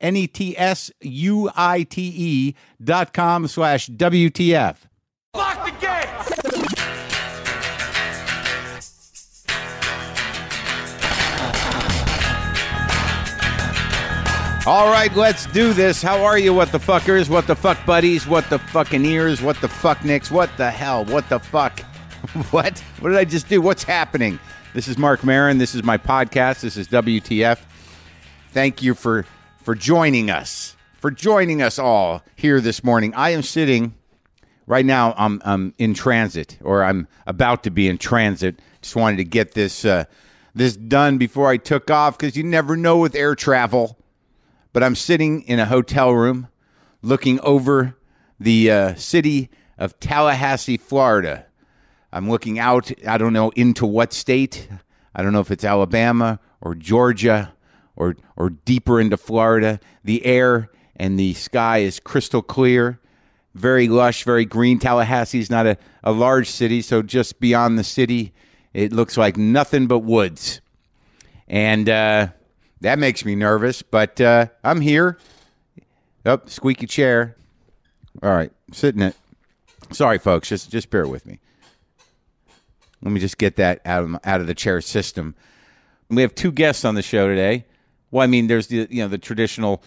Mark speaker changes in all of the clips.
Speaker 1: N E T S U I T E dot com slash WTF.
Speaker 2: Lock the gate!
Speaker 1: All right, let's do this. How are you, what the fuckers? What the fuck buddies? What the fucking ears? What the fuck nicks? What the hell? What the fuck? What? What did I just do? What's happening? This is Mark Marin. This is my podcast. This is WTF. Thank you for for joining us. For joining us all here this morning. I am sitting right now I'm I'm in transit or I'm about to be in transit. Just wanted to get this uh, this done before I took off because you never know with air travel. But I'm sitting in a hotel room, looking over the uh, city of Tallahassee, Florida. I'm looking out. I don't know into what state. I don't know if it's Alabama or Georgia or or deeper into Florida. The air and the sky is crystal clear, very lush, very green. Tallahassee's not a, a large city, so just beyond the city, it looks like nothing but woods, and uh, that makes me nervous. But uh, I'm here. Up, squeaky chair. All right, sitting it. Sorry, folks. Just just bear with me. Let me just get that out of my- out of the chair system. We have two guests on the show today. Well, I mean, there's the you know the traditional.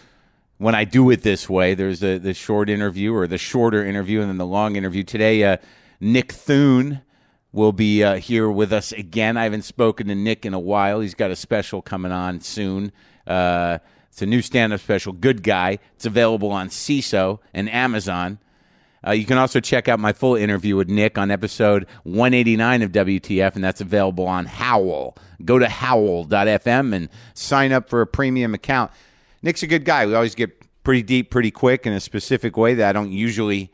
Speaker 1: When I do it this way, there's the the short interview or the shorter interview, and then the long interview. Today, uh, Nick Thune will be uh, here with us again. I haven't spoken to Nick in a while. He's got a special coming on soon. Uh, it's a new stand-up special, Good Guy. It's available on CISO and Amazon. Uh, you can also check out my full interview with Nick on episode 189 of WTF, and that's available on Howl. Go to howl.fm and sign up for a premium account. Nick's a good guy. We always get pretty deep, pretty quick in a specific way that I don't usually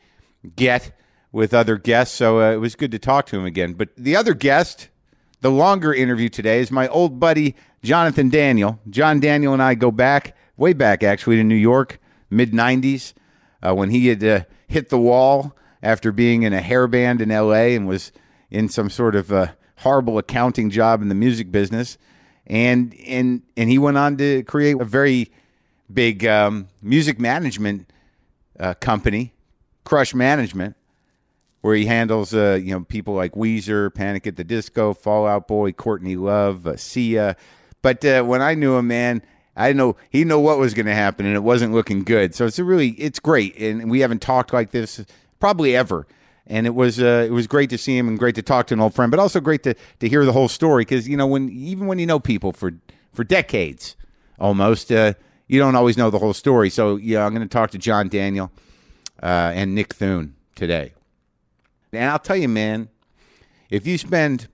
Speaker 1: get with other guests. So uh, it was good to talk to him again. But the other guest, the longer interview today is my old buddy Jonathan Daniel. John Daniel and I go back, way back actually, to New York, mid 90s, uh, when he had uh, hit the wall after being in a hair band in LA and was in some sort of uh, horrible accounting job in the music business. And, and, and he went on to create a very big um, music management uh, company, Crush Management where he handles uh, you know people like Weezer, Panic at the Disco, Fallout Boy, Courtney Love, uh, Sia. But uh, when I knew him, man, I know he know what was going to happen, and it wasn't looking good. So it's a really it's great, and we haven't talked like this probably ever. And it was uh, it was great to see him, and great to talk to an old friend, but also great to to hear the whole story because you know when even when you know people for for decades almost, uh, you don't always know the whole story. So yeah, I'm going to talk to John Daniel uh, and Nick Thune today. And I'll tell you, man, if you spend,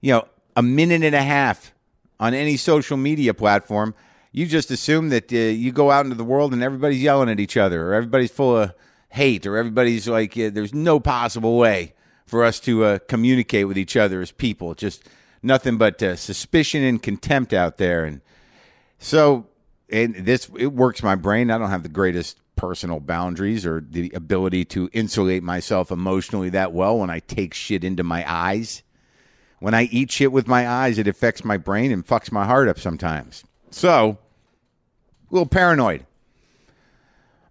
Speaker 1: you know, a minute and a half on any social media platform, you just assume that uh, you go out into the world and everybody's yelling at each other, or everybody's full of hate, or everybody's like, uh, there's no possible way for us to uh, communicate with each other as people. Just nothing but uh, suspicion and contempt out there, and so, and this it works my brain. I don't have the greatest personal boundaries or the ability to insulate myself emotionally that well when I take shit into my eyes. When I eat shit with my eyes, it affects my brain and fucks my heart up sometimes. So, a little paranoid.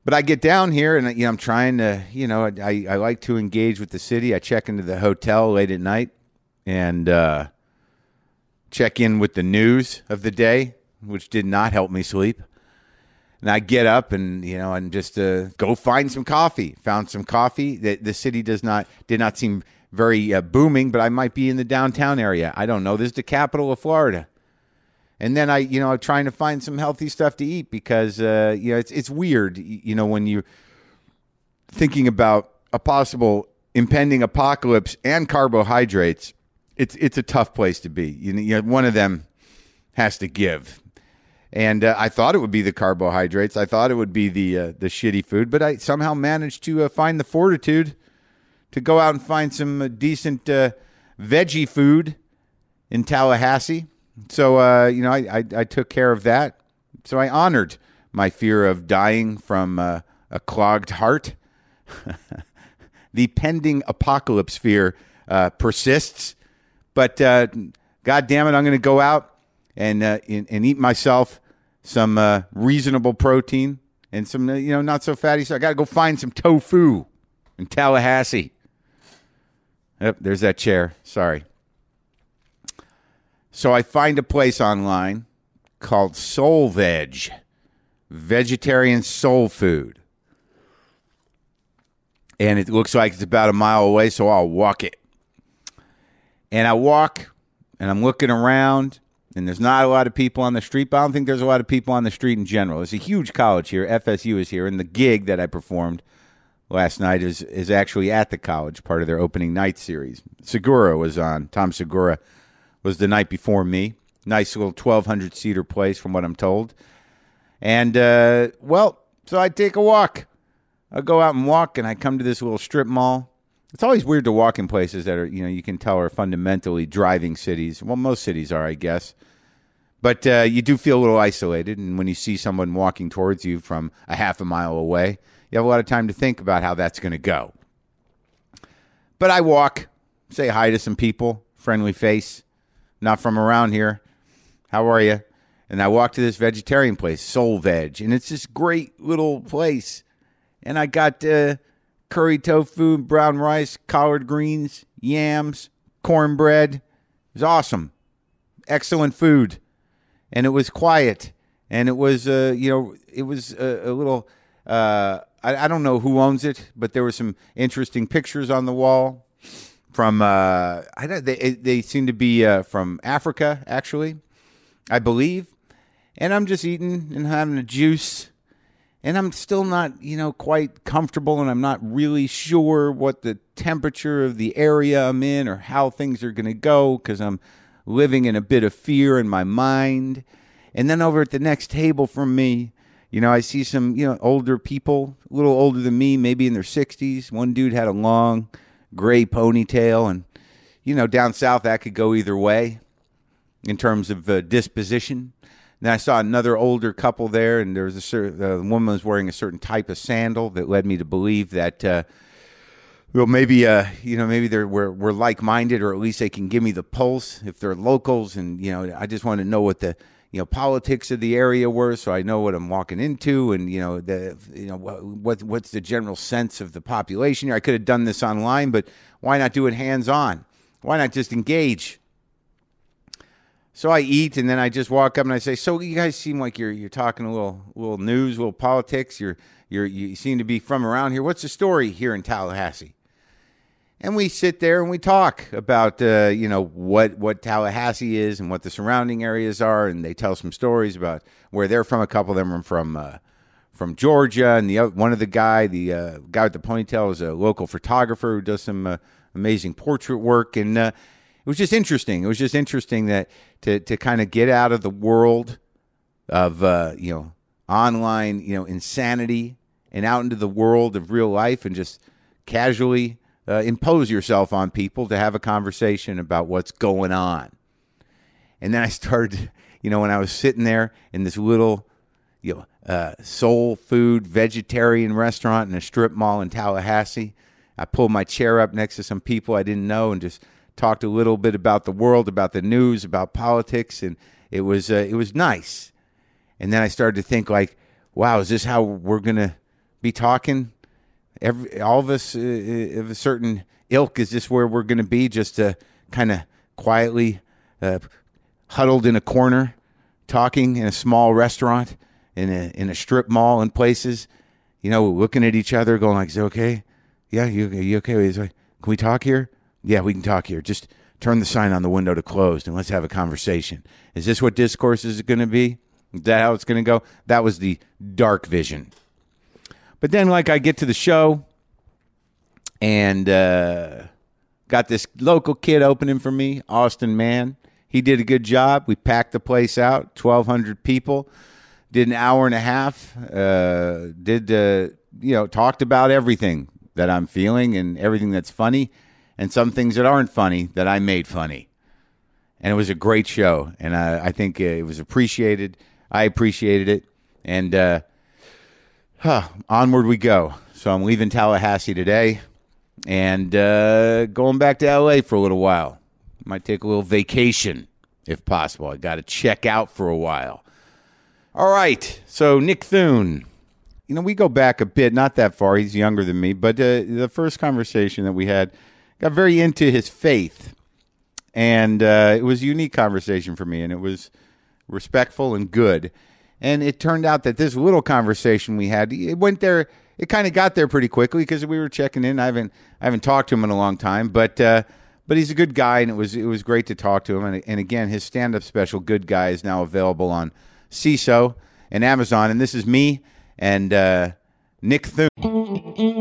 Speaker 1: But I get down here and you know I'm trying to, you know, I, I like to engage with the city. I check into the hotel late at night and uh check in with the news of the day, which did not help me sleep. And I get up and you know and just uh, go find some coffee. Found some coffee. The, the city does not did not seem very uh, booming, but I might be in the downtown area. I don't know. This is the capital of Florida. And then I, you know, I'm trying to find some healthy stuff to eat because uh, you know it's it's weird, y- you know, when you thinking about a possible impending apocalypse and carbohydrates, it's it's a tough place to be. You, you know, one of them has to give. And uh, I thought it would be the carbohydrates. I thought it would be the uh, the shitty food, but I somehow managed to uh, find the fortitude to go out and find some uh, decent uh, veggie food in Tallahassee. So uh, you know, I, I I took care of that. So I honored my fear of dying from uh, a clogged heart the pending apocalypse fear uh, persists. But uh, God damn it, I'm going to go out and, uh, and and eat myself some uh, reasonable protein and some uh, you know not so fatty. So I got to go find some tofu in Tallahassee. Yep, there's that chair. Sorry. So I find a place online called Soul Veg, vegetarian soul food and it looks like it's about a mile away, so I'll walk it. And I walk and I'm looking around, and there's not a lot of people on the street, but I don't think there's a lot of people on the street in general. It's a huge college here. FSU is here, and the gig that I performed last night is is actually at the college, part of their opening night series. Segura was on. Tom Segura was the night before me. Nice little 1,200 seater place, from what I'm told. And uh, well, so I take a walk. I go out and walk, and I come to this little strip mall. It's always weird to walk in places that are, you know, you can tell are fundamentally driving cities. Well, most cities are, I guess. But uh, you do feel a little isolated. And when you see someone walking towards you from a half a mile away, you have a lot of time to think about how that's going to go. But I walk, say hi to some people, friendly face, not from around here. How are you? And I walk to this vegetarian place, Soul Veg, and it's this great little place and I got uh, curry tofu, brown rice, collard greens, yams, cornbread. It was awesome, excellent food, and it was quiet, and it was uh, you know it was a, a little. Uh, I, I don't know who owns it, but there were some interesting pictures on the wall from uh, I don't, they they seem to be uh, from Africa actually, I believe, and I'm just eating and having a juice and I'm still not, you know, quite comfortable and I'm not really sure what the temperature of the area I'm in or how things are going to go cuz I'm living in a bit of fear in my mind. And then over at the next table from me, you know, I see some, you know, older people, a little older than me, maybe in their 60s. One dude had a long gray ponytail and you know, down south that could go either way in terms of uh, disposition. And I saw another older couple there, and there was a certain the woman was wearing a certain type of sandal that led me to believe that, uh, well, maybe uh, you know, maybe they're we're, we're like minded, or at least they can give me the pulse if they're locals, and you know, I just want to know what the you know politics of the area were, so I know what I'm walking into, and you know the you know wha- what what's the general sense of the population here. I could have done this online, but why not do it hands on? Why not just engage? So I eat, and then I just walk up and I say, "So you guys seem like you're you're talking a little little news, a little politics. You're you're you seem to be from around here. What's the story here in Tallahassee?" And we sit there and we talk about uh, you know what what Tallahassee is and what the surrounding areas are, and they tell some stories about where they're from. A couple of them are from uh, from Georgia, and the oth- one of the guy, the uh, guy with the ponytail, is a local photographer who does some uh, amazing portrait work, and uh, it was just interesting. It was just interesting that to to kind of get out of the world of uh, you know online you know insanity and out into the world of real life and just casually uh, impose yourself on people to have a conversation about what's going on. And then I started, you know, when I was sitting there in this little, you know, uh, soul food vegetarian restaurant in a strip mall in Tallahassee, I pulled my chair up next to some people I didn't know and just talked a little bit about the world, about the news, about politics, and it was uh, it was nice. And then I started to think like, wow, is this how we're gonna be talking? Every all of us uh, uh, of a certain ilk is this where we're gonna be? Just uh, kind of quietly uh, huddled in a corner, talking in a small restaurant, in a in a strip mall and places, you know, looking at each other, going like, "Is it okay? Yeah, you you okay? Is it- Can we talk here? Yeah, we can talk here. Just turn the sign on the window to closed and let's have a conversation. Is this what discourse is going to be? Is that how it's going to go? That was the dark vision. But then, like, I get to the show and uh, got this local kid opening for me, Austin Mann. He did a good job. We packed the place out, 1,200 people. Did an hour and a half. Uh, did uh, you know talked about everything that I'm feeling and everything that's funny, and some things that aren't funny that I made funny and it was a great show. And I, I think uh, it was appreciated. I appreciated it. And uh, huh, onward we go. So I'm leaving Tallahassee today and uh, going back to LA for a little while. Might take a little vacation if possible. I got to check out for a while. All right. So, Nick Thune. You know, we go back a bit, not that far. He's younger than me, but uh, the first conversation that we had got very into his faith and uh, it was a unique conversation for me, and it was respectful and good. And it turned out that this little conversation we had, it went there. It kind of got there pretty quickly because we were checking in. I haven't, I haven't talked to him in a long time, but uh, but he's a good guy, and it was it was great to talk to him. And, and again, his stand up special, Good Guy, is now available on CISO and Amazon. And this is me and uh, Nick Thune.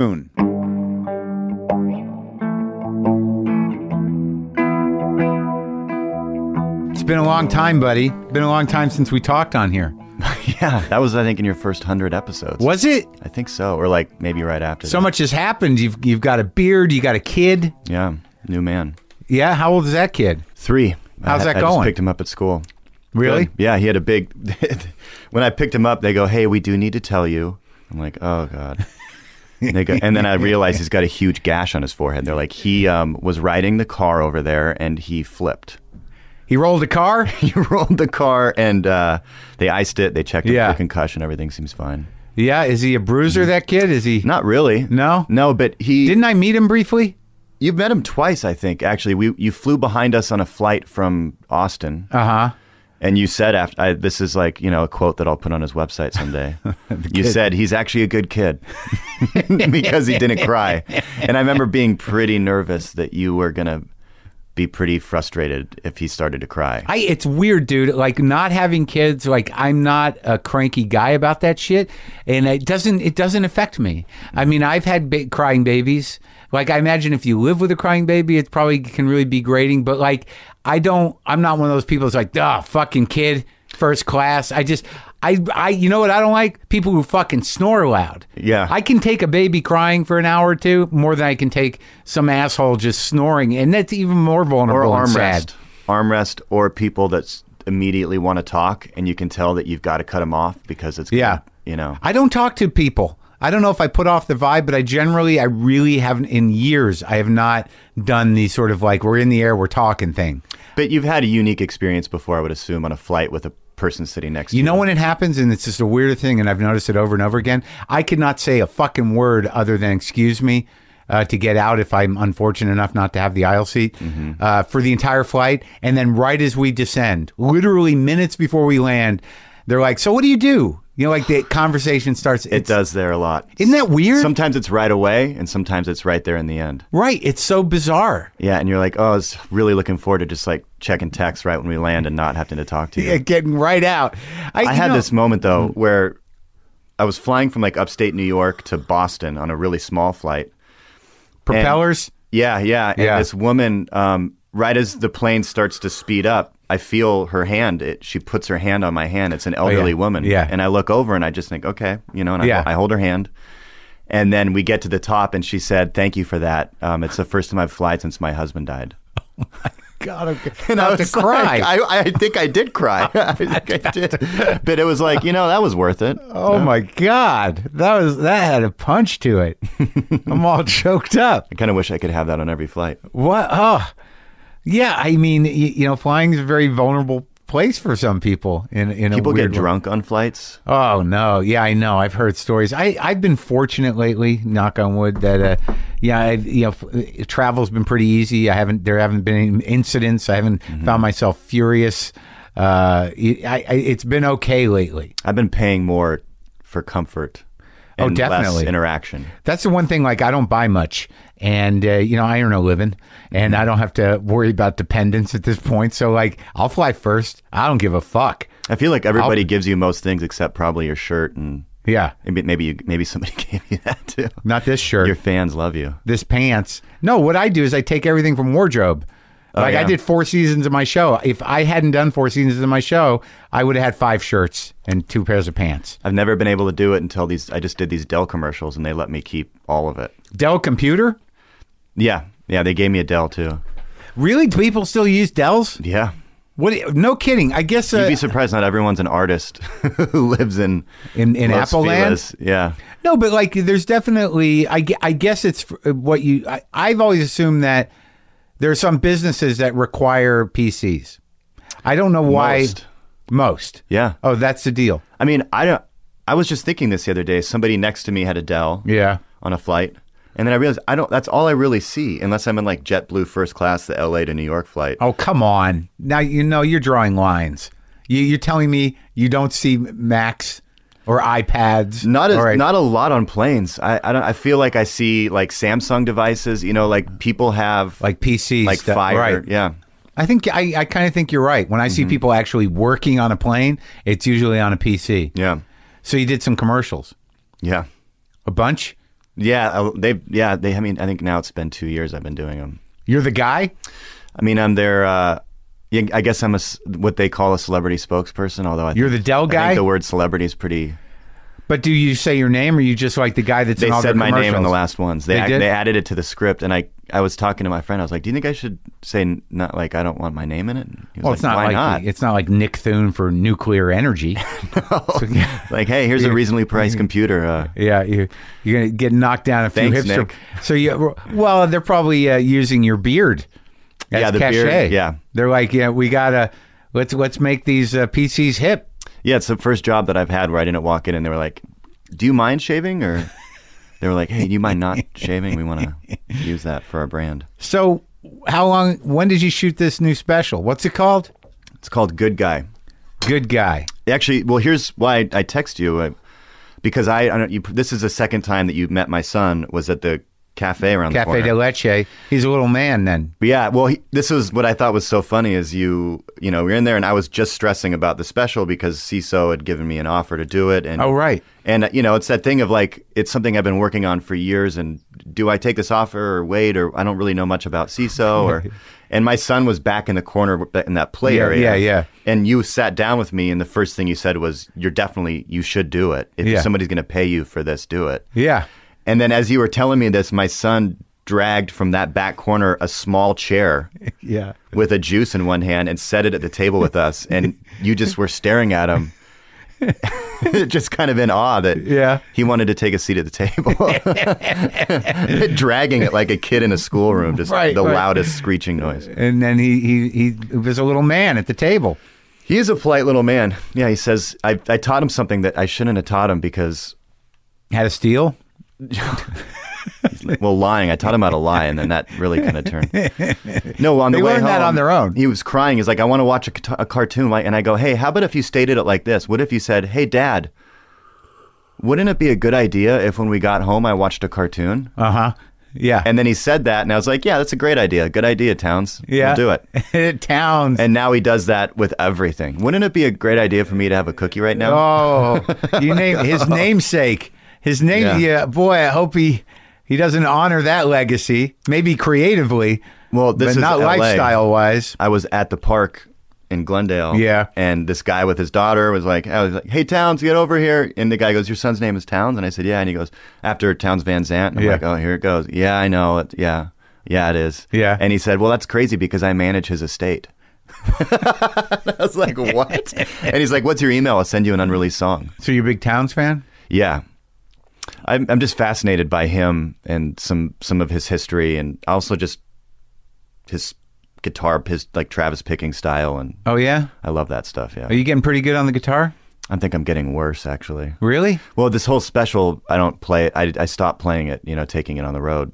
Speaker 1: Moon. It's been a long time, buddy. Been a long time since we talked on here.
Speaker 3: Yeah, that was I think in your first hundred episodes.
Speaker 1: Was it?
Speaker 3: I think so, or like maybe right after.
Speaker 1: So
Speaker 3: that.
Speaker 1: much has happened. You've you've got a beard. You got a kid.
Speaker 3: Yeah, new man.
Speaker 1: Yeah. How old is that kid?
Speaker 3: Three.
Speaker 1: How's
Speaker 3: I,
Speaker 1: that
Speaker 3: I just
Speaker 1: going?
Speaker 3: picked him up at school.
Speaker 1: Really?
Speaker 3: Good. Yeah, he had a big. when I picked him up, they go, "Hey, we do need to tell you." I'm like, "Oh God." And, they go, and then I realize he's got a huge gash on his forehead. They're like, he um, was riding the car over there and he flipped.
Speaker 1: He rolled a car.
Speaker 3: He rolled the car and uh, they iced it. They checked him
Speaker 1: Yeah.
Speaker 3: for concussion. Everything seems fine.
Speaker 1: yeah. Is he a bruiser? That kid? Is he?
Speaker 3: Not really.
Speaker 1: No?
Speaker 3: No, but he
Speaker 1: Didn't I meet him briefly?
Speaker 3: You've met him twice, I think. Actually, we you flew behind us on a flight from Austin,
Speaker 1: Uh huh.
Speaker 3: and you said after I, this is like you know a quote that I'll put on his website someday. you said he's actually a good kid because he didn't cry, and I remember being pretty nervous that you were gonna be pretty frustrated if he started to cry.
Speaker 1: I it's weird, dude. Like not having kids. Like I'm not a cranky guy about that shit, and it doesn't it doesn't affect me. I mean, I've had ba- crying babies. Like I imagine if you live with a crying baby, it probably can really be grating. But like I don't. I'm not one of those people that's like, ah, fucking kid, first class. I just. I, I, you know what I don't like? People who fucking snore loud.
Speaker 3: Yeah.
Speaker 1: I can take a baby crying for an hour or two more than I can take some asshole just snoring, and that's even more vulnerable
Speaker 3: or
Speaker 1: and sad.
Speaker 3: armrest, armrest, or people that s- immediately want to talk, and you can tell that you've got to cut them off because it's
Speaker 1: Yeah.
Speaker 3: you know.
Speaker 1: I don't talk to people. I don't know if I put off the vibe, but I generally, I really haven't in years. I have not done the sort of like we're in the air, we're talking thing.
Speaker 3: But you've had a unique experience before, I would assume, on a flight with a person sitting next to
Speaker 1: You
Speaker 3: you.
Speaker 1: know when it happens, and it's just a weirder thing, and I've noticed it over and over again. I cannot say a fucking word other than "excuse me" uh, to get out if I'm unfortunate enough not to have the aisle seat uh, for the entire flight. And then right as we descend, literally minutes before we land, they're like, "So what do you do?" You know, like the conversation starts.
Speaker 3: It does there a lot.
Speaker 1: Isn't that weird?
Speaker 3: Sometimes it's right away, and sometimes it's right there in the end.
Speaker 1: right. It's so bizarre.
Speaker 3: Yeah, and you're like, oh, I was really looking forward to just like checking text right when we land and not having to talk to you.
Speaker 1: Yeah, getting right out.
Speaker 3: I
Speaker 1: you
Speaker 3: had
Speaker 1: know- Hmm.
Speaker 3: this moment though where I was flying from like upstate New York to Boston on a really small flight.
Speaker 1: propellers.
Speaker 3: Yeah, yeah. And
Speaker 1: Yeah.
Speaker 3: this woman, um, right as the plane starts to speed up, I feel her hand. It, she puts her hand on my hand. It's an elderly woman.
Speaker 1: Oh, Yeah.
Speaker 3: And I look over and I just think, okay, you know, and I,
Speaker 1: Yeah.
Speaker 3: I hold her hand. And then we get to the top and she said, thank you for that. Um, it's the first time I've flied since my husband died.
Speaker 1: God, okay.
Speaker 3: And I
Speaker 1: About
Speaker 3: was
Speaker 1: to cry.
Speaker 3: like- I, I think I did cry. I think I did. But it was like, you know, that was worth it.
Speaker 1: oh my God, that was that had a punch to it. I'm all choked up.
Speaker 3: I kind of wish I could have that on every flight.
Speaker 1: What? Oh, yeah. I mean, you, you know, flying is a very vulnerable place for some people. In in a
Speaker 3: People
Speaker 1: weird
Speaker 3: get drunk on flights.
Speaker 1: Oh no, yeah, I know. I've heard stories. I I've been fortunate lately, knock on wood, that uh, yeah, I've, you know, f- uh, travel's been pretty easy. I haven't there haven't been any incidents. I haven't found myself furious. Uh, it, I, I, it's been okay lately.
Speaker 3: I've been paying more for comfort.
Speaker 1: Oh,
Speaker 3: and less
Speaker 1: definitely.
Speaker 3: interaction.
Speaker 1: That's the one thing. Like I don't buy much, and uh, you know I earn a living, and I don't have to worry about dependents at this point. So like I'll fly first. I don't give a fuck.
Speaker 3: I feel like everybody gives you most things except probably your shirt and
Speaker 1: Yeah,
Speaker 3: maybe maybe, you, maybe somebody gave you that too.
Speaker 1: not this shirt.
Speaker 3: Your fans love you.
Speaker 1: this pants. No, what I do is I take everything from wardrobe. like I
Speaker 3: Oh, yeah.
Speaker 1: did four seasons of my show. If I hadn't done four seasons of my show, I would have had five shirts and two pairs of pants.
Speaker 3: I've never been able to do it until these. I just did these Dell commercials and they let me keep all of it.
Speaker 1: Dell computer?
Speaker 3: Yeah, yeah. They gave me a Dell too.
Speaker 1: Really? Do people still use Dells?
Speaker 3: Yeah,
Speaker 1: What? No kidding. I guess
Speaker 3: you'd
Speaker 1: uh,
Speaker 3: be surprised. Not everyone's an artist who lives in
Speaker 1: in in
Speaker 3: Los
Speaker 1: Apple land.
Speaker 3: Feliz. Yeah,
Speaker 1: No, but like, there's definitely. I, gue- I guess it's f- uh, what you. I, I've always assumed that there are some businesses that require PCs. I don't know why.
Speaker 3: Most.
Speaker 1: Most.
Speaker 3: yeah.
Speaker 1: Oh, that's the deal.
Speaker 3: I mean, I don't. I was just thinking this the other day. Somebody next to me had a Dell.
Speaker 1: Yeah.
Speaker 3: on a flight. And then I realized I don't. That's all I really see, unless I'm in like JetBlue first class, the LA to New York flight.
Speaker 1: Oh, come on. Now, you know, you're drawing lines. You, you're telling me you don't see Macs or iPads.
Speaker 3: Not as,
Speaker 1: or a-
Speaker 3: not a lot on planes. I I, don't, I feel like I see like Samsung devices. You know, like people have
Speaker 1: like PCs.
Speaker 3: like
Speaker 1: stuff.
Speaker 3: Fire.
Speaker 1: Right.
Speaker 3: Yeah, Mm-hmm.
Speaker 1: I think I, I kind of think you're right. When I see people actually working on a plane, it's usually on a PC.
Speaker 3: yeah,
Speaker 1: So you did some commercials,
Speaker 3: yeah,
Speaker 1: a bunch.
Speaker 3: yeah. uh, They yeah they. I mean, I think now it's been two years I've been doing them.
Speaker 1: You're the guy.
Speaker 3: I mean, I'm their. Uh, yeah, I guess I'm a s- what they call a celebrity spokesperson. Although I
Speaker 1: You're
Speaker 3: think-
Speaker 1: the Dell
Speaker 3: I think
Speaker 1: guy?
Speaker 3: the word celebrity is pretty.
Speaker 1: But do you say your name, or you just like the guy that's
Speaker 3: they
Speaker 1: in all
Speaker 3: said
Speaker 1: their
Speaker 3: my name in the
Speaker 1: commercials?
Speaker 3: last ones. They
Speaker 1: They
Speaker 3: ac-
Speaker 1: did?
Speaker 3: they added it to the script, and I I was talking to my friend. I was like, "Do you think I should say n- not like I don't want my name in it?" And He was
Speaker 1: Well, it's not
Speaker 3: "Why
Speaker 1: like
Speaker 3: not?"
Speaker 1: it's not like Nick Thune for nuclear energy.
Speaker 3: like, hey, here's a reasonably priced computer. Uh,
Speaker 1: Yeah, you, you're gonna get knocked down a few
Speaker 3: Thanks,
Speaker 1: hipster.
Speaker 3: Nick.
Speaker 1: So you, well, they're probably uh, using your beard. as
Speaker 3: Yeah, the
Speaker 1: cachet.
Speaker 3: beard, yeah.
Speaker 1: they're like, yeah, we gotta let's let's make these uh, PCs hip.
Speaker 3: yeah, it's the first job that I've had where I didn't walk in, and they were like, "Do you mind shaving?" Or they were like, "Hey, do you mind not shaving? We want to use that for our brand."
Speaker 1: So, how long? When did you shoot this new special? What's it called?
Speaker 3: It's called Good Guy.
Speaker 1: Good guy.
Speaker 3: Actually, well, here's why I text you uh, because I, I don't, you, this is the second time that you met my son was at the cafe around the
Speaker 1: Cafe
Speaker 3: corner.
Speaker 1: de Leche. He's a little man then.
Speaker 3: But yeah, well, he, this was what I thought was so funny is you, you know, you're in there, and I was just stressing about the special because CISO had given me an offer to do it, and
Speaker 1: Oh, right.
Speaker 3: and you know, it's that thing of like it's something I've been working on for years, and do I take this offer or wait, or I don't really know much about CISO, or and my son was back in the corner in that play
Speaker 1: Yeah,
Speaker 3: area,
Speaker 1: yeah, yeah.
Speaker 3: and you sat down with me, and the first thing you said was, "You're definitely you should do it. If
Speaker 1: Yeah.
Speaker 3: somebody's going to pay you for this, do it."
Speaker 1: Yeah.
Speaker 3: And then as you were telling me this, my son dragged from that back corner a small chair
Speaker 1: Yeah.
Speaker 3: with a juice in one hand and set it at the table with us. And you just were staring at him, just kind of in awe that
Speaker 1: Yeah.
Speaker 3: he wanted to take a seat at the table, dragging it like a kid in a schoolroom, just
Speaker 1: Right,
Speaker 3: the
Speaker 1: right.
Speaker 3: loudest screeching noise.
Speaker 1: And then he, he he was a little man at the table.
Speaker 3: He is a polite little man. Yeah, he says, I, I taught him something that I shouldn't have taught him because,
Speaker 1: Had a steal.
Speaker 3: well, lying. I taught him how to lie, and then that really kind of turned. No, on the
Speaker 1: They
Speaker 3: way
Speaker 1: learned that
Speaker 3: home,
Speaker 1: on their own.
Speaker 3: He was crying. He's like, I want to watch a, cat- a cartoon. Like, and I go, Hey, how about if you stated it like this? What if you said, Hey, Dad, wouldn't it be a good idea if when we got home I watched a cartoon?
Speaker 1: Uh huh. Yeah.
Speaker 3: Uh-huh. And then he said that, and I was like, yeah, that's a great idea. Good idea, Towns.
Speaker 1: yeah.
Speaker 3: We'll do it.
Speaker 1: Towns.
Speaker 3: And now he does that with everything. Wouldn't it be a great idea for me to have a cookie right now?
Speaker 1: Oh, you name his namesake. His name, yeah.
Speaker 3: Yeah.
Speaker 1: Boy, I hope he he doesn't honor that legacy. Maybe creatively.
Speaker 3: Well, this
Speaker 1: but
Speaker 3: is
Speaker 1: not
Speaker 3: LA.
Speaker 1: lifestyle wise.
Speaker 3: I was at the park in Glendale.
Speaker 1: Yeah.
Speaker 3: And this guy with his daughter was like, I was like, hey, Towns, get over here. And the guy goes, your son's name is Towns? And I said, yeah. And he goes, after Towns Van Zant. And I'm
Speaker 1: Yeah.
Speaker 3: like, oh, here it goes. Yeah, I know. It, yeah. Yeah, it is.
Speaker 1: Yeah.
Speaker 3: And he said, well, that's crazy because I manage his estate. I was like, what? and he's like, what's your email? I'll send you an unreleased song.
Speaker 1: So you're a big Towns fan?
Speaker 3: Yeah. I'm, I'm just fascinated by him and some some of his history and also just his guitar, his like Travis picking style and
Speaker 1: Oh yeah.
Speaker 3: I love that stuff. Yeah,
Speaker 1: Are you getting pretty good on the guitar?
Speaker 3: I think I'm getting worse actually.
Speaker 1: Really?
Speaker 3: Well, this whole special, I don't play it. I, I stopped playing it. You know, taking it on the road.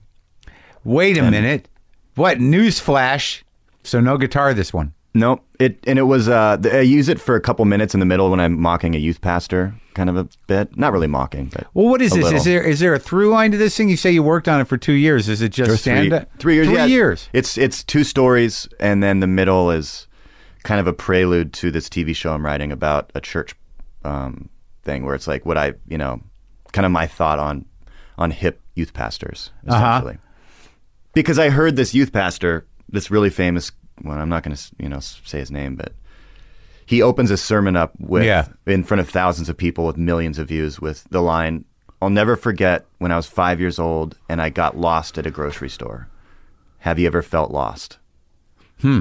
Speaker 1: Wait a minute. What newsflash? So no guitar this one.
Speaker 3: Nope. It and it was. Uh, th- I use it for a couple minutes in the middle when I'm mocking a youth pastor, kind of a bit. Not really mocking, but
Speaker 1: Well, what is
Speaker 3: A
Speaker 1: this? Is
Speaker 3: little.
Speaker 1: there is there a through line to this thing? You say you worked on it for two years. Is it just stand up?
Speaker 3: Three years.
Speaker 1: Three
Speaker 3: yeah.
Speaker 1: years.
Speaker 3: It's it's two stories, and then the middle is kind of a prelude to this TV show I'm writing about a church um, thing, where it's like what I you know, kind of my thought on on hip youth pastors
Speaker 1: Uh-huh.
Speaker 3: essentially, because I heard this youth pastor, this really famous one. I'm not going to you know s- say his name, but. He opens his sermon up with
Speaker 1: Yeah.
Speaker 3: in front of thousands of people with millions of views with the line, I'll never forget when I was five years old and I got lost at a grocery store. Have you ever felt lost? Hmm.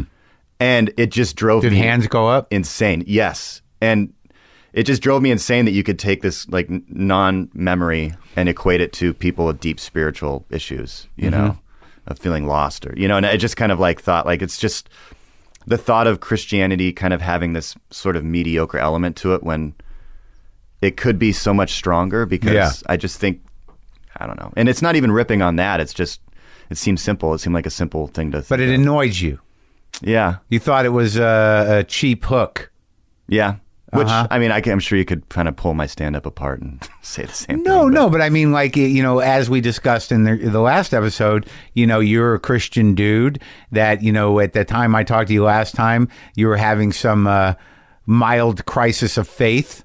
Speaker 3: And it just drove
Speaker 1: Did
Speaker 3: me
Speaker 1: hands go up?
Speaker 3: insane. Yes. And it just drove me insane that you could take this like n- non-memory and equate it to people with deep spiritual issues, you
Speaker 1: Mm-hmm.
Speaker 3: know, of feeling lost or you know, and I just kind of like thought like it's just the thought of Christianity kind of having this sort of mediocre element to it when it could be so much stronger because
Speaker 1: Yeah.
Speaker 3: I just think I don't know. And it's not even ripping on that. It's just it seems simple. It seemed like a simple thing to
Speaker 1: But it annoyed you.
Speaker 3: yeah.
Speaker 1: You thought it was uh, a cheap hook.
Speaker 3: Yeah. Which
Speaker 1: Uh-huh.
Speaker 3: I mean, I can, I'm sure you could kind of pull my stand up apart and say the
Speaker 1: No,
Speaker 3: same. thing, but-
Speaker 1: no, but I mean, like you know, as we discussed in the, the last episode, you know, you're a Christian dude that you know at the time I talked to you last time, you were having some uh, mild crisis of faith,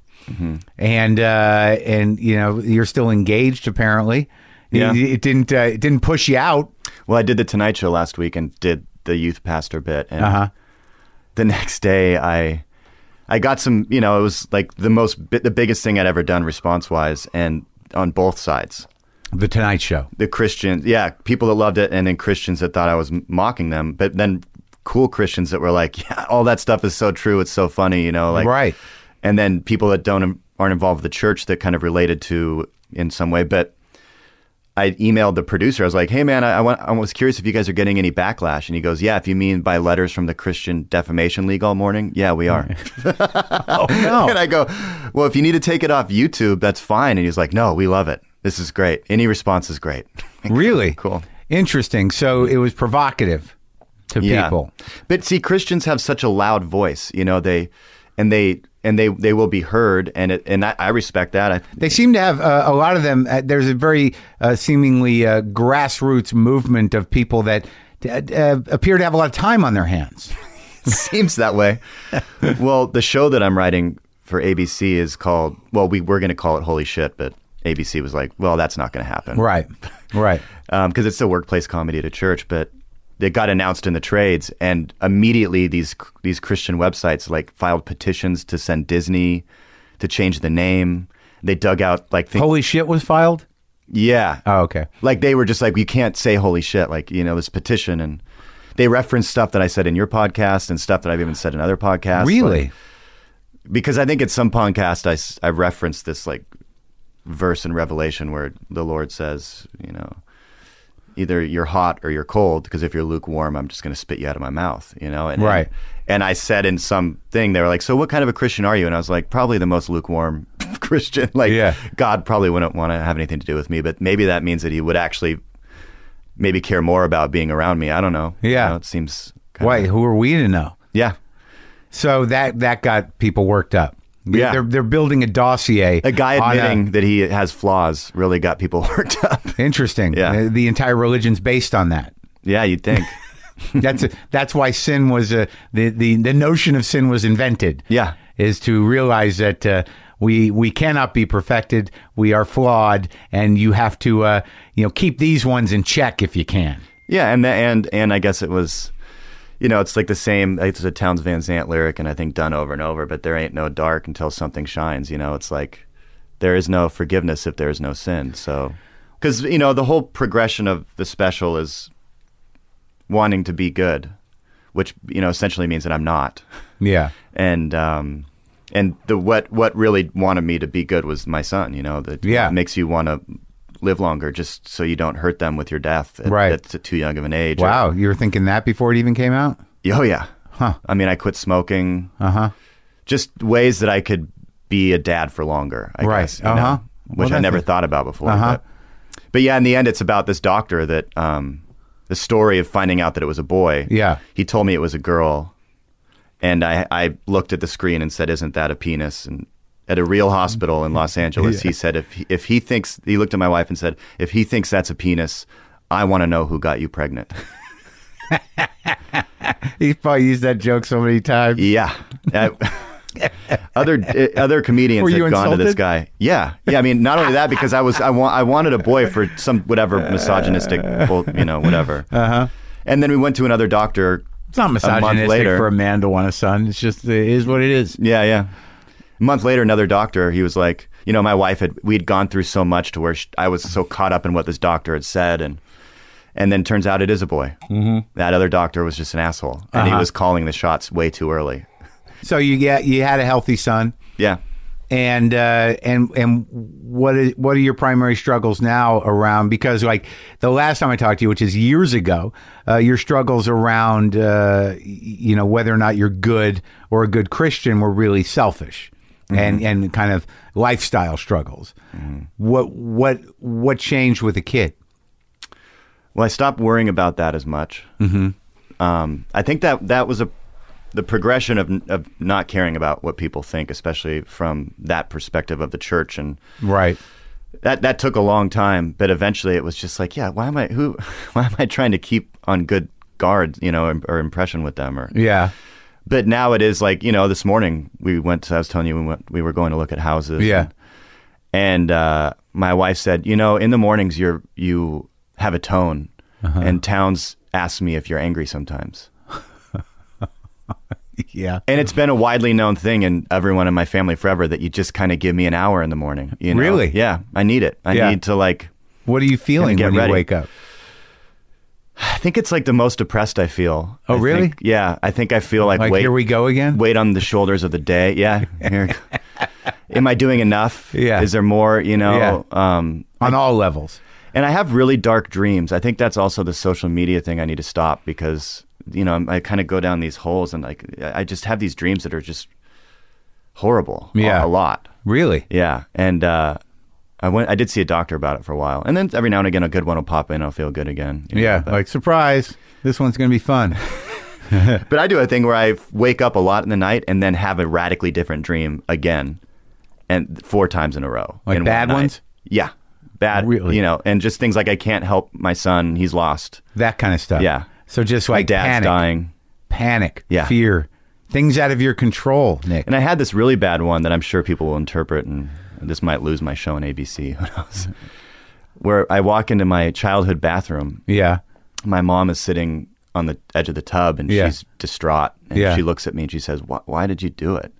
Speaker 1: and uh, and you know you're still engaged apparently.
Speaker 3: Yeah.
Speaker 1: It, it didn't uh, it didn't push you out.
Speaker 3: Well, I did the Tonight Show last week and did the youth pastor bit, and
Speaker 1: Uh-huh.
Speaker 3: the next day I, I got some. You know, it was like the most, bi- the biggest thing I'd ever done response wise, and on both sides,
Speaker 1: The Tonight Show.
Speaker 3: the Christians, yeah, people that loved it, and then Christians that thought I was m- mocking them, but then cool Christians that were like, yeah, all that stuff is so true, it's so funny, you know, like
Speaker 1: Right.
Speaker 3: and then people that don't um, aren't involved with the church that kind of related to in some way, but. I emailed the producer. I was like, "Hey, man, I, I, want, I was curious if you guys are getting any backlash." And he goes, "Yeah, if you mean by letters from the Christian Defamation League all morning, yeah, we are."
Speaker 1: No.
Speaker 3: And I go, well, if you need to take it off YouTube, that's fine. And he's like, no, we love it. This is great. Any response is great.
Speaker 1: Really?
Speaker 3: Cool.
Speaker 1: Interesting. So it was provocative to people.
Speaker 3: But see, Christians have such a loud voice. You know, they and they and they they will be heard. And it, and I, I respect that. I,
Speaker 1: They seem to have uh, a lot of them. Uh, there's a very uh, seemingly uh, grassroots movement of people that uh, appear to have a lot of time on their hands.
Speaker 3: it seems that way. well, the show that I'm writing for ABC is called. Well, we were going to call it Holy Shit, but ABC was like, well, that's not going to happen.
Speaker 1: Right, right.
Speaker 3: because it's a workplace comedy at a church, but it got announced in the trades, and immediately these these Christian websites like filed petitions to send Disney to change the name. They dug out like thi-
Speaker 1: Holy shit was filed.
Speaker 3: yeah,
Speaker 1: Oh, okay.
Speaker 3: like they were just like you can't say holy shit, like you know this petition, and they referenced stuff that I said in your podcast and stuff that I've even said in other podcasts.
Speaker 1: Really?
Speaker 3: like- because I think at some podcast I, s- I referenced this like verse in Revelation where the Lord says, you know, either you're hot or you're cold. Because if you're lukewarm, I'm just going to spit you out of my mouth. You know, and
Speaker 1: Right.
Speaker 3: And, I said in some thing they were like, so what kind of a Christian are you? And I was like, probably the most lukewarm Christian. Like,
Speaker 1: Yeah.
Speaker 3: God probably wouldn't want to have anything to do with me, but maybe that means that He would actually maybe care more about being around me. I don't know.
Speaker 1: Yeah.
Speaker 3: you know, it seems. kinda-
Speaker 1: Why? Who are we to know?
Speaker 3: Yeah.
Speaker 1: So that that got people worked up. They-
Speaker 3: Yeah.
Speaker 1: They're, they're building a dossier.
Speaker 3: A guy
Speaker 1: on
Speaker 3: admitting that he has flaws really got people worked up.
Speaker 1: interesting.
Speaker 3: Yeah.
Speaker 1: The, the entire religion's based on that.
Speaker 3: Yeah, you'd think.
Speaker 1: That's that's why sin was uh, the the the notion of sin was invented.
Speaker 3: Yeah.
Speaker 1: is to realize that uh, we we cannot be perfected. We are flawed, and you have to uh, you know keep these ones in check if you can.
Speaker 3: Yeah, and that, and and I guess it was, you know, it's like the same. It's a Towns Van Zant lyric, and I think done over and over. But there ain't no dark until something shines. You know, it's like there is no forgiveness if there is no sin. So, because you know, the whole progression of the special is wanting to be good, which you know essentially means that I'm not,
Speaker 1: Yeah,
Speaker 3: and um, and the what what really wanted me to be good was my son. You know, that
Speaker 1: Yeah.
Speaker 3: makes you want to live longer just so you don't hurt them with your death at,
Speaker 1: Right.
Speaker 3: at too young of an age or-
Speaker 1: wow, you were thinking that before it even came out.
Speaker 3: Oh yeah.
Speaker 1: Huh.
Speaker 3: I mean, I quit smoking.
Speaker 1: Uh huh.
Speaker 3: Just ways that I could be a dad for longer. I
Speaker 1: Right.
Speaker 3: Guess, you know,
Speaker 1: Uh-huh. Well,
Speaker 3: Which I
Speaker 1: that's
Speaker 3: never
Speaker 1: it.
Speaker 3: thought about before.
Speaker 1: Uh-huh.
Speaker 3: But, but yeah, in the end, it's about this doctor that um, the story of finding out that it was a boy.
Speaker 1: Yeah.
Speaker 3: He told me it was a girl, and I I looked at the screen and said, "Isn't that a penis?" and at a real hospital in Los Angeles, he said, if he, if he thinks, he looked at my wife and said, if he thinks that's a penis, I want to know who got you pregnant.
Speaker 1: He's probably used that joke so many times.
Speaker 3: Yeah. Uh, other uh, other comedians
Speaker 1: Were
Speaker 3: had
Speaker 1: you
Speaker 3: gone to this
Speaker 1: insulted?
Speaker 3: guy. Yeah, yeah. I mean, not only that, because I was I want I wanted a boy for some whatever misogynistic, bull- you know, whatever. Uh
Speaker 1: Uh-huh.
Speaker 3: huh. And then we went to another doctor.
Speaker 1: It's not misogynistic
Speaker 3: later.
Speaker 1: for a man to want a son. It's just it is what it is.
Speaker 3: Yeah, yeah. A month later, another doctor. He was like, you know, my wife had we had gone through so much to where sh I was so caught up in what this doctor had said, and and then turns out it is a boy. Mm-hmm. That other doctor was just an asshole, and
Speaker 1: Uh-huh.
Speaker 3: he was calling the shots way too early.
Speaker 1: So you get you had a healthy son,
Speaker 3: Yeah.
Speaker 1: and uh, and and what is what are your primary struggles now around? Because like the last time I talked to you, which is years ago, uh, your struggles around uh, y- you know whether or not you're good or a good Christian were really selfish. And, and kind of lifestyle struggles. What what what changed with a kid?
Speaker 3: Well, I stopped worrying about that as much. Mm-hmm. Um, I think that that was a the progression of of not caring about what people think, especially from that perspective of the church, and
Speaker 1: Right.
Speaker 3: that that took a long time. But eventually, it was just like, yeah, why am I who? Why am I trying to keep on good guard, you know, or impression with them, or
Speaker 1: Yeah.
Speaker 3: but now it is like you know this morning we went to, i was telling you we went we were going to look at houses
Speaker 1: Yeah.
Speaker 3: and uh, my wife said you know in the mornings you're you have a tone
Speaker 1: Uh-huh.
Speaker 3: and towns asks me if you're angry sometimes
Speaker 1: Yeah.
Speaker 3: and it's been a widely known thing in everyone in my family forever that you just kind of give me an hour in the morning you know
Speaker 1: Really?
Speaker 3: yeah i need it i
Speaker 1: Yeah.
Speaker 3: need to like
Speaker 1: What are you feeling
Speaker 3: get
Speaker 1: when
Speaker 3: ready.
Speaker 1: you wake up?
Speaker 3: i think it's like the most depressed i feel
Speaker 1: Oh,
Speaker 3: I
Speaker 1: really?
Speaker 3: think- yeah i think i feel like,
Speaker 1: Like
Speaker 3: weight-
Speaker 1: here we go again.
Speaker 3: weight on the shoulders of the day. Yeah. Here- Am I doing enough?
Speaker 1: Yeah.
Speaker 3: Is there more? You know. Um,
Speaker 1: on all levels.
Speaker 3: and I have really dark dreams. I think that's also the social media thing. I need to stop because you know I'm, I kind of go down these holes and like I I just have these dreams that are just horrible. a-
Speaker 1: Yeah.
Speaker 3: A, lot.
Speaker 1: Really?
Speaker 3: Yeah. And uh, I went. I did see a doctor about it for a while, and then every now and again a good one will pop in. I'll feel good again. you know,
Speaker 1: Yeah.
Speaker 3: but-
Speaker 1: Like surprise. This one's going to be fun.
Speaker 3: But I do a thing where I wake up a lot in the night and then have a radically different dream again, and four times in a row.
Speaker 1: Like
Speaker 3: in one
Speaker 1: bad
Speaker 3: night.
Speaker 1: ones?
Speaker 3: Yeah, bad.
Speaker 1: Really?
Speaker 3: you know, and just things like I can't help my son; he's lost.
Speaker 1: That kind of stuff.
Speaker 3: Yeah.
Speaker 1: So just
Speaker 3: My
Speaker 1: like
Speaker 3: dad's
Speaker 1: panic,
Speaker 3: dying,
Speaker 1: panic,
Speaker 3: Yeah.
Speaker 1: fear, things out of your control, Nick.
Speaker 3: and I had this really bad one that I'm sure people will interpret, and this might lose my show on ABC. Who knows? Where I walk into my childhood bathroom
Speaker 1: yeah.
Speaker 3: my mom is sitting on the edge of the tub and
Speaker 1: Yeah.
Speaker 3: she's distraught and
Speaker 1: Yeah.
Speaker 3: she looks at me and she says why, why did you do it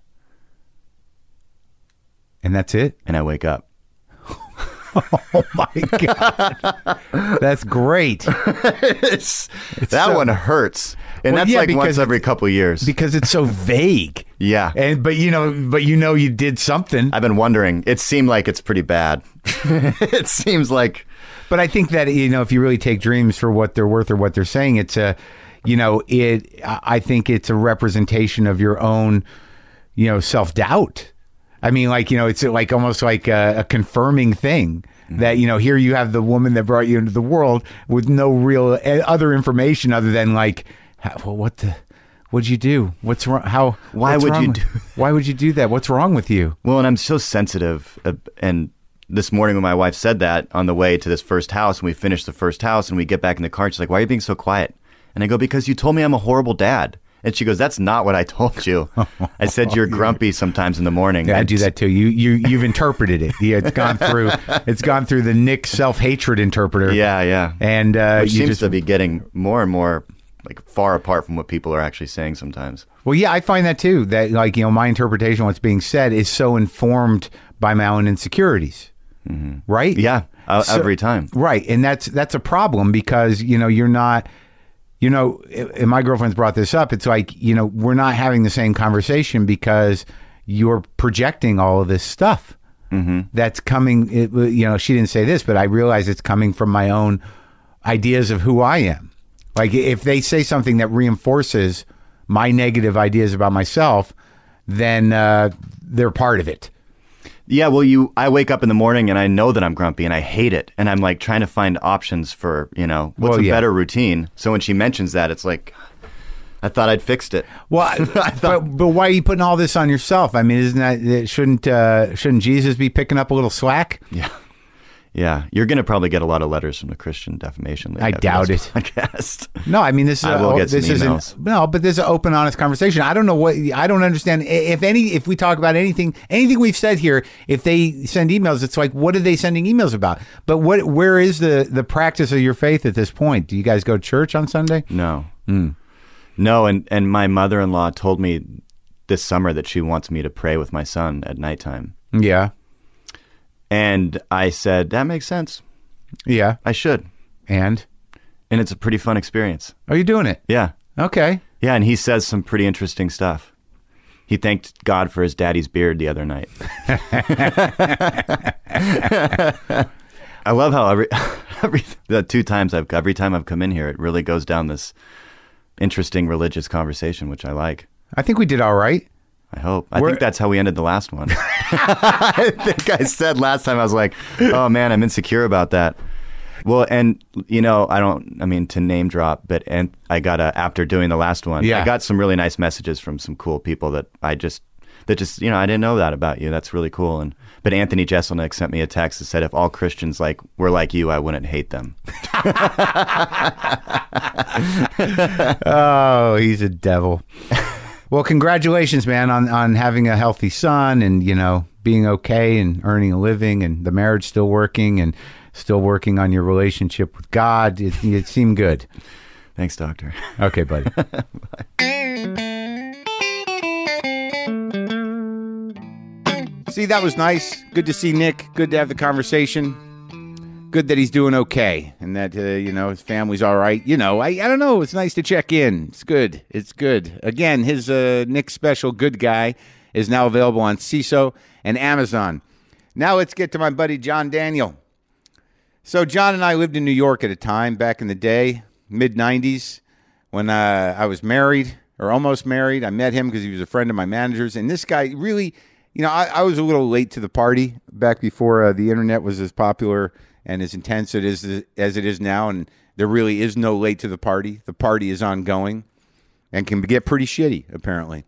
Speaker 1: And that's it. Oh
Speaker 3: and i wake up
Speaker 1: My God. That's great
Speaker 3: It's- that
Speaker 1: so-
Speaker 3: one hurts and
Speaker 1: Well,
Speaker 3: that's
Speaker 1: yeah,
Speaker 3: like once
Speaker 1: because
Speaker 3: every couple years
Speaker 1: because it's so vague.
Speaker 3: yeah
Speaker 1: And but you know, but you know, you did something.
Speaker 3: i've been wondering it seemed like it's pretty bad it seems like
Speaker 1: But I think that you know, if you really take dreams for what they're worth or what they're saying, it's a, you know, it. I I think it's a representation of your own, you know, self doubt. I mean, like you know, it's like almost like a, a confirming thing
Speaker 3: Mm-hmm.
Speaker 1: that you know here you have the woman that brought you into the world with no real eh, other information other than like, how, well, what the. What'd you do? What's wrong? How?
Speaker 3: Why
Speaker 1: what's
Speaker 3: would you
Speaker 1: wrong-
Speaker 3: do
Speaker 1: Why would you do that? What's wrong with you?
Speaker 3: Well, and I'm so sensitive. Uh, and this morning when my wife said that on the way to this first house, and we finished the first house, and we get back in the car, and she's like, "Why are you being so quiet?" And I go, "Because you told me I'm a horrible dad." And she goes, "That's not what I told you. I said you're grumpy sometimes in the morning."
Speaker 1: I do that too. You you you've interpreted it. Yeah, it's gone through. It's gone through the Nick self hatred interpreter.
Speaker 3: Yeah, yeah.
Speaker 1: And uh,
Speaker 3: Which
Speaker 1: you
Speaker 3: seems
Speaker 1: just
Speaker 3: to be getting more and more like far apart from what people are actually saying sometimes.
Speaker 1: Well, yeah, I find that too. That like you know, my interpretation of what's being said is so informed by my own insecurities, right?
Speaker 3: Mm-hmm. Yeah, uh,
Speaker 1: So-
Speaker 3: every time.
Speaker 1: right, and that's that's a problem because you know you're not, you know, and my girlfriend's brought this up. It's like you know we're not having the same conversation because you're projecting all of this stuff that's coming. It, you know, she didn't say this, but I realize it's coming from my own ideas of who I am. Like if they say something that reinforces my negative ideas about myself, then uh, they're part of it.
Speaker 3: Yeah, well, you. I wake up in the morning and I know that I'm grumpy and I hate it, and I'm like trying to find options for you know what's
Speaker 1: Well,
Speaker 3: a
Speaker 1: yeah.
Speaker 3: better routine. So when she mentions that, it's like, I thought I'd fixed it.
Speaker 1: Well, but, but why are you putting all this on yourself? I mean, isn't that it shouldn't uh, shouldn't Jesus be picking up a little slack?
Speaker 3: Yeah, you're gonna probably get a lot of letters from the Christian Defamation League.
Speaker 1: I
Speaker 3: after
Speaker 1: doubt
Speaker 3: this
Speaker 1: it.
Speaker 3: Podcast.
Speaker 1: No, I mean this is
Speaker 3: I
Speaker 1: a-
Speaker 3: will get some
Speaker 1: this is an-
Speaker 3: emails.
Speaker 1: no, but this is an open, honest conversation. I don't know what I don't understand I- if any if we talk about anything anything we've said here. If they send emails, it's like what are they sending emails about? But what where is the the practice of your faith at this point? Do you guys go to church on Sunday?
Speaker 3: No, Hmm.
Speaker 1: Hmm.
Speaker 3: no, and and my mother-in-law told me this summer that she wants me to pray with my son at nighttime,
Speaker 1: Yeah,
Speaker 3: and I said that makes sense.
Speaker 1: yeah,
Speaker 3: I should,
Speaker 1: and
Speaker 3: and it's a pretty fun experience.
Speaker 1: are you doing it?
Speaker 3: Yeah.
Speaker 1: Okay,
Speaker 3: Yeah, and he says some pretty interesting stuff. He thanked God for his daddy's beard the other night. I love how every, every the two times I've every time I've come in here, it really goes down this interesting religious conversation, which I like.
Speaker 1: I think we did all right.
Speaker 3: I hope. I
Speaker 1: We're-
Speaker 3: think that's how we ended the last one. I think I said last time I was like, "Oh man, I'm insecure about that." Well, and you know, I don't. I mean, to name drop, but and I got a after doing the last one.
Speaker 1: Yeah.
Speaker 3: I got some really nice messages from some cool people that I just that just you know I didn't know that about you. That's really cool. And but Anthony Jeselnik sent me a text that said, "If all Christians like were like you, I wouldn't hate them."
Speaker 1: Oh, he's a devil. well, congratulations, man, on on having a healthy son and you know being okay and earning a living and the marriage still working and still working on your relationship with God. It, it seemed good.
Speaker 3: Thanks, doctor.
Speaker 1: Okay, buddy. See, that was nice. Good to see Nick. Good to have the conversation. Good that he's doing okay and that, uh, you know, his family's all right. You know, I, I don't know. It's nice to check in. It's good. It's good. Again, his uh, Nick special, Good Guy, is now available on CISO and Amazon. Now let's get to my buddy John Daniel. So John and I lived in New York at a time back in the day, mid '90s, when uh, I was married or almost married. I met him because he was a friend of my manager's, and this guy really, you know, I, I was a little late to the party back before uh, the internet was as popular and as intense it is as it is now, and there really is no late to the party. The party is ongoing and can get pretty shitty apparently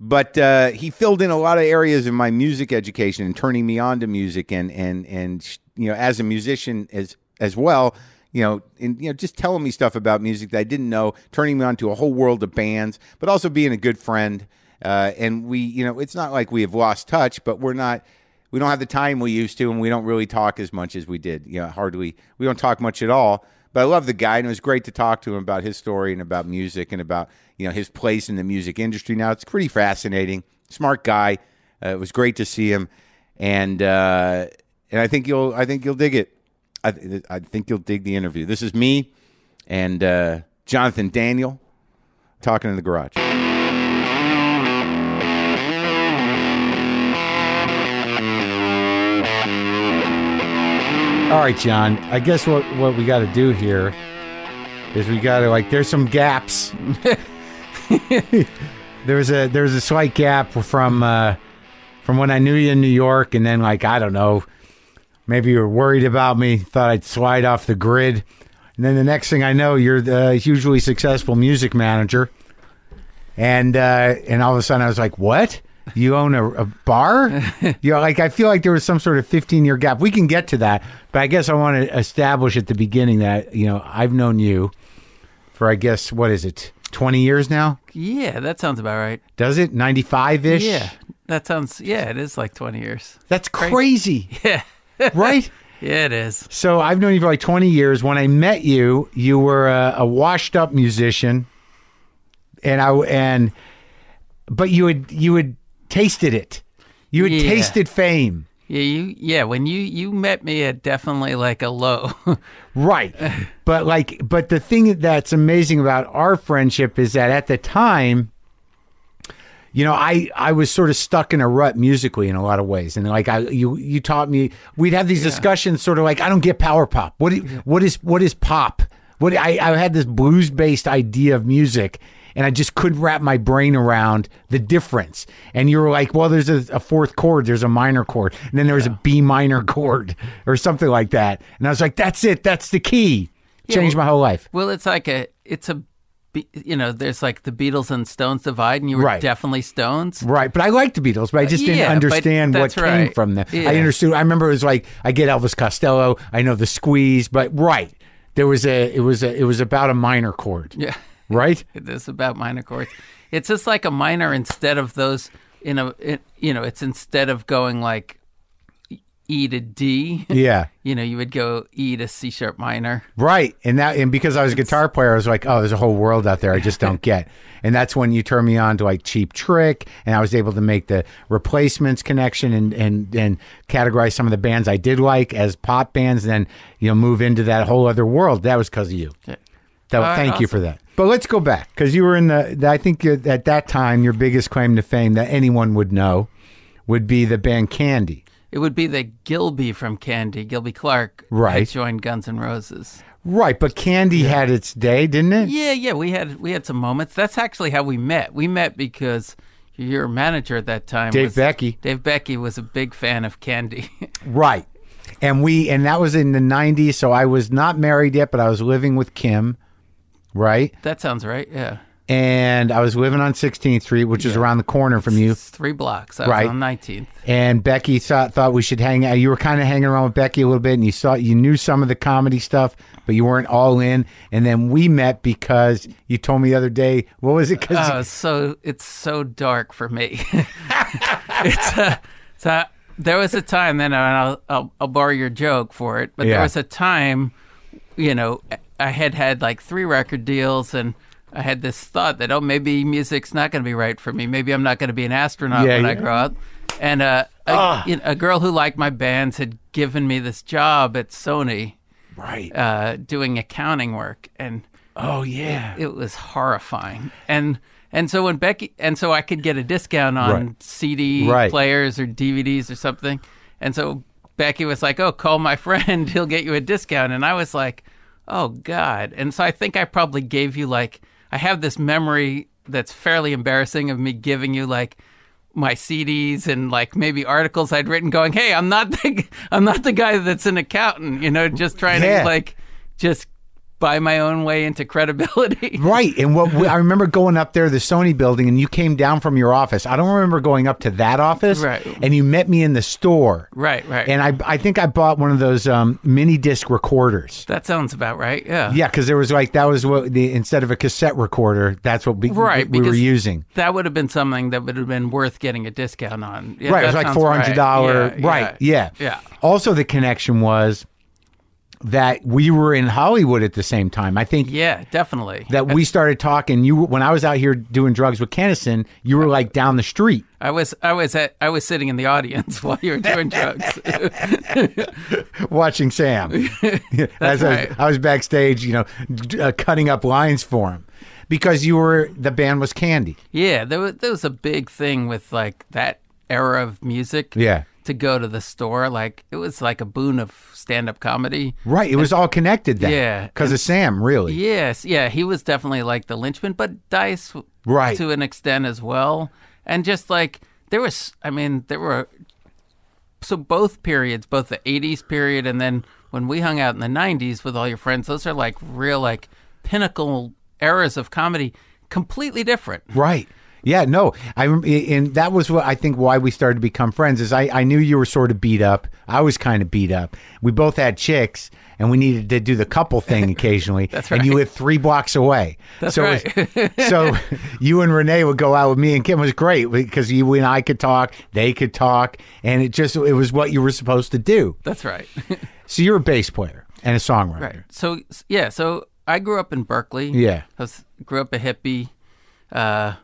Speaker 1: but uh, he filled in a lot of areas in my music education and turning me on to music and and and you know as a musician as as well you know and you know just telling me stuff about music that I didn't know turning me on to a whole world of bands but also being a good friend uh, and we you know it's not like we have lost touch but we're not we don't have the time we used to and we don't really talk as much as we did you know hardly we don't talk much at all but I love the guy, and it was great to talk to him about his story and about music and about you know his place in the music industry. Now it's pretty fascinating. Smart guy. Uh, it was great to see him, and uh, and I think you'll I think you'll dig it. I, th- I think you'll dig the interview. This is me and uh, Jonathan Daniel talking in the garage.
Speaker 4: All right, John. I guess what what we got to do here is we got to like. There's some gaps. there's a there's a slight gap from uh, from when I knew you in New York, and then like I don't know, maybe you were worried about me, thought I'd slide off the grid, and then the next thing I know, you're the hugely successful music manager.
Speaker 1: and uh, and all of a sudden I was like, "What? You own a, a bar? you know, like I feel like there was some sort of 15 year gap. We can get to that, but I guess I want to establish at the beginning that you know I've known you for I guess what is it, 20 years now?
Speaker 2: Yeah, that sounds about right.
Speaker 1: Does it 95 ish?
Speaker 2: Yeah, that sounds. Yeah, it is like twenty years.
Speaker 1: that's crazy,
Speaker 2: Yeah,
Speaker 1: right?
Speaker 2: yeah, it is.
Speaker 1: So I've known you for like 20 years. When I met you, you were a, a washed up musician, and I and but you had you had tasted it. You had
Speaker 2: Yeah.
Speaker 1: tasted fame,
Speaker 2: Yeah, you. Yeah, when you you met me at definitely like a low.
Speaker 1: right? but like, but the thing that's amazing about our friendship is that at the time. You know, I, I was sort of stuck in a rut musically in a lot of ways, and like I you you taught me we'd have these discussions sort of like I don't get power pop. What i- what is what is pop? What I, I had this blues based idea of music, and I just couldn't wrap my brain around the difference. And you were like, well, there's a, a fourth chord, there's a minor chord, and then there's a B minor chord or something like that. And I was like, that's it, that's the key. Changed my whole life.
Speaker 2: well, it's like a. It's a. be- You know, there's like the Beatles and Stones divide, and you were
Speaker 1: Right.
Speaker 2: definitely Stones.
Speaker 1: Right, but I liked the Beatles, but I just
Speaker 2: yeah,
Speaker 1: didn't
Speaker 2: but
Speaker 1: understand what
Speaker 2: that's
Speaker 1: came
Speaker 2: right.
Speaker 1: from them.
Speaker 2: Yeah.
Speaker 1: I understood. I remember it was like I get Elvis Costello, I know the Squeeze, but right, there was a it was a it was about a minor chord.
Speaker 2: Yeah.
Speaker 1: Right.
Speaker 2: It is about minor chords. It's just like a minor instead of those in a it, you know, it's instead of going like E to D,
Speaker 1: Yeah.
Speaker 2: you know, you would go E to C sharp minor.
Speaker 1: Right. And that and because I was a guitar player, I was like, oh, there's a whole world out there I just don't get. And that's when you turned me on to like Cheap Trick and I was able to make the replacements connection and and and categorize some of the bands I did like as pop bands and then, you know, move into that whole other world. That was because of you. That,
Speaker 2: All right,
Speaker 1: thank you for that. But let's go back because you were in the, the- I think you- at that time, your biggest claim to fame that anyone would know would be the band Candy.
Speaker 2: It would be the Gilby from Candy, Gilby Clark, had
Speaker 1: Right.
Speaker 2: Joined Guns N' Roses.
Speaker 1: Right. But Candy had its day, didn't it?
Speaker 2: Yeah, yeah, we had we had some moments. That's actually how we met. We met because your manager at that time,
Speaker 1: Dave
Speaker 2: was-
Speaker 1: Becky.
Speaker 2: Dave Becky was a big fan of Candy.
Speaker 1: Right. And we and that was in the 90s, so I was not married yet, but I was living with Kim, right?
Speaker 2: that sounds right. Yeah,
Speaker 1: And I was living on 16th Street, which is around the corner from you.
Speaker 2: it's three blocks. I
Speaker 1: Right.
Speaker 2: was on Nineteenth.
Speaker 1: And Becky thought thought we should hang out. You were kind of hanging around with Becky a little bit, and you saw you knew some of the comedy stuff, but you weren't all in. And then we met because you told me the other day, what was it? Because
Speaker 2: Oh, so it's so dark for me. it's uh, so there was a time then, and I'll, I'll I'll borrow your joke for it. But
Speaker 1: Yeah.
Speaker 2: there was a time, you know, I had had like three record deals, and I had this thought that oh, maybe music's not going to be right for me. Maybe I'm not going to be an astronaut
Speaker 1: Yeah,
Speaker 2: when I
Speaker 1: yeah. Ah.
Speaker 2: grow up. And uh, a, you know, a girl who liked my bands had given me this job at Sony,
Speaker 1: right.
Speaker 2: uh, doing accounting work, and
Speaker 1: oh yeah.
Speaker 2: it was horrifying. And and so when Becky and so I could get a discount on
Speaker 1: Right.
Speaker 2: CD
Speaker 1: Right.
Speaker 2: players or DVDs or something. And so Becky was like, "Oh, call my friend; he'll get you a discount." And I was like, "Oh God!" And so I think I probably gave you like I have this memory that's fairly embarrassing of me giving you like my CDs and like maybe articles I'd written, going, "Hey, I'm not the I'm not the guy that's an accountant," you know, just trying
Speaker 1: Yeah.
Speaker 2: to like just buy my own way into credibility.
Speaker 1: Right. And what we, I remember going up there, the Sony building, and you came down from your office. I don't remember going up to that office.
Speaker 2: Right.
Speaker 1: And you met me in the store.
Speaker 2: Right, right.
Speaker 1: And I, I think I bought one of those um, mini disc recorders.
Speaker 2: that sounds about right. Yeah.
Speaker 1: Yeah, because there was like that was what the instead of a cassette recorder, that's what we,
Speaker 2: Right,
Speaker 1: we, were
Speaker 2: because-
Speaker 1: using.
Speaker 2: That would have been something that would have been worth getting a discount on. Yeah,
Speaker 1: right, it was
Speaker 2: that
Speaker 1: like
Speaker 2: sounds
Speaker 1: four hundred dollar. Right.
Speaker 2: Yeah,
Speaker 1: yeah,
Speaker 2: Yeah.
Speaker 1: Also, the connection was that we were in Hollywood at the same time. I think
Speaker 2: Yeah, definitely.
Speaker 1: that we started talking. You when I was out here doing drugs with Kennison, you were like down the street.
Speaker 2: I was I was at I was sitting in the audience while you were doing drugs.
Speaker 1: watching Sam. As I, was,
Speaker 2: right.
Speaker 1: I was backstage, you know, d- uh, cutting up lines for him because you were the band was Candy.
Speaker 2: yeah, there was there was a big thing with like that era of music.
Speaker 1: Yeah.
Speaker 2: To go to the store, like it was like a boon of stand up comedy.
Speaker 1: Right, it was all connected then.
Speaker 2: Yeah.
Speaker 1: because of Sam, really.
Speaker 2: Yes, yeah, he was definitely like the lynchman, but Dice, w-
Speaker 1: Right.
Speaker 2: to an extent as well, and just like there was, I mean, there were so both periods, both the '80s period and then when we hung out in the '90s with all your friends, those are like real like pinnacle eras of comedy. completely different.
Speaker 1: Right. Yeah, no. I rem- and that was what I think why we started to become friends is I I knew you were sort of beat up. I was kind of beat up. We both had chicks and we needed to do the couple thing occasionally. That's And you
Speaker 2: right.
Speaker 1: lived 3 blocks away. That's so it was- so you and Renee would go out with me and Kim It was great because you and I could talk, they could talk, and it just it was what you were supposed to do.
Speaker 2: That's right.
Speaker 1: So you're a bass player and a songwriter.
Speaker 2: right. So s- yeah, so I grew up in Berkeley.
Speaker 1: Yeah.
Speaker 2: I was, grew up a hippie. Uh,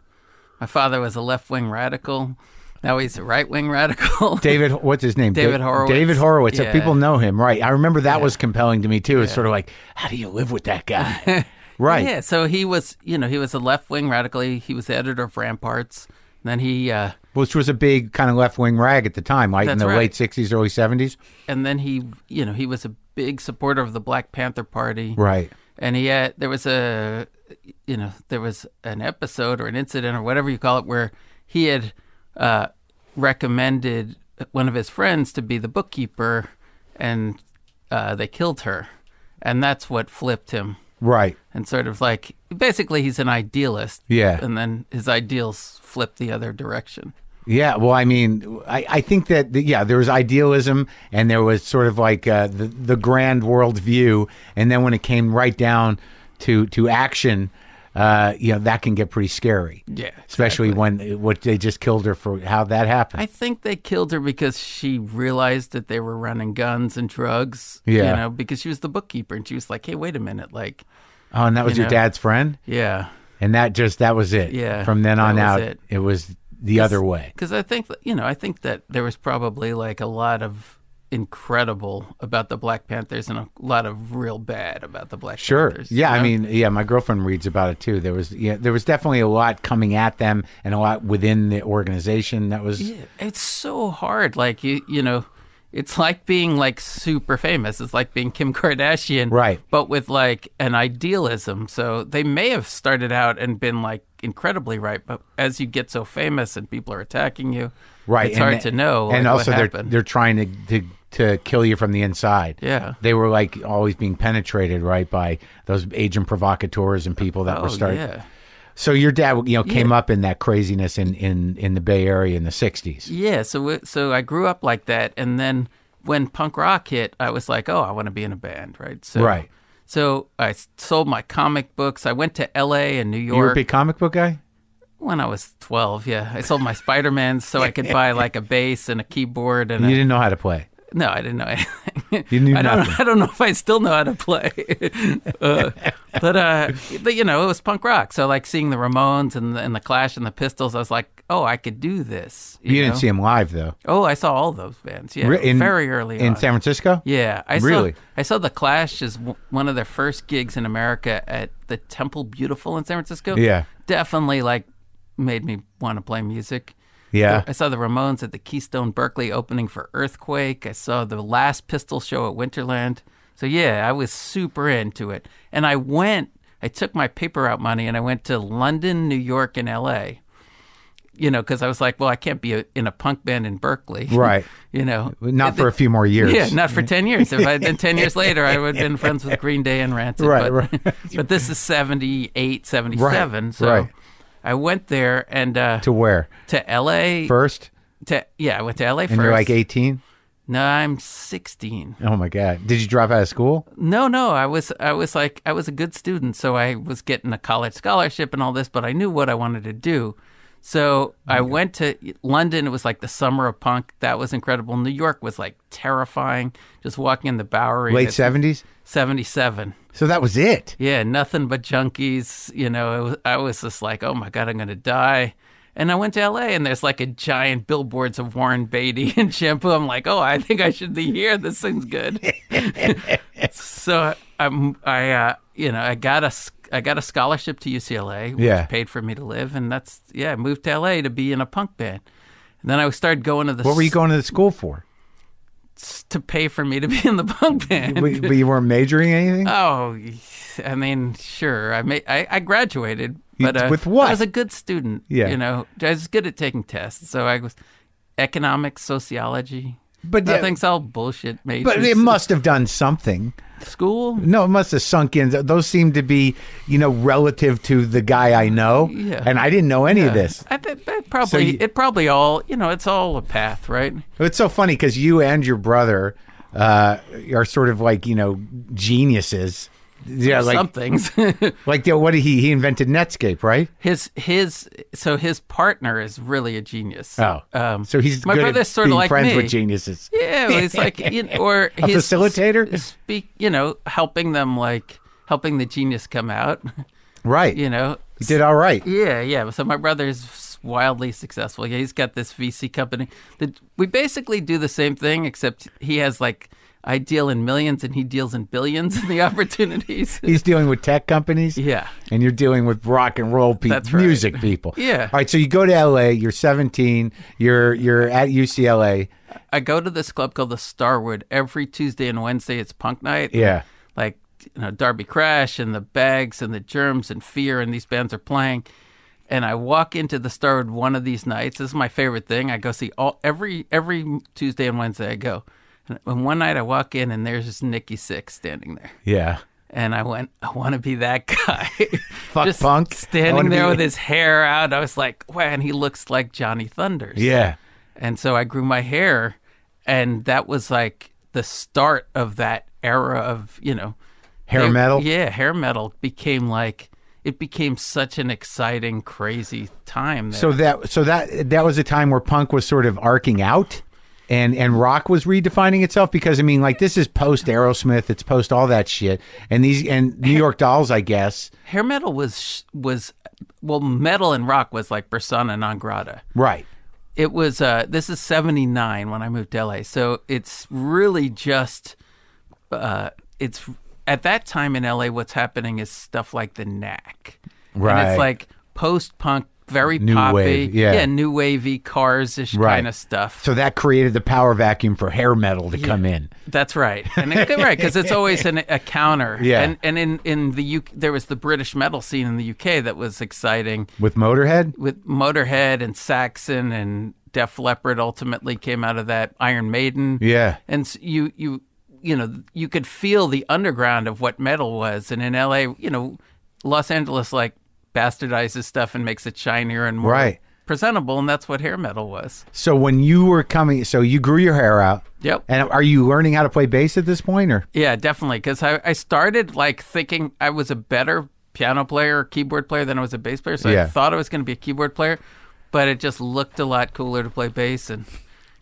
Speaker 2: my father was a left wing radical. Now he's a right wing radical.
Speaker 1: David, what's his name?
Speaker 2: David
Speaker 1: Da-
Speaker 2: Horowitz.
Speaker 1: David Horowitz.
Speaker 2: Yeah.
Speaker 1: People know him, right? I remember that was compelling to me too. It's sort of like, how do you live with that guy? right.
Speaker 2: Yeah, so he was, you know, he was a left wing radical. He, he was the editor of Ramparts. And then he, uh,
Speaker 1: Which was a big kind of left wing rag at the time, right? in
Speaker 2: That's
Speaker 1: the
Speaker 2: right.
Speaker 1: late sixties, early seventies.
Speaker 2: and then he, you know, he was a big supporter of the Black Panther Party.
Speaker 1: Right.
Speaker 2: And he had, there was a, you know, there was an episode or an incident or whatever you call it where he had uh, recommended one of his friends to be the bookkeeper, and uh, they killed her, and that's what flipped him.
Speaker 1: Right.
Speaker 2: and sort of like basically he's an idealist.
Speaker 1: Yeah.
Speaker 2: And then his ideals flip the other direction.
Speaker 1: Yeah, well, I mean, I, I think that the, yeah, there was idealism, and there was sort of like uh, the the grand world view, and then when it came right down to to action, uh, you know, that can get pretty scary.
Speaker 2: Yeah,
Speaker 1: especially when uh, what they just killed her for how that happened.
Speaker 2: I think they killed her because she realized that they were running guns and drugs.
Speaker 1: Yeah.
Speaker 2: You know, because she was the bookkeeper and she was like, Hey, wait a minute, like
Speaker 1: oh, and that was
Speaker 2: you
Speaker 1: your
Speaker 2: know.
Speaker 1: dad's friend,
Speaker 2: yeah.
Speaker 1: and that just that was it.
Speaker 2: Yeah,
Speaker 1: from then
Speaker 2: that
Speaker 1: on
Speaker 2: was
Speaker 1: out,
Speaker 2: it.
Speaker 1: it was the other way.
Speaker 2: Because I think that- you know, I think that there was probably like a lot of incredible about the Black Panthers and a lot of real bad about the Black
Speaker 1: Sure.
Speaker 2: Panthers.
Speaker 1: Yeah,
Speaker 2: you
Speaker 1: I
Speaker 2: know?
Speaker 1: mean, yeah, my girlfriend reads about it too. There was yeah, there was definitely a lot coming at them and a lot within the organization that was
Speaker 2: Yeah, it's so hard. Like you, you know, it's like being like super famous. It's like being Kim Kardashian,
Speaker 1: Right.
Speaker 2: But with like an idealism. So they may have started out and been like incredibly right, but as you get so famous and people are attacking you,
Speaker 1: right.
Speaker 2: It's
Speaker 1: and
Speaker 2: hard
Speaker 1: that-
Speaker 2: to know.
Speaker 1: And
Speaker 2: like,
Speaker 1: also,
Speaker 2: what
Speaker 1: they're
Speaker 2: happened.
Speaker 1: they're trying to, to to kill you from the inside.
Speaker 2: Yeah.
Speaker 1: they were like always being penetrated right by those agent provocateurs and people that
Speaker 2: oh
Speaker 1: were starting.
Speaker 2: yeah,
Speaker 1: So your dad, you know, came up in that craziness in in in the Bay Area in the '60s.
Speaker 2: yeah. So it- so I grew up like that, and then when punk rock hit, I was like, oh, I want to be in a band, right? So
Speaker 1: Right.
Speaker 2: So I s- sold my comic books. I went to L.A. and New York.
Speaker 1: You were a big comic book guy.
Speaker 2: When I was 12, yeah. I sold my Spider-Mans so I could buy like a bass and a keyboard and
Speaker 1: You
Speaker 2: a,
Speaker 1: didn't know how to play.
Speaker 2: No, I didn't know anything.
Speaker 1: You knew
Speaker 2: I don't,
Speaker 1: nothing.
Speaker 2: I don't know if I still know how to play. uh, but, uh, but, you know, it was punk rock. So, like, seeing the Ramones and the, and the Clash and the Pistols, I was like, oh, I could do this.
Speaker 1: You, didn't
Speaker 2: know?
Speaker 1: see him live though.
Speaker 2: Oh, I saw all those bands. Yeah.
Speaker 1: Re- in-
Speaker 2: very early
Speaker 1: in
Speaker 2: on.
Speaker 1: San Francisco.
Speaker 2: yeah. I
Speaker 1: Really?
Speaker 2: Saw, I saw The Clash as w- one of their first gigs in America at the Temple Beautiful in San Francisco.
Speaker 1: Yeah.
Speaker 2: Definitely, like, made me want to play music.
Speaker 1: Yeah.
Speaker 2: I saw the Ramones at the Keystone Berkeley opening for Earthquake. I saw the last Pistol show at Winterland. So yeah, I was super into it. And I went, I took my paper out money and I went to London, New York, and LA. You know, because I was like, well, I can't be a, in a punk band in Berkeley.
Speaker 1: Right.
Speaker 2: you know,
Speaker 1: Not for a few more years.
Speaker 2: yeah, not for 10 years. If I had been 10 years later, I would have been friends with Green Day and Rancid.
Speaker 1: Right,
Speaker 2: but, but this is 78, 77. so
Speaker 1: right.
Speaker 2: I went there and uh,
Speaker 1: To
Speaker 2: to,
Speaker 1: where
Speaker 2: LA.
Speaker 1: first?
Speaker 2: to, yeah, I went to LA first.
Speaker 1: And you you're like 18.
Speaker 2: No, I'm 16.
Speaker 1: Oh my god! Did you drop out of school?
Speaker 2: No, no, I was I was like I was a good student, so I was getting a college scholarship and all this, but I knew what I wanted to do. So I went to London. It was like the summer of punk. That was incredible. New York was like terrifying. Just walking in the Bowery.
Speaker 1: Late
Speaker 2: It's
Speaker 1: 70s.
Speaker 2: 77.
Speaker 1: So that was it.
Speaker 2: Yeah, nothing but junkies. You know, it was, I was just like, oh my God, I'm going to die. And I went to LA and there's like a giant billboards of Warren Beatty and shampoo. I'm like, oh, I think I should be here. This thing's good. so I'm, I, uh, you know, I got a, s- I got a scholarship to UCLA, which
Speaker 1: Yeah.
Speaker 2: paid for me to live. And that's, yeah, I moved to LA to be in a punk band. And then I started going to the,
Speaker 1: What were you going to the school for?
Speaker 2: s- to pay for me to be in the punk band.
Speaker 1: but, but you weren't majoring in anything.
Speaker 2: Oh, I mean, sure. I may, I, I graduated, but uh,
Speaker 1: with what?
Speaker 2: I was a good student.
Speaker 1: Yeah.
Speaker 2: you know, I was good at taking tests. So I was economics, sociology,
Speaker 1: But yeah-
Speaker 2: nothing's all bullshit, mate.
Speaker 1: But it must have done something.
Speaker 2: school.
Speaker 1: No, it must have sunk in. Th- Those seem to be, you know, relative to the guy I know.
Speaker 2: Yeah.
Speaker 1: And I didn't know any of this.
Speaker 2: I think that probably
Speaker 1: you-
Speaker 2: it probably all you know. It's all a path, right?
Speaker 1: It's so funny because you and your brother uh, are sort of like, you know, geniuses. Yeah, like,
Speaker 2: Some things.
Speaker 1: like the, what did he, he invented Netscape, right?
Speaker 2: his his so his partner is really a genius.
Speaker 1: Oh.
Speaker 2: um,
Speaker 1: so he's
Speaker 2: my
Speaker 1: good
Speaker 2: brother's
Speaker 1: at
Speaker 2: sort
Speaker 1: being
Speaker 2: of like
Speaker 1: friends
Speaker 2: me.
Speaker 1: with geniuses.
Speaker 2: Yeah, well, it's like you know, or
Speaker 1: A
Speaker 2: his
Speaker 1: facilitator?
Speaker 2: s- Speak, you know, helping them like helping the genius come out.
Speaker 1: Right.
Speaker 2: You know,
Speaker 1: He did all right.
Speaker 2: Yeah, yeah. So my brother's wildly successful. Yeah, he's got this VC company. The, we basically do the same thing, except he has like I deal in millions and he deals in billions in the opportunities.
Speaker 1: He's dealing with tech companies.
Speaker 2: Yeah.
Speaker 1: And you're dealing with rock and roll people,
Speaker 2: That's right.
Speaker 1: music people.
Speaker 2: Yeah.
Speaker 1: All right. So you go to LA, you're 17, you're you're at UCLA.
Speaker 2: I go to this club called the Starwood every Tuesday and Wednesday. It's punk night.
Speaker 1: Yeah.
Speaker 2: like you know Darby Crash and the Bags and the Germs and Fear and these bands are playing. And I walk into the Starwood one of these nights. This is my favorite thing. I go see all every every Tuesday and Wednesday. I go, and, and one night I walk in and there's just Nikki Six standing there.
Speaker 1: Yeah.
Speaker 2: And I went, I want to be that guy.
Speaker 1: Fuck
Speaker 2: just
Speaker 1: punk. I wanna
Speaker 2: Standing there
Speaker 1: be-
Speaker 2: with his hair out. I was like, wow, and he looks like Johnny Thunders.
Speaker 1: Yeah.
Speaker 2: And so I grew my hair, and that was like the start of that era of, you know,
Speaker 1: Hair
Speaker 2: they-
Speaker 1: metal?
Speaker 2: Yeah, hair metal became like, it became such an exciting, crazy time. There.
Speaker 1: So that so that that was a time where punk was sort of arcing out and and rock was redefining itself because I mean like this is post Aerosmith, it's post all that shit. And these and New York Dolls, I guess.
Speaker 2: hair metal was, was, well, metal and rock was like persona non grata.
Speaker 1: Right.
Speaker 2: it was uh this is 79 when i moved to la so it's really just uh it's at that time in la what's happening is stuff like the knack and
Speaker 1: Right.
Speaker 2: it's like post-punk very
Speaker 1: New
Speaker 2: poppy
Speaker 1: wave, yeah.
Speaker 2: new wavy cars-ish
Speaker 1: Right.
Speaker 2: kind of stuff
Speaker 1: So that created the power vacuum for hair metal to come in.
Speaker 2: that's right, and it, right because it's always an, a counter.
Speaker 1: Yeah.
Speaker 2: and and in in the UK, there was the British metal scene in the UK that was exciting.
Speaker 1: With Motorhead?
Speaker 2: with Motorhead and Saxon and Def Leppard ultimately came out of that Iron Maiden.
Speaker 1: Yeah.
Speaker 2: And s you you you know you could feel the underground of what metal was and in LA, you know, Los Angeles like bastardizes stuff and makes it shinier and more
Speaker 1: Right.
Speaker 2: presentable and that's what hair metal was.
Speaker 1: So when you were coming, so you grew your hair out.
Speaker 2: Yep.
Speaker 1: And are you learning how to play bass at this point, or
Speaker 2: Yeah, definitely. Because I, I started like thinking I was a better piano player, keyboard player than I was a bass player. So
Speaker 1: Yeah.
Speaker 2: I thought I was going to be a keyboard player, but it just looked a lot cooler to play bass, and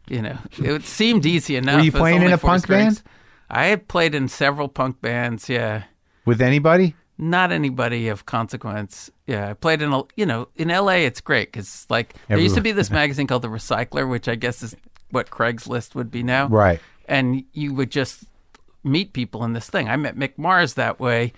Speaker 2: you know, it seemed easy enough.
Speaker 1: you
Speaker 2: It was
Speaker 1: playing
Speaker 2: only
Speaker 1: in a
Speaker 2: four
Speaker 1: punk
Speaker 2: strings.
Speaker 1: band?
Speaker 2: I had played in several punk bands. Yeah,
Speaker 1: with anybody?
Speaker 2: not anybody of consequence. Yeah, I played in a you know in L.A. It's great because like there used to be this magazine called The Recycler, which I guess is what Craigslist would be now
Speaker 1: Right.
Speaker 2: and you would just meet people in this thing. I met Mick Mars that way.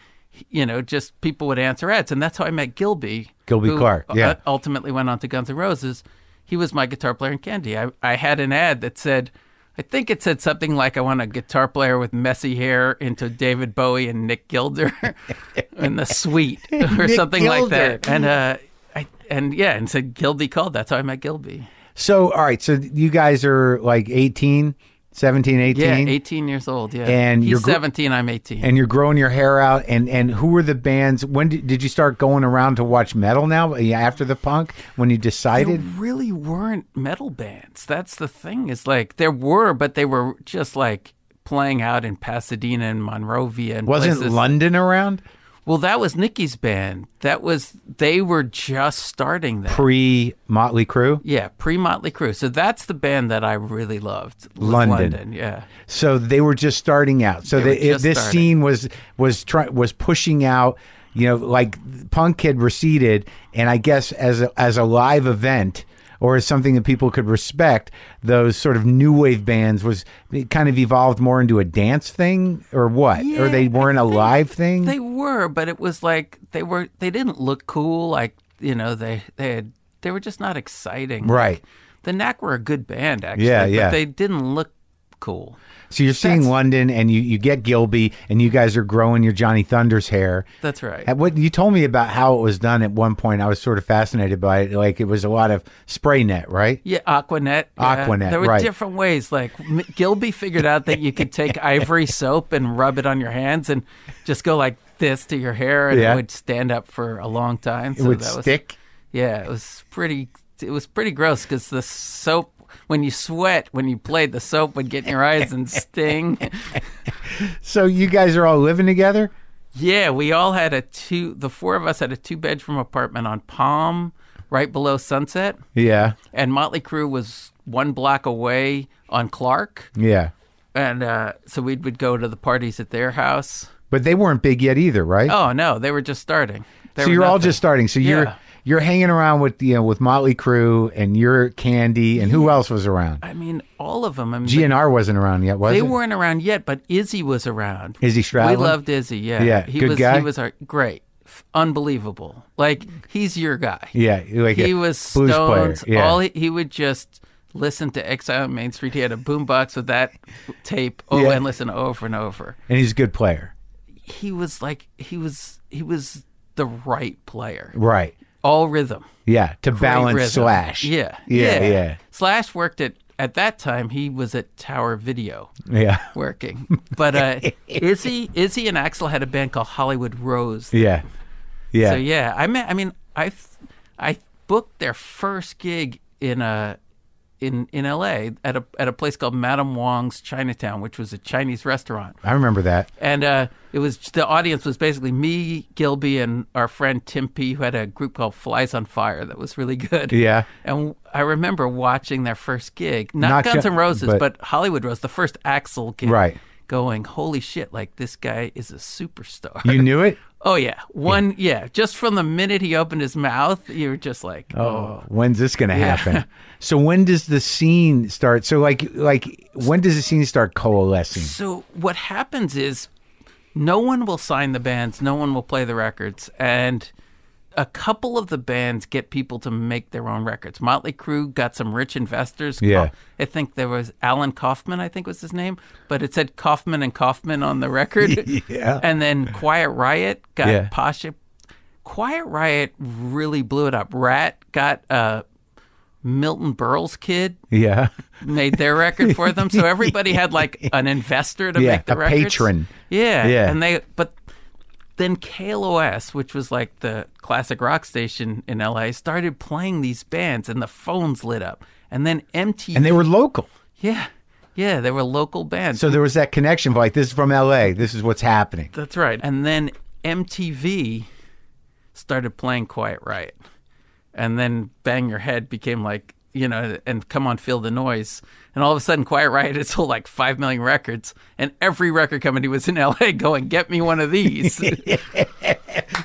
Speaker 2: You know, just people would answer ads, and that's how I met Gilby. uh,
Speaker 1: Gilby Clarke, yeah.
Speaker 2: u- ultimately went on to Guns N' Roses. He was my guitar player in Candy. I, I had an ad that said, I think it said something like, "I want a guitar player with messy hair into David Bowie and Nick Gilder in the suite or something like that." And uh, I and yeah, and said Gilby called. That's how I met Gilby.
Speaker 1: So all right, so you guys are like 18, 17, 18,
Speaker 2: Yeah, eighteen years old. Yeah,
Speaker 1: And your
Speaker 2: he's
Speaker 1: gr-
Speaker 2: seventeen. I'm eighteen.
Speaker 1: and you're growing your hair out. And and who were the bands? When did, did you start going around to watch metal? Now uh, Yeah, after the punk, when you
Speaker 2: there
Speaker 1: decided,
Speaker 2: really weren't metal bands. That's the thing. Is like there were, but they were just like playing out in Pasadena and Monrovia and
Speaker 1: wasn't
Speaker 2: places.
Speaker 1: London around
Speaker 2: well, that was Nikki's band. That was they were just starting that.
Speaker 1: pre Motley Crue?
Speaker 2: yeah, pre Motley Crue. So that's the band that I really loved. was
Speaker 1: London.
Speaker 2: London. Yeah.
Speaker 1: So they were just starting out. So
Speaker 2: They were
Speaker 1: the, it,
Speaker 2: just
Speaker 1: this
Speaker 2: starting.
Speaker 1: scene was was try, was pushing out. You know, like punk had receded, and I guess as a, as a live event or as something that people could respect, those sort of new wave bands was it kind of evolved more into a dance thing or what, or they weren't a live thing.
Speaker 2: They were, but it was like they were. They didn't look cool. Like you know, they they had they were just not exciting. Like,
Speaker 1: Right.
Speaker 2: the Knack were a good band, actually.
Speaker 1: Yeah, yeah.
Speaker 2: But they didn't look cool.
Speaker 1: So you're seeing London, and you you get Gilby, and you guys are growing your Johnny Thunders hair.
Speaker 2: That's right.
Speaker 1: At what you told me about how it was done at one point, I was sort of fascinated by it. Like it was a lot of spray net, right?
Speaker 2: Yeah, Aquanet. yeah.
Speaker 1: Aquanet,
Speaker 2: There were
Speaker 1: right.
Speaker 2: different ways. Like M- Gilby figured out that you could take ivory soap and rub it on your hands and just go like this to your hair, and
Speaker 1: Yeah.
Speaker 2: it would stand up for a long time.
Speaker 1: It would
Speaker 2: that was-
Speaker 1: stick.
Speaker 2: yeah, it was pretty. It was pretty gross because the soap. When you sweat, when you played, the soap would get in your eyes and sting.
Speaker 1: So you guys are all living together.
Speaker 2: Yeah, we all had a two. The four of us had a two-bedroom apartment on Palm, right below Sunset,
Speaker 1: Yeah,
Speaker 2: and Motley Crue was one block away on Clark.
Speaker 1: yeah.
Speaker 2: and uh, so we would go to the parties at their house.
Speaker 1: But they weren't big yet either, right?
Speaker 2: Oh no, they were just starting. They
Speaker 1: so
Speaker 2: were
Speaker 1: you're all
Speaker 2: nothing.
Speaker 1: just starting. So you're
Speaker 2: Yeah.
Speaker 1: you're hanging around with you know with Motley Crue and your Candy and who else was around?
Speaker 2: I mean, all of them. I mean,
Speaker 1: GNR wasn't around yet, was
Speaker 2: they
Speaker 1: it?
Speaker 2: weren't around yet, but Izzy was around.
Speaker 1: Izzy Stradlin?
Speaker 2: We loved Izzy. Yeah,
Speaker 1: Yeah,
Speaker 2: He
Speaker 1: good
Speaker 2: was,
Speaker 1: guy?
Speaker 2: He was our great, F- unbelievable. Like he's your guy.
Speaker 1: Yeah, like
Speaker 2: he
Speaker 1: a
Speaker 2: was
Speaker 1: blues
Speaker 2: stoned.
Speaker 1: player. Yeah.
Speaker 2: All he, he would just listen to Exile on Main Street. He had a boombox with that tape. Oh,
Speaker 1: Yeah.
Speaker 2: and listen over and over.
Speaker 1: and he's a good player,
Speaker 2: He was like he was he was the right player.
Speaker 1: right?
Speaker 2: All rhythm.
Speaker 1: Yeah, to balance
Speaker 2: rhythm.
Speaker 1: Slash.
Speaker 2: Yeah,
Speaker 1: yeah, yeah,
Speaker 2: Slash worked at at that time. He was at Tower Video
Speaker 1: yeah.
Speaker 2: working, but uh, Izzy, Izzy, and Axel had a band called Hollywood Rose.
Speaker 1: Yeah. Yeah.
Speaker 2: So yeah, I mean, I mean, I I booked their first gig in a. In, in LA at a at a place called Madame Wong's Chinatown, which was a Chinese restaurant,
Speaker 1: I remember that.
Speaker 2: and uh, it was the audience was basically me, Gilby, and our friend Tim P, who had a group called Flies on Fire that was really good.
Speaker 1: Yeah.
Speaker 2: And I remember watching their first gig, not,
Speaker 1: Not
Speaker 2: Guns
Speaker 1: Gu-
Speaker 2: N' Roses,
Speaker 1: but-
Speaker 2: but, Hollywood Rose, the first Axel gig.
Speaker 1: Right.
Speaker 2: Going, holy shit, like this guy is a superstar.
Speaker 1: You knew it?
Speaker 2: oh, yeah. One, yeah. Just from the minute he opened his mouth, you were just like,
Speaker 1: Oh, when's this going to happen? so when does the scene start? So like like when does the scene start coalescing?
Speaker 2: So what happens is no one will sign the bands, no one will play the records, and a couple of the bands get people to make their own records. Motley Crue got some rich investors.
Speaker 1: Yeah.
Speaker 2: I think there was Alan Kaufman, I think was his name, but it said Kaufman and Kaufman on the record.
Speaker 1: Yeah.
Speaker 2: And then Quiet Riot got
Speaker 1: Yeah.
Speaker 2: Pasha. Quiet Riot really blew it up. Rat got uh, Milton Berle's kid
Speaker 1: Yeah.
Speaker 2: made their record for them. So everybody had like an investor to
Speaker 1: Yeah,
Speaker 2: make the
Speaker 1: a
Speaker 2: records.
Speaker 1: patron.
Speaker 2: Yeah.
Speaker 1: Yeah.
Speaker 2: And they but then KLOS, which was like the classic rock station in LA, started playing these bands and the phones lit up. And then MTV
Speaker 1: And they were local.
Speaker 2: Yeah. Yeah, they were local bands.
Speaker 1: So there was that connection of like this is from LA. This is what's happening.
Speaker 2: That's right. And then MTV started playing Quiet Riot. And then Bang Your Head became like, you know, and Come On Feel the Noise. And all of a sudden, Quiet Riot had sold like 5 million records. And every record company was in LA going, get me one of these.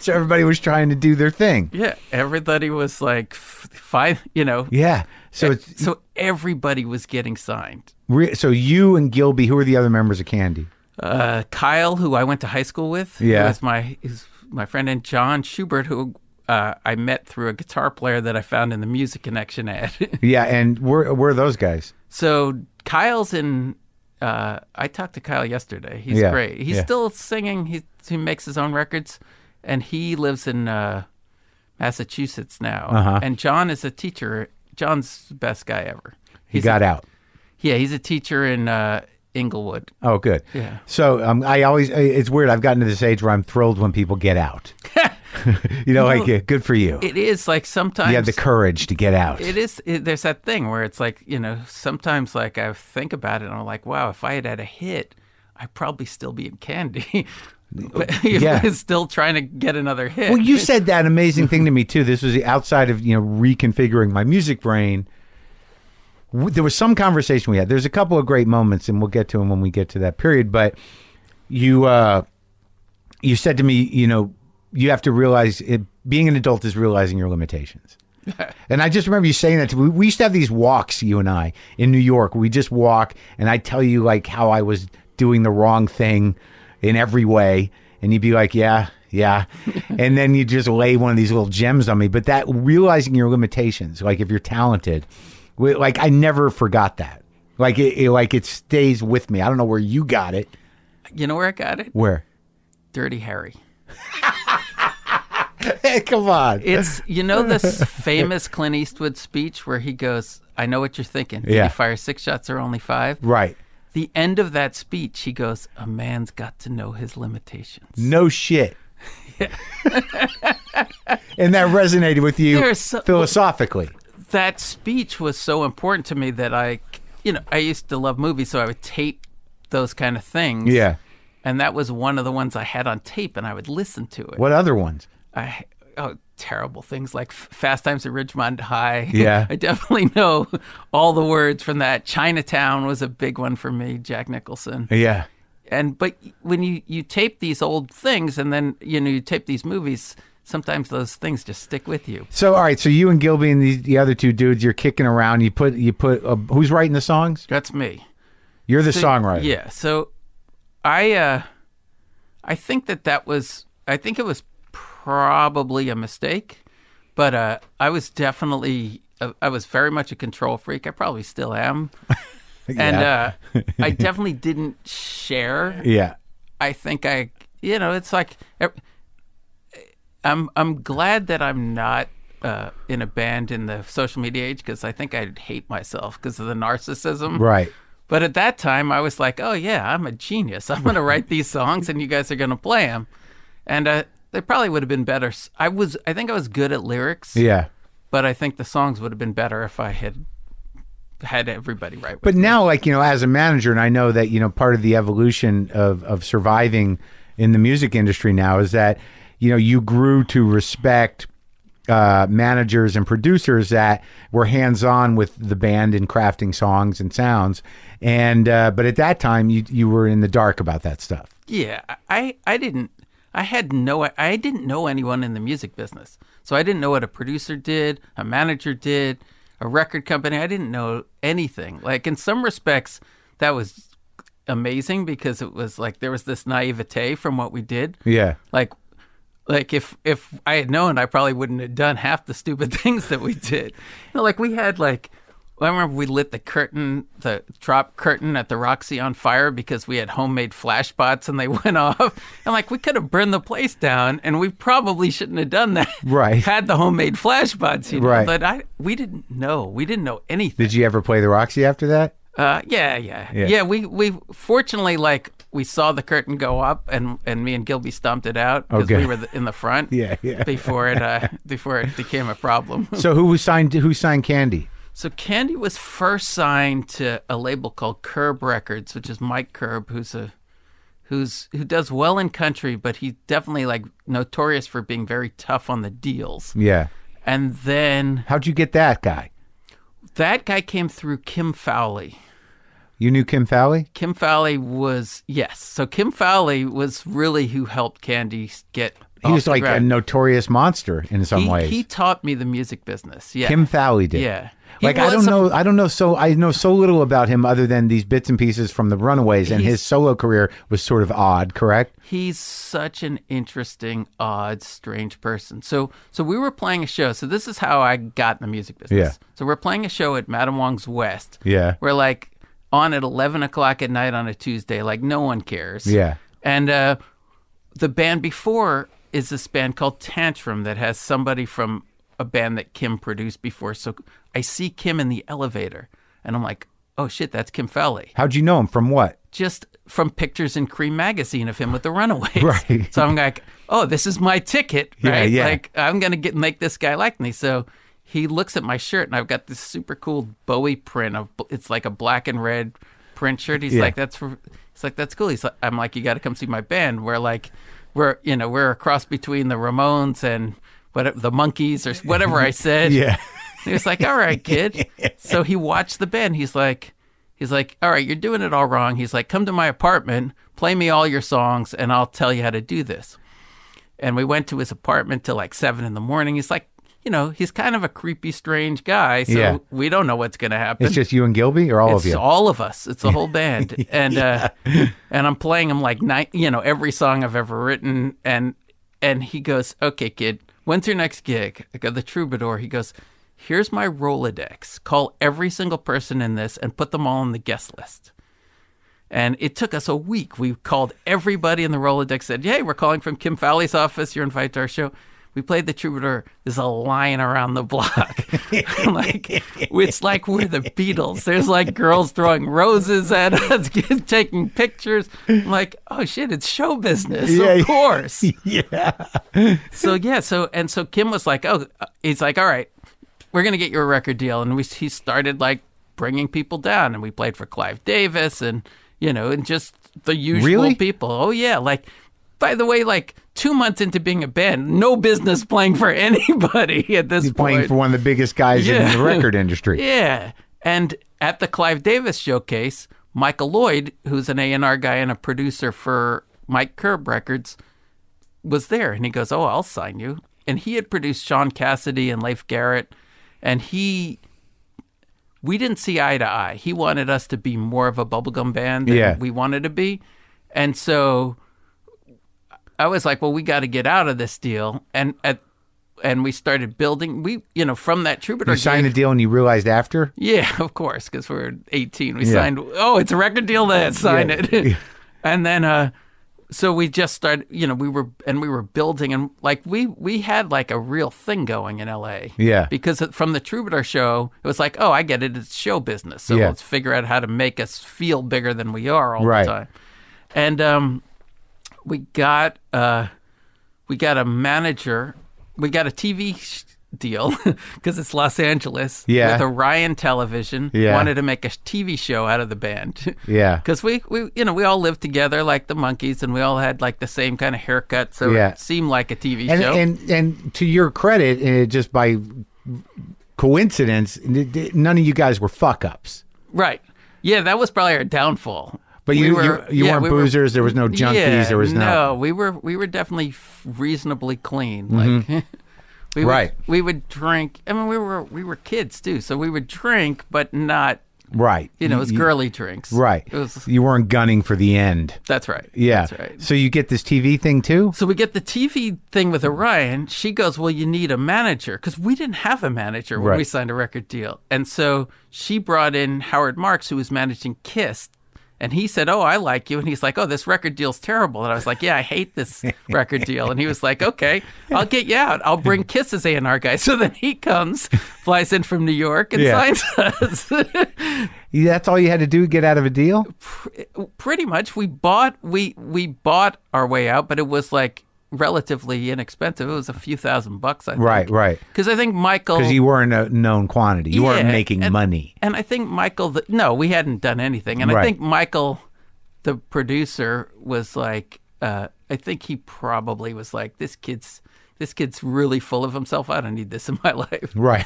Speaker 1: So everybody was trying to do their thing.
Speaker 2: yeah. Everybody was like, f- five, you know.
Speaker 1: Yeah. So it's
Speaker 2: So everybody was getting signed.
Speaker 1: re- so you and Gilby, who are the other members of Candy?
Speaker 2: uh, Kyle, who I went to high school with, who
Speaker 1: Yeah.
Speaker 2: was my is my friend, and John Schubert, who uh, I met through a guitar player that I found in the Music Connection ad.
Speaker 1: Yeah, and we're we're those guys.
Speaker 2: so Kyle's in. Uh, I talked to Kyle yesterday. He's
Speaker 1: Yeah,
Speaker 2: great. He's
Speaker 1: yeah.
Speaker 2: still singing. He he makes his own records, and he lives in uh, Massachusetts now.
Speaker 1: Uh-huh.
Speaker 2: And John is a teacher. John's the best guy ever.
Speaker 1: He
Speaker 2: He's
Speaker 1: got
Speaker 2: a,
Speaker 1: out.
Speaker 2: Yeah, he's a teacher in uh, Inglewood.
Speaker 1: Oh, good.
Speaker 2: Yeah.
Speaker 1: So um, I always, I- it's weird. I've gotten to this age where I'm thrilled when people get out. you know, like, uh, good for you.
Speaker 2: It is like sometimes
Speaker 1: you have the courage to get out.
Speaker 2: It is. It, there's that thing where it's like you know. Sometimes like I think about it, and I'm like, wow, if I had had a hit, I'd probably still be in candy. but if
Speaker 1: Yeah.
Speaker 2: I was still trying to get another hit.
Speaker 1: well, you said that amazing thing to me, too. This was the outside of, you know, reconfiguring my music brain. W- There was some conversation we had. There's a couple of great moments, and we'll get to them when we get to that period. But you, uh, you said to me, you know, you have to realize it, being an adult is realizing your limitations. And I just remember you saying that to me. We used to have these walks, you and I, in New York. We just walk, and I tell you like how I was doing the wrong thing in every way, and you'd be like, "Yeah, yeah," and then you just lay one of these little gems on me. But that realizing your limitations, like if you're talented, we- like I never forgot that. Like it, it- like it stays with me. I don't know where you got it.
Speaker 2: You know where I got it?
Speaker 1: Where?
Speaker 2: Dirty Harry.
Speaker 1: Come on.
Speaker 2: It's you know this famous Clint Eastwood speech where he goes, "I know what you're thinking. Did
Speaker 1: Yeah.
Speaker 2: he fire six shots or only five?
Speaker 1: right.
Speaker 2: The end of that speech, he goes, "A man's got to know his limitations."
Speaker 1: No shit. and that resonated with you
Speaker 2: There's so-
Speaker 1: philosophically.
Speaker 2: That speech was so important to me that I, you know, I used to love movies, so I would tape those kind of things.
Speaker 1: Yeah.
Speaker 2: and that was one of the ones I had on tape, and I would listen to it.
Speaker 1: What other ones?
Speaker 2: I oh terrible things like F- Fast Times at Ridgemont High.
Speaker 1: Yeah.
Speaker 2: I definitely know all the words from that. Chinatown was a big one for me, Jack Nicholson.
Speaker 1: Yeah.
Speaker 2: And but when you you tape these old things and then you know you tape these movies, sometimes those things just stick with you.
Speaker 1: So all right, so you and Gilby and the, the other two dudes, you're kicking around. You put you put uh, who's writing the songs?
Speaker 2: That's me.
Speaker 1: You're the
Speaker 2: So-
Speaker 1: songwriter.
Speaker 2: Yeah. So I uh I think that that was I think it was probably a mistake, but uh I was definitely uh, I was very much a control freak. I probably still am. And uh I definitely didn't share.
Speaker 1: Yeah.
Speaker 2: I think I you know, it's like ev- I'm I'm glad that I'm not uh, in a band in the social media age because I think I'd hate myself because of the narcissism.
Speaker 1: Right.
Speaker 2: But at that time, I was like, oh, yeah, I'm a genius. I'm going to write these songs and you guys are going to play them. And uh, they probably would have been better. s- I was, I think I was good at lyrics,
Speaker 1: Yeah.
Speaker 2: but I think the songs would have been better if I had had everybody write.
Speaker 1: But
Speaker 2: with
Speaker 1: now, like you know, as a manager, and I know that you know part of the evolution of of surviving in the music industry now is that you know you grew to respect uh, managers and producers that were hands on with the band and crafting songs and sounds. And uh, but at that time, you you were in the dark about that stuff.
Speaker 2: me. yeah, I, I didn't, I had no, I didn't know anyone in the music business, so I didn't know what a producer did, a manager did, a record company. I didn't know anything. Like in some respects, that was amazing because it was like there was this naivete from what we did.
Speaker 1: Yeah.
Speaker 2: like like if if I had known, I probably wouldn't have done half the stupid things that we did. You know, like we had like I remember we lit the curtain, the drop curtain at the Roxy on fire because we had homemade flashbots and they went off. And like we could have burned the place down, and we probably shouldn't have done that.
Speaker 1: Right.
Speaker 2: Had the homemade flashbots, you know.
Speaker 1: Right.
Speaker 2: But I we didn't know. We didn't know anything.
Speaker 1: Did you ever play the Roxy after that?
Speaker 2: Uh, yeah, yeah,
Speaker 1: Yeah.
Speaker 2: yeah, We we fortunately like we saw the curtain go up, and and me and Gilby stomped it out because
Speaker 1: Okay.
Speaker 2: we were the, in the front.
Speaker 1: Yeah, yeah.
Speaker 2: Before it uh, before it became a problem.
Speaker 1: So who was signed? Who signed Candy?
Speaker 2: So Candy was first signed to a label called Curb Records, which is Mike Curb, who's a who's who does well in country, but he's definitely like notorious for being very tough on the deals.
Speaker 1: Yeah.
Speaker 2: And then
Speaker 1: How'd you get that guy?
Speaker 2: that guy came through Kim Fowley.
Speaker 1: You knew Kim Fowley?
Speaker 2: Kim Fowley was yes. So Kim Fowley was really who helped Candy get.
Speaker 1: He was like
Speaker 2: a
Speaker 1: a notorious monster in some
Speaker 2: he,
Speaker 1: ways.
Speaker 2: he taught me the music business. Yeah,
Speaker 1: Kim Fowley did.
Speaker 2: Yeah, He
Speaker 1: Like I
Speaker 2: was
Speaker 1: don't
Speaker 2: a-
Speaker 1: know, I don't know so I know so little about him other than these bits and pieces from the Runaways, and his
Speaker 2: He's-
Speaker 1: solo career was sort of odd, correct?
Speaker 2: He's such an interesting, odd, strange person. So, so we were playing a show. So this is how I got in the music business.
Speaker 1: Yeah.
Speaker 2: So we're playing a show at Madame Wong's West.
Speaker 1: Yeah.
Speaker 2: We're like on at eleven o'clock at night on a Tuesday. Like no one cares.
Speaker 1: Yeah.
Speaker 2: And uh, the band before is this band called Tantrum that has somebody from a band that Kim produced before. So I see Kim in the elevator, and I'm like, oh shit, that's Kim Fowley
Speaker 1: How'd you know him from what?
Speaker 2: just from pictures in Cream magazine of him with the Runaways.
Speaker 1: Right.
Speaker 2: So I'm like, oh, this is my ticket, right?
Speaker 1: yeah.
Speaker 2: Like I'm gonna get make this guy like me. So he looks at my shirt and I've got this super cool Bowie print of it's like a black and red print shirt. He's like, that's for, it's like that's cool. He's like, I'm like, you got to come see my band. We're like, we're you know we're a cross between the Ramones and what the Monkeys or whatever I said.
Speaker 1: Yeah.
Speaker 2: And he was like, "All right, kid." so he watched the band. He's like, he's like, "All right, you're doing it all wrong." He's like, "Come to my apartment, play me all your songs, and I'll tell you how to do this." And we went to his apartment till like seven in the morning. He's like, you know, he's kind of a creepy, strange guy, so
Speaker 1: Yeah.
Speaker 2: we don't know what's going to happen
Speaker 1: It's just you and Gilby or all
Speaker 2: it's
Speaker 1: of you?
Speaker 2: all of us. It's the whole band, and uh, and I'm playing him like nine, you know, every song I've ever written, and and he goes, "Okay, kid, when's your next gig?" I go, "The Troubadour." He goes, here's my Rolodex. Call every single person in this and put them all on the guest list. And it took us a week. We called everybody in the Rolodex, said, Hey, we're calling from Kim Fowley's office. You're invited to our show. We played the troubadour. There's a line around the block. I'm like, it's like we're the Beatles. There's like girls throwing roses at us, taking pictures. I'm like, oh shit, it's show business.
Speaker 1: Yeah.
Speaker 2: Of course.
Speaker 1: Yeah.
Speaker 2: So yeah, so and so Kim was like, "Oh, he's like, all right, we're gonna get you a record deal," and we he started like bringing people down, and we played for Clive Davis, and you know, and just the usual
Speaker 1: Really?
Speaker 2: people. Oh yeah, like by the way, like two months into being a band, no business playing for anybody at this point.
Speaker 1: Playing for one of the biggest guys
Speaker 2: Yeah.
Speaker 1: in the record industry.
Speaker 2: Yeah. And at the Clive Davis showcase, Michael Lloyd, who's an A&R guy and a producer for Mike Curb Records, was there and he goes, "Oh, I'll sign you." And he had produced Sean Cassidy and Leif Garrett and he we didn't see eye to eye. He wanted us to be more of a bubblegum band than
Speaker 1: Yeah.
Speaker 2: we wanted to be. And so I was like, well, we got to get out of this deal. And at, and we started building. We, you know, from that troubadour.
Speaker 1: You signed
Speaker 2: gig-
Speaker 1: the deal and you realized after?
Speaker 2: yeah, of course, because we're 18. We signed, oh, it's a record deal that sign it. and then, uh, so we just started, you know, we were, and we were building, and like we, we had like a real thing going in LA.
Speaker 1: Yeah.
Speaker 2: Because it- from the Troubadour show, it was like, oh, I get it. It's show business. So
Speaker 1: Yeah.
Speaker 2: let's figure out how to make us feel bigger than we are all
Speaker 1: Right.
Speaker 2: the time. And, um, we got, uh, we got a manager, we got a TV sh- deal because it's Los Angeles
Speaker 1: Yeah.
Speaker 2: with Orion Television.
Speaker 1: Yeah.
Speaker 2: wanted to make a TV show out of the band.
Speaker 1: Yeah.
Speaker 2: because we, we you know we all lived together like the monkeys, and we all had like the same kind of haircut, so
Speaker 1: Yeah.
Speaker 2: it seemed like a TV
Speaker 1: And
Speaker 2: show.
Speaker 1: and and to your credit, eh, just by coincidence, n- d- none of you guys were fuck ups.
Speaker 2: right? Yeah, that was probably our downfall.
Speaker 1: But you
Speaker 2: We
Speaker 1: you-
Speaker 2: were-
Speaker 1: you,
Speaker 2: yeah,
Speaker 1: weren't
Speaker 2: we were-
Speaker 1: boozers. there was no junkies.
Speaker 2: Yeah,
Speaker 1: there was
Speaker 2: no.
Speaker 1: no.
Speaker 2: We were we were definitely f- reasonably clean. Like we would,
Speaker 1: Mm-hmm. Right.
Speaker 2: we would drink. I mean, we were we were kids too, so we would drink, but not
Speaker 1: Right.
Speaker 2: you know, it was
Speaker 1: You-
Speaker 2: girly drinks.
Speaker 1: Right.
Speaker 2: It was.
Speaker 1: you weren't gunning for the end.
Speaker 2: That's right.
Speaker 1: Yeah.
Speaker 2: That's right.
Speaker 1: So you get this TV thing too?
Speaker 2: So we get the TV thing with Orion. She goes, Well, you need a manager because we didn't have a manager when
Speaker 1: Right.
Speaker 2: we signed a record deal. And so she brought in Howard Marks, who was managing Kiss. And he said, Oh, I like you. And he's like, Oh, this record deal's terrible. And I was like, Yeah, I hate this record deal. And he was like, Okay, I'll get you out. I'll bring Kiss as A&R guy. So then he comes, flies in from New York and
Speaker 1: Yeah.
Speaker 2: signs us.
Speaker 1: Yeah, That's all you had to do to get out of a deal?
Speaker 2: pretty much we bought we we bought our way out but it was like relatively inexpensive it was a few thousand bucks i think
Speaker 1: Right, right.
Speaker 2: because i think michael
Speaker 1: Because you weren't a known quantity. You weren't
Speaker 2: Yeah,
Speaker 1: making
Speaker 2: and-
Speaker 1: money.
Speaker 2: and i think michael the, no we hadn't done anything and i
Speaker 1: Right.
Speaker 2: think michael the producer was like uh i think he probably was like this kid's this kid's really full of himself i don't need this in my life
Speaker 1: Right.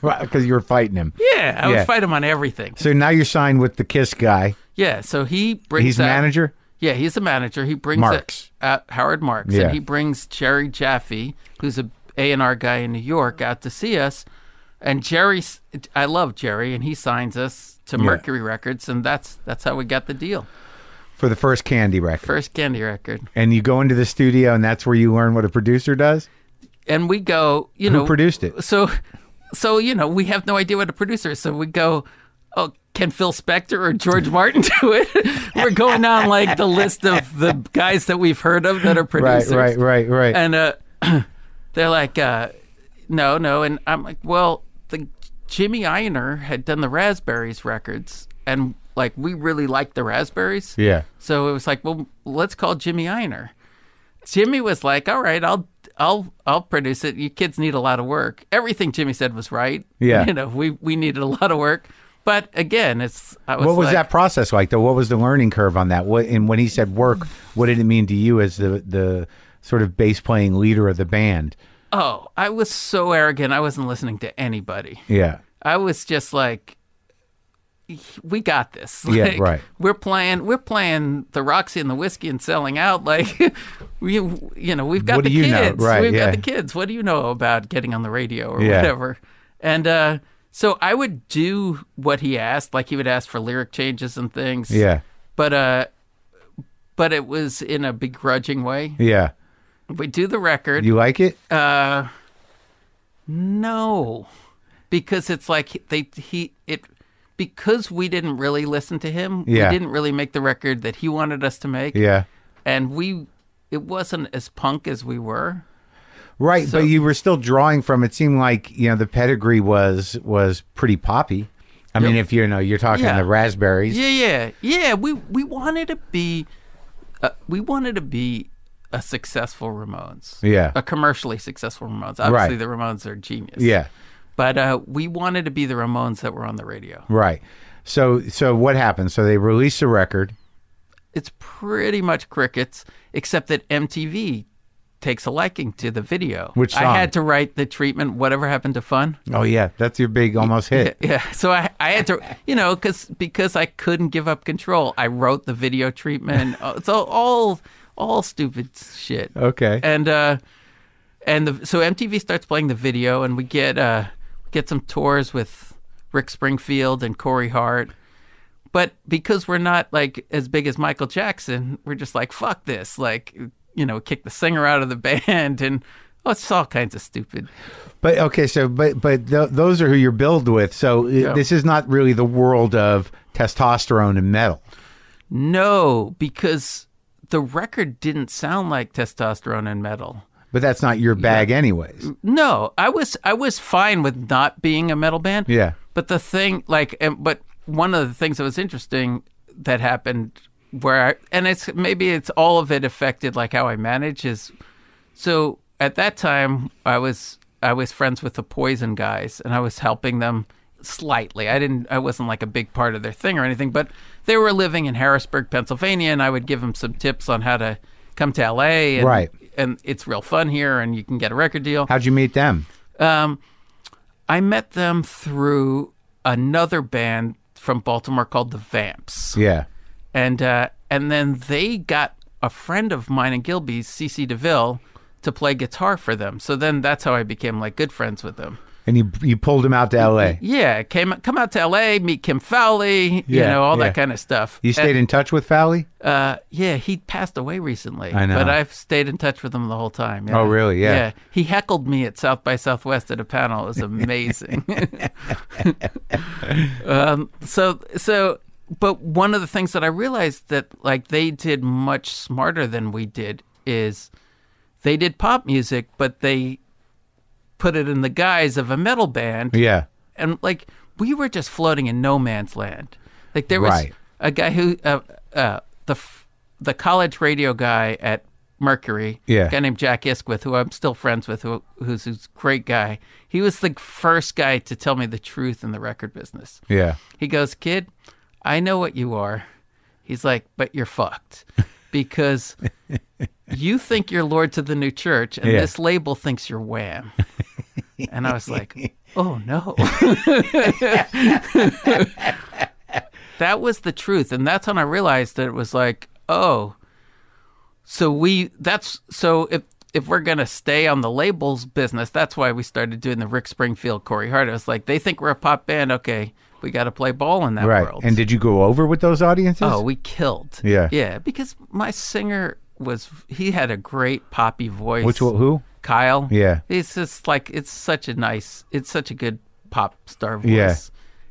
Speaker 1: right. Because you were fighting him.
Speaker 2: yeah i
Speaker 1: Yeah.
Speaker 2: would fight him on everything
Speaker 1: So now you're signed with the Kiss guy.
Speaker 2: yeah so he brings
Speaker 1: He's
Speaker 2: out-
Speaker 1: manager?
Speaker 2: Yeah, he's the manager. He brings
Speaker 1: Marks.
Speaker 2: it- uh, Howard Marks,
Speaker 1: Yeah.
Speaker 2: and he brings Jerry Jaffe, who's a A and R guy in New York, out to see us. And Jerry, s- I love Jerry, and he signs us to Mercury Records, and that's that's how we got the deal.
Speaker 1: for the first candy record.
Speaker 2: First Candy record,
Speaker 1: And you go into the studio, and that's where you learn what a producer does.
Speaker 2: and we go, you
Speaker 1: Who
Speaker 2: know,
Speaker 1: produced it?
Speaker 2: so so you know we have no idea what a producer is so we go oh can phil spector or george martin do it we're going down like the list of the guys that we've heard of that are
Speaker 1: Right,
Speaker 2: producers
Speaker 1: right, right, right.
Speaker 2: and uh they're like uh no no and i'm like well the jimmy Ioner had done the raspberries records and like we really liked the raspberries
Speaker 1: yeah.
Speaker 2: so it was like, well, let's call Jimmy Einer. Jimmy was like, all right, I'll I'll I'll produce it. You kids need a lot of work. Everything Jimmy said was right.
Speaker 1: Yeah.
Speaker 2: You know, we we needed a lot of work. But again, it's I was
Speaker 1: What was
Speaker 2: like-
Speaker 1: that process like, though? What was the learning curve on that? What and when he said work, what did it mean to you as the the sort of bass playing leader of the band?
Speaker 2: Oh, I was so arrogant. I wasn't listening to anybody.
Speaker 1: Yeah,
Speaker 2: I was just like we got this.
Speaker 1: Yeah,
Speaker 2: Like,
Speaker 1: right.
Speaker 2: We're playing we're playing the Roxy and the whiskey and selling out like we you know, we've got
Speaker 1: What do
Speaker 2: the
Speaker 1: you know?
Speaker 2: kids.
Speaker 1: Right,
Speaker 2: we've
Speaker 1: yeah.
Speaker 2: got the kids. What do you know about getting on the radio or
Speaker 1: Yeah.
Speaker 2: whatever? And uh so I would do what he asked, like he would ask for lyric changes and things.
Speaker 1: yeah,
Speaker 2: But uh but it was in a begrudging way.
Speaker 1: yeah.
Speaker 2: We do the record.
Speaker 1: You like it?
Speaker 2: Uh no. because it's like they he it because we didn't really listen to him.
Speaker 1: Yeah.
Speaker 2: We didn't really make the record that he wanted us to make.
Speaker 1: Yeah.
Speaker 2: And we it wasn't as punk as we were.
Speaker 1: Right,
Speaker 2: So-
Speaker 1: but you were still drawing from. It seemed like you know the pedigree was was pretty poppy. I mean, if you know you're talking
Speaker 2: Yeah.
Speaker 1: the raspberries,
Speaker 2: Yeah, yeah, yeah. We we wanted to be, uh, we wanted to be a successful Ramones.
Speaker 1: Yeah.
Speaker 2: a commercially successful Ramones. Obviously,
Speaker 1: Right.
Speaker 2: the Ramones are genius.
Speaker 1: yeah,
Speaker 2: but uh, we wanted to be the Ramones that were on the radio.
Speaker 1: right. So so what happened? So they released a record.
Speaker 2: It's pretty much crickets, except that MTV takes a liking to the video.
Speaker 1: Which
Speaker 2: I
Speaker 1: song?
Speaker 2: had to write the treatment. Whatever happened to fun?
Speaker 1: Oh yeah, that's your big almost hit.
Speaker 2: Yeah. So I, I had to, you know, because because I couldn't give up control. I wrote the video treatment. Uh, It's all all, all stupid shit.
Speaker 1: Okay.
Speaker 2: And uh, and the, so MTV starts playing the video, and we get uh, get some tours with Rick Springfield and Corey Hart. But because we're not like as big as Michael Jackson, we're just like fuck this. Like you know, kick the singer out of the band, and oh, it's all kinds of stupid.
Speaker 1: But okay, so but but th- those are who you're billed with. So i- this is not really the world of testosterone and metal.
Speaker 2: No, because the record didn't sound like testosterone and metal.
Speaker 1: But that's not your bag, anyways.
Speaker 2: No, I was I was fine with not being a metal band.
Speaker 1: Yeah.
Speaker 2: But the thing like and, but one of the things that was interesting that happened where I, and it's maybe it's all of it affected like how I manage is so at that time I was I was friends with the Poison guys and I was helping them slightly. I didn't I wasn't like a big part of their thing or anything, but they were living in Harrisburg, Pennsylvania and I would give them some tips on how to come to LA and
Speaker 1: Right.
Speaker 2: and it's real fun here and you can get a record deal.
Speaker 1: How'd you meet them?
Speaker 2: Um, I met them through another band from Baltimore called the Vamps,
Speaker 1: Yeah.
Speaker 2: and uh, and then they got a friend of mine in Gilby's, CC DeVille, to play guitar for them. So then that's how I became like good friends with them.
Speaker 1: And you you pulled him out to L.A.
Speaker 2: Yeah, came come out to L.A., meet Kim Fowley, you
Speaker 1: Yeah,
Speaker 2: know all
Speaker 1: yeah.
Speaker 2: that kind of stuff.
Speaker 1: You stayed in touch with Fowley.
Speaker 2: Uh, yeah, he passed away recently.
Speaker 1: I know.
Speaker 2: But I've stayed in touch with him the whole time. yeah.
Speaker 1: Oh, really? Yeah.
Speaker 2: Yeah. He heckled me at South by Southwest at a panel. It was amazing. um, so, so, but one of the things that I realized that like they did much smarter than we did is they did pop music, but they put it in the guise of a metal band
Speaker 1: Yeah.
Speaker 2: and like we were just floating in no man's land. Like there was
Speaker 1: Right.
Speaker 2: a guy who uh, uh, the f- the college radio guy at Mercury,
Speaker 1: Yeah.
Speaker 2: a guy named Jack Iskwith, who I'm still friends with, who who's who's a great guy. He was the first guy to tell me the truth in the record business.
Speaker 1: Yeah.
Speaker 2: He goes, Kid, I know what you are. He's like, But you're fucked because you think you're Lord to the new church, and
Speaker 1: Yeah.
Speaker 2: this label thinks you're wham. And I was like, Oh no. that was the truth. And that's when I realized that it was like, Oh, so we, that's so if, if we're gonna stay on the labels business, that's why we started doing the Rick Springfield, Corey Hart. I was like, they think we're a pop band. Okay, we got to play ball in that
Speaker 1: Right.
Speaker 2: world.
Speaker 1: And did you go over with those audiences?
Speaker 2: Oh, we killed.
Speaker 1: Yeah.
Speaker 2: Yeah, because my singer was he had a great poppy voice.
Speaker 1: Which one- who?
Speaker 2: Kyle.
Speaker 1: Yeah.
Speaker 2: It's just like it's such a nice it's such a good pop star voice.
Speaker 1: Yeah.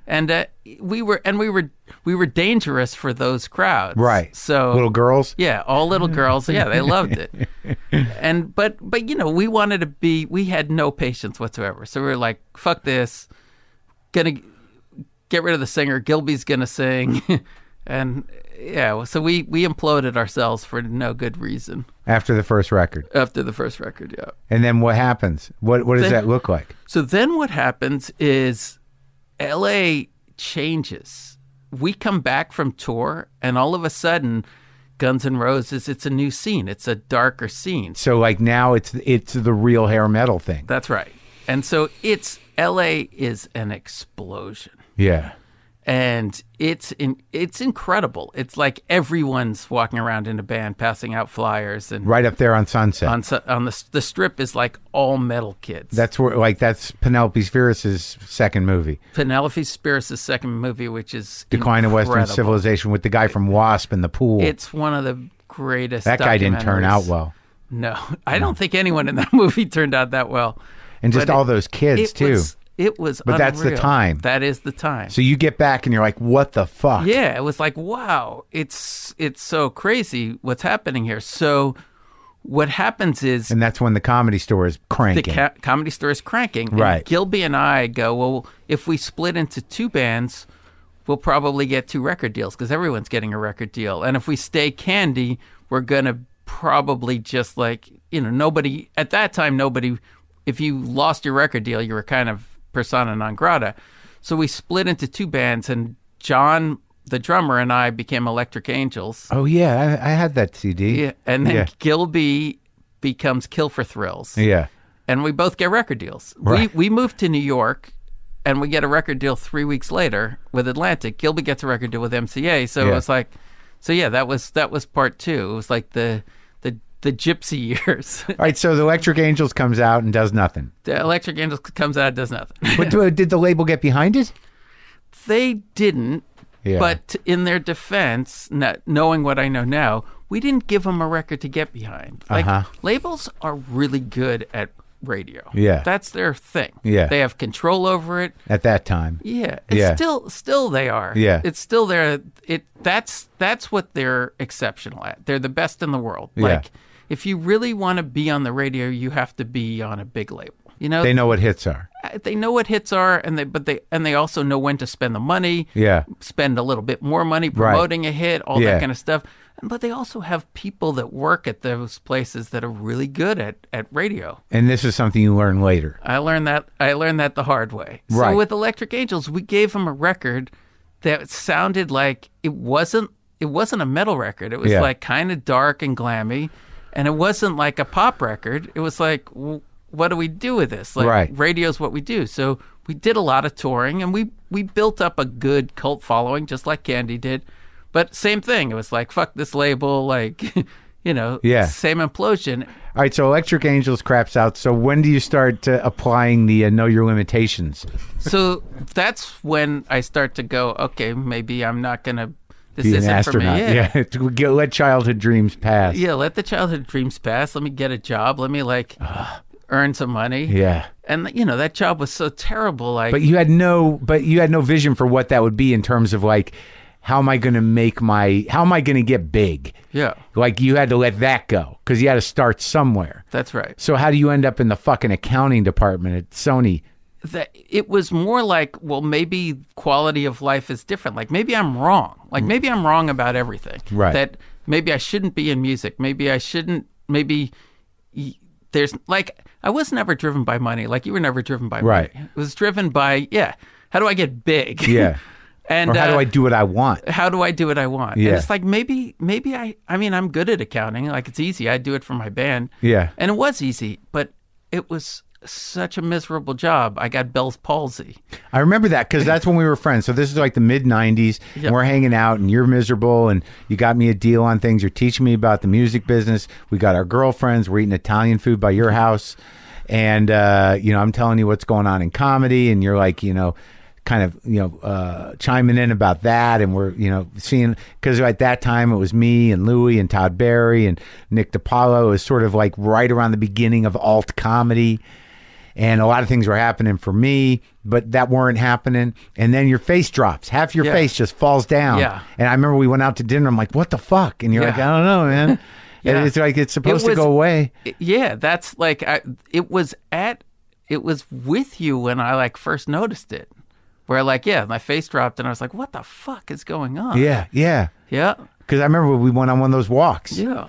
Speaker 2: And uh, we were and we were we were dangerous for those crowds.
Speaker 1: Right.
Speaker 2: So
Speaker 1: little girls.
Speaker 2: yeah, all little girls. Yeah, they loved it. And but but you know, we wanted to be we had no patience whatsoever. So we were like, fuck this. Gonna get rid of the singer. Gilby's gonna sing. and yeah, so we we imploded ourselves for no good reason
Speaker 1: After the first record,
Speaker 2: after the first record, yeah.
Speaker 1: and then what happens? What what does
Speaker 2: Then-
Speaker 1: that look like?
Speaker 2: So then what happens is LA changes. We come back from tour and all of a sudden Guns N' Roses, it's a new scene. It's a darker scene.
Speaker 1: So like now it's it's the real hair metal thing.
Speaker 2: That's right. And so it's LA is an explosion.
Speaker 1: yeah.
Speaker 2: And it's in, it's incredible. It's like everyone's walking around in a band passing out flyers and
Speaker 1: Right up there on Sunset.
Speaker 2: on su- on the the strip is like all metal kids.
Speaker 1: that's where like that's Penelope Spheris's second movie,
Speaker 2: Penelope Spheris' second movie which is
Speaker 1: Decline of Western
Speaker 2: incredible.
Speaker 1: Civilization with the guy from Wasp in the pool.
Speaker 2: It's one of the greatest
Speaker 1: that guy didn't turn
Speaker 2: documentaries.
Speaker 1: out well.
Speaker 2: No, I don't think anyone in that movie turned out that well.
Speaker 1: And just
Speaker 2: But
Speaker 1: all those kids
Speaker 2: it
Speaker 1: too.
Speaker 2: was It was
Speaker 1: But that's the
Speaker 2: unreal.
Speaker 1: time.
Speaker 2: That is the time.
Speaker 1: So you get back and you're like, what the fuck?
Speaker 2: Yeah, it was like, wow, it's it's so crazy what's happening here. So what happens is
Speaker 1: And that's when the comedy store is
Speaker 2: the
Speaker 1: cranking.
Speaker 2: ca- comedy store is cranking. and
Speaker 1: Right.
Speaker 2: Gilby and I go, well, if we split into two bands, we'll probably get two record deals because everyone's getting a record deal. And if we stay candy, we're going to probably just like, you know, nobody, at that time, nobody, if you lost your record deal, you were kind of persona non grata. So we split into two bands, and John, the drummer, and I became Electric Angels.
Speaker 1: oh, yeah. I, I had that CD.
Speaker 2: Yeah. And then
Speaker 1: Yeah.
Speaker 2: Gilby becomes Kill for Thrills
Speaker 1: Yeah.
Speaker 2: and we both get record deals.
Speaker 1: Right.
Speaker 2: We we moved to New York and we get a record deal three weeks later with Atlantic. Gilby gets a record deal with MCA. So
Speaker 1: Yeah.
Speaker 2: it was like so yeah, that was that was part two. It was like the the the gypsy years.
Speaker 1: All right. So the Electric Angels comes out and does nothing.
Speaker 2: the Electric Angels comes out, does nothing.
Speaker 1: But do- did the label get behind it?
Speaker 2: they didn't.
Speaker 1: Yeah.
Speaker 2: But in their defense, not knowing what I know now, we didn't give them a record to get behind. Like
Speaker 1: Uh-huh.
Speaker 2: labels are really good at radio.
Speaker 1: Yeah.
Speaker 2: that's their thing.
Speaker 1: Yeah.
Speaker 2: they have control over it.
Speaker 1: At that time.
Speaker 2: Yeah, it's
Speaker 1: Yeah.
Speaker 2: still still they are.
Speaker 1: Yeah.
Speaker 2: it's still there. It that's that's what they're exceptional at. They're the best in the world. Like if you really want to be on the radio, you have to be on a big label. You know,
Speaker 1: They know what hits are.
Speaker 2: they know what hits are, and they but they and they also know when to spend the money.
Speaker 1: Yeah.
Speaker 2: spend a little bit more money promoting a hit, all
Speaker 1: Yeah.
Speaker 2: that kind of stuff. But they also have people that work at those places that are really good at at radio.
Speaker 1: And this is something you learn later.
Speaker 2: I learned that I learned that the hard way.
Speaker 1: Right.
Speaker 2: So with Electric Angels, we gave them a record that sounded like it wasn't it wasn't a metal record. It was
Speaker 1: Yeah.
Speaker 2: like kind of dark and glammy, and it wasn't like a pop record. It was like, w- what do we do with this? Like
Speaker 1: Right.
Speaker 2: radio's what we do. So we did a lot of touring, and we we built up a good cult following, just like Candy did. But same thing. It was like fuck this label, like you know,
Speaker 1: Yeah.
Speaker 2: same implosion.
Speaker 1: All right. So Electric Angels craps out. So when do you start uh, applying the uh, know your limitations?
Speaker 2: so that's when I start to go, okay, maybe I'm not gonna. This
Speaker 1: Be an
Speaker 2: isn't
Speaker 1: astronaut.
Speaker 2: for me. Yeah.
Speaker 1: yeah. To get- Let childhood dreams pass.
Speaker 2: Yeah, Let the childhood dreams pass. Let me get a job. Let me like earn some money.
Speaker 1: Yeah.
Speaker 2: And you know that job was so terrible. Like
Speaker 1: But you had no, but you had no vision for what that would be in terms of like, how am I going to make my, how am I going to get big?
Speaker 2: yeah,
Speaker 1: Like you had to let that go because you had to start somewhere.
Speaker 2: that's right.
Speaker 1: So how do you end up in the fucking accounting department at Sony?
Speaker 2: that it was more like, well, maybe quality of life is different. Like maybe I'm wrong. Like maybe I'm wrong about everything.
Speaker 1: Mm. Right.
Speaker 2: That maybe I shouldn't be in music. Maybe I shouldn't. Maybe y- there's like I was never driven by money. Like you were never driven by
Speaker 1: Right.
Speaker 2: money. It was driven by yeah. How do I get big?
Speaker 1: Yeah.
Speaker 2: and
Speaker 1: Or how
Speaker 2: uh,
Speaker 1: do I do what I want?
Speaker 2: how do I do what I want?
Speaker 1: Yeah.
Speaker 2: And it's like maybe maybe I I mean I'm good at accounting. Like it's easy. I do it for my band.
Speaker 1: Yeah.
Speaker 2: And it was easy, but it was such a miserable job. I got Bell's palsy.
Speaker 1: I remember that because that's when we were friends. So this is like the mid '90s, and
Speaker 2: Yep.
Speaker 1: we're hanging out, and you're miserable, and you got me a deal on things. You're teaching me about the music business. We got our girlfriends. We're eating Italian food by your house, and uh, you know I'm telling you what's going on in comedy, and you're like, you know, kind of you know uh, chiming in about that, and we're you know seeing because at that time it was me and Louie and Todd Barry and Nick DiPaolo. It was sort of like right around the beginning of alt comedy and a lot of things were happening for me, but that weren't happening. And then your face drops, half your
Speaker 2: Yeah.
Speaker 1: face just falls down.
Speaker 2: Yeah.
Speaker 1: And I remember we went out to dinner. I'm like, what the fuck? And you're
Speaker 2: Yeah.
Speaker 1: like, I don't know, man.
Speaker 2: Yeah.
Speaker 1: And it's like it's supposed to
Speaker 2: was-
Speaker 1: go away.
Speaker 2: It- yeah, that's like I, it was at it was with you when I like first noticed it. Where like yeah, my face dropped and I was like, what the fuck is going on?
Speaker 1: Yeah, yeah.
Speaker 2: yeah,
Speaker 1: Because I remember we went on one of those walks.
Speaker 2: yeah.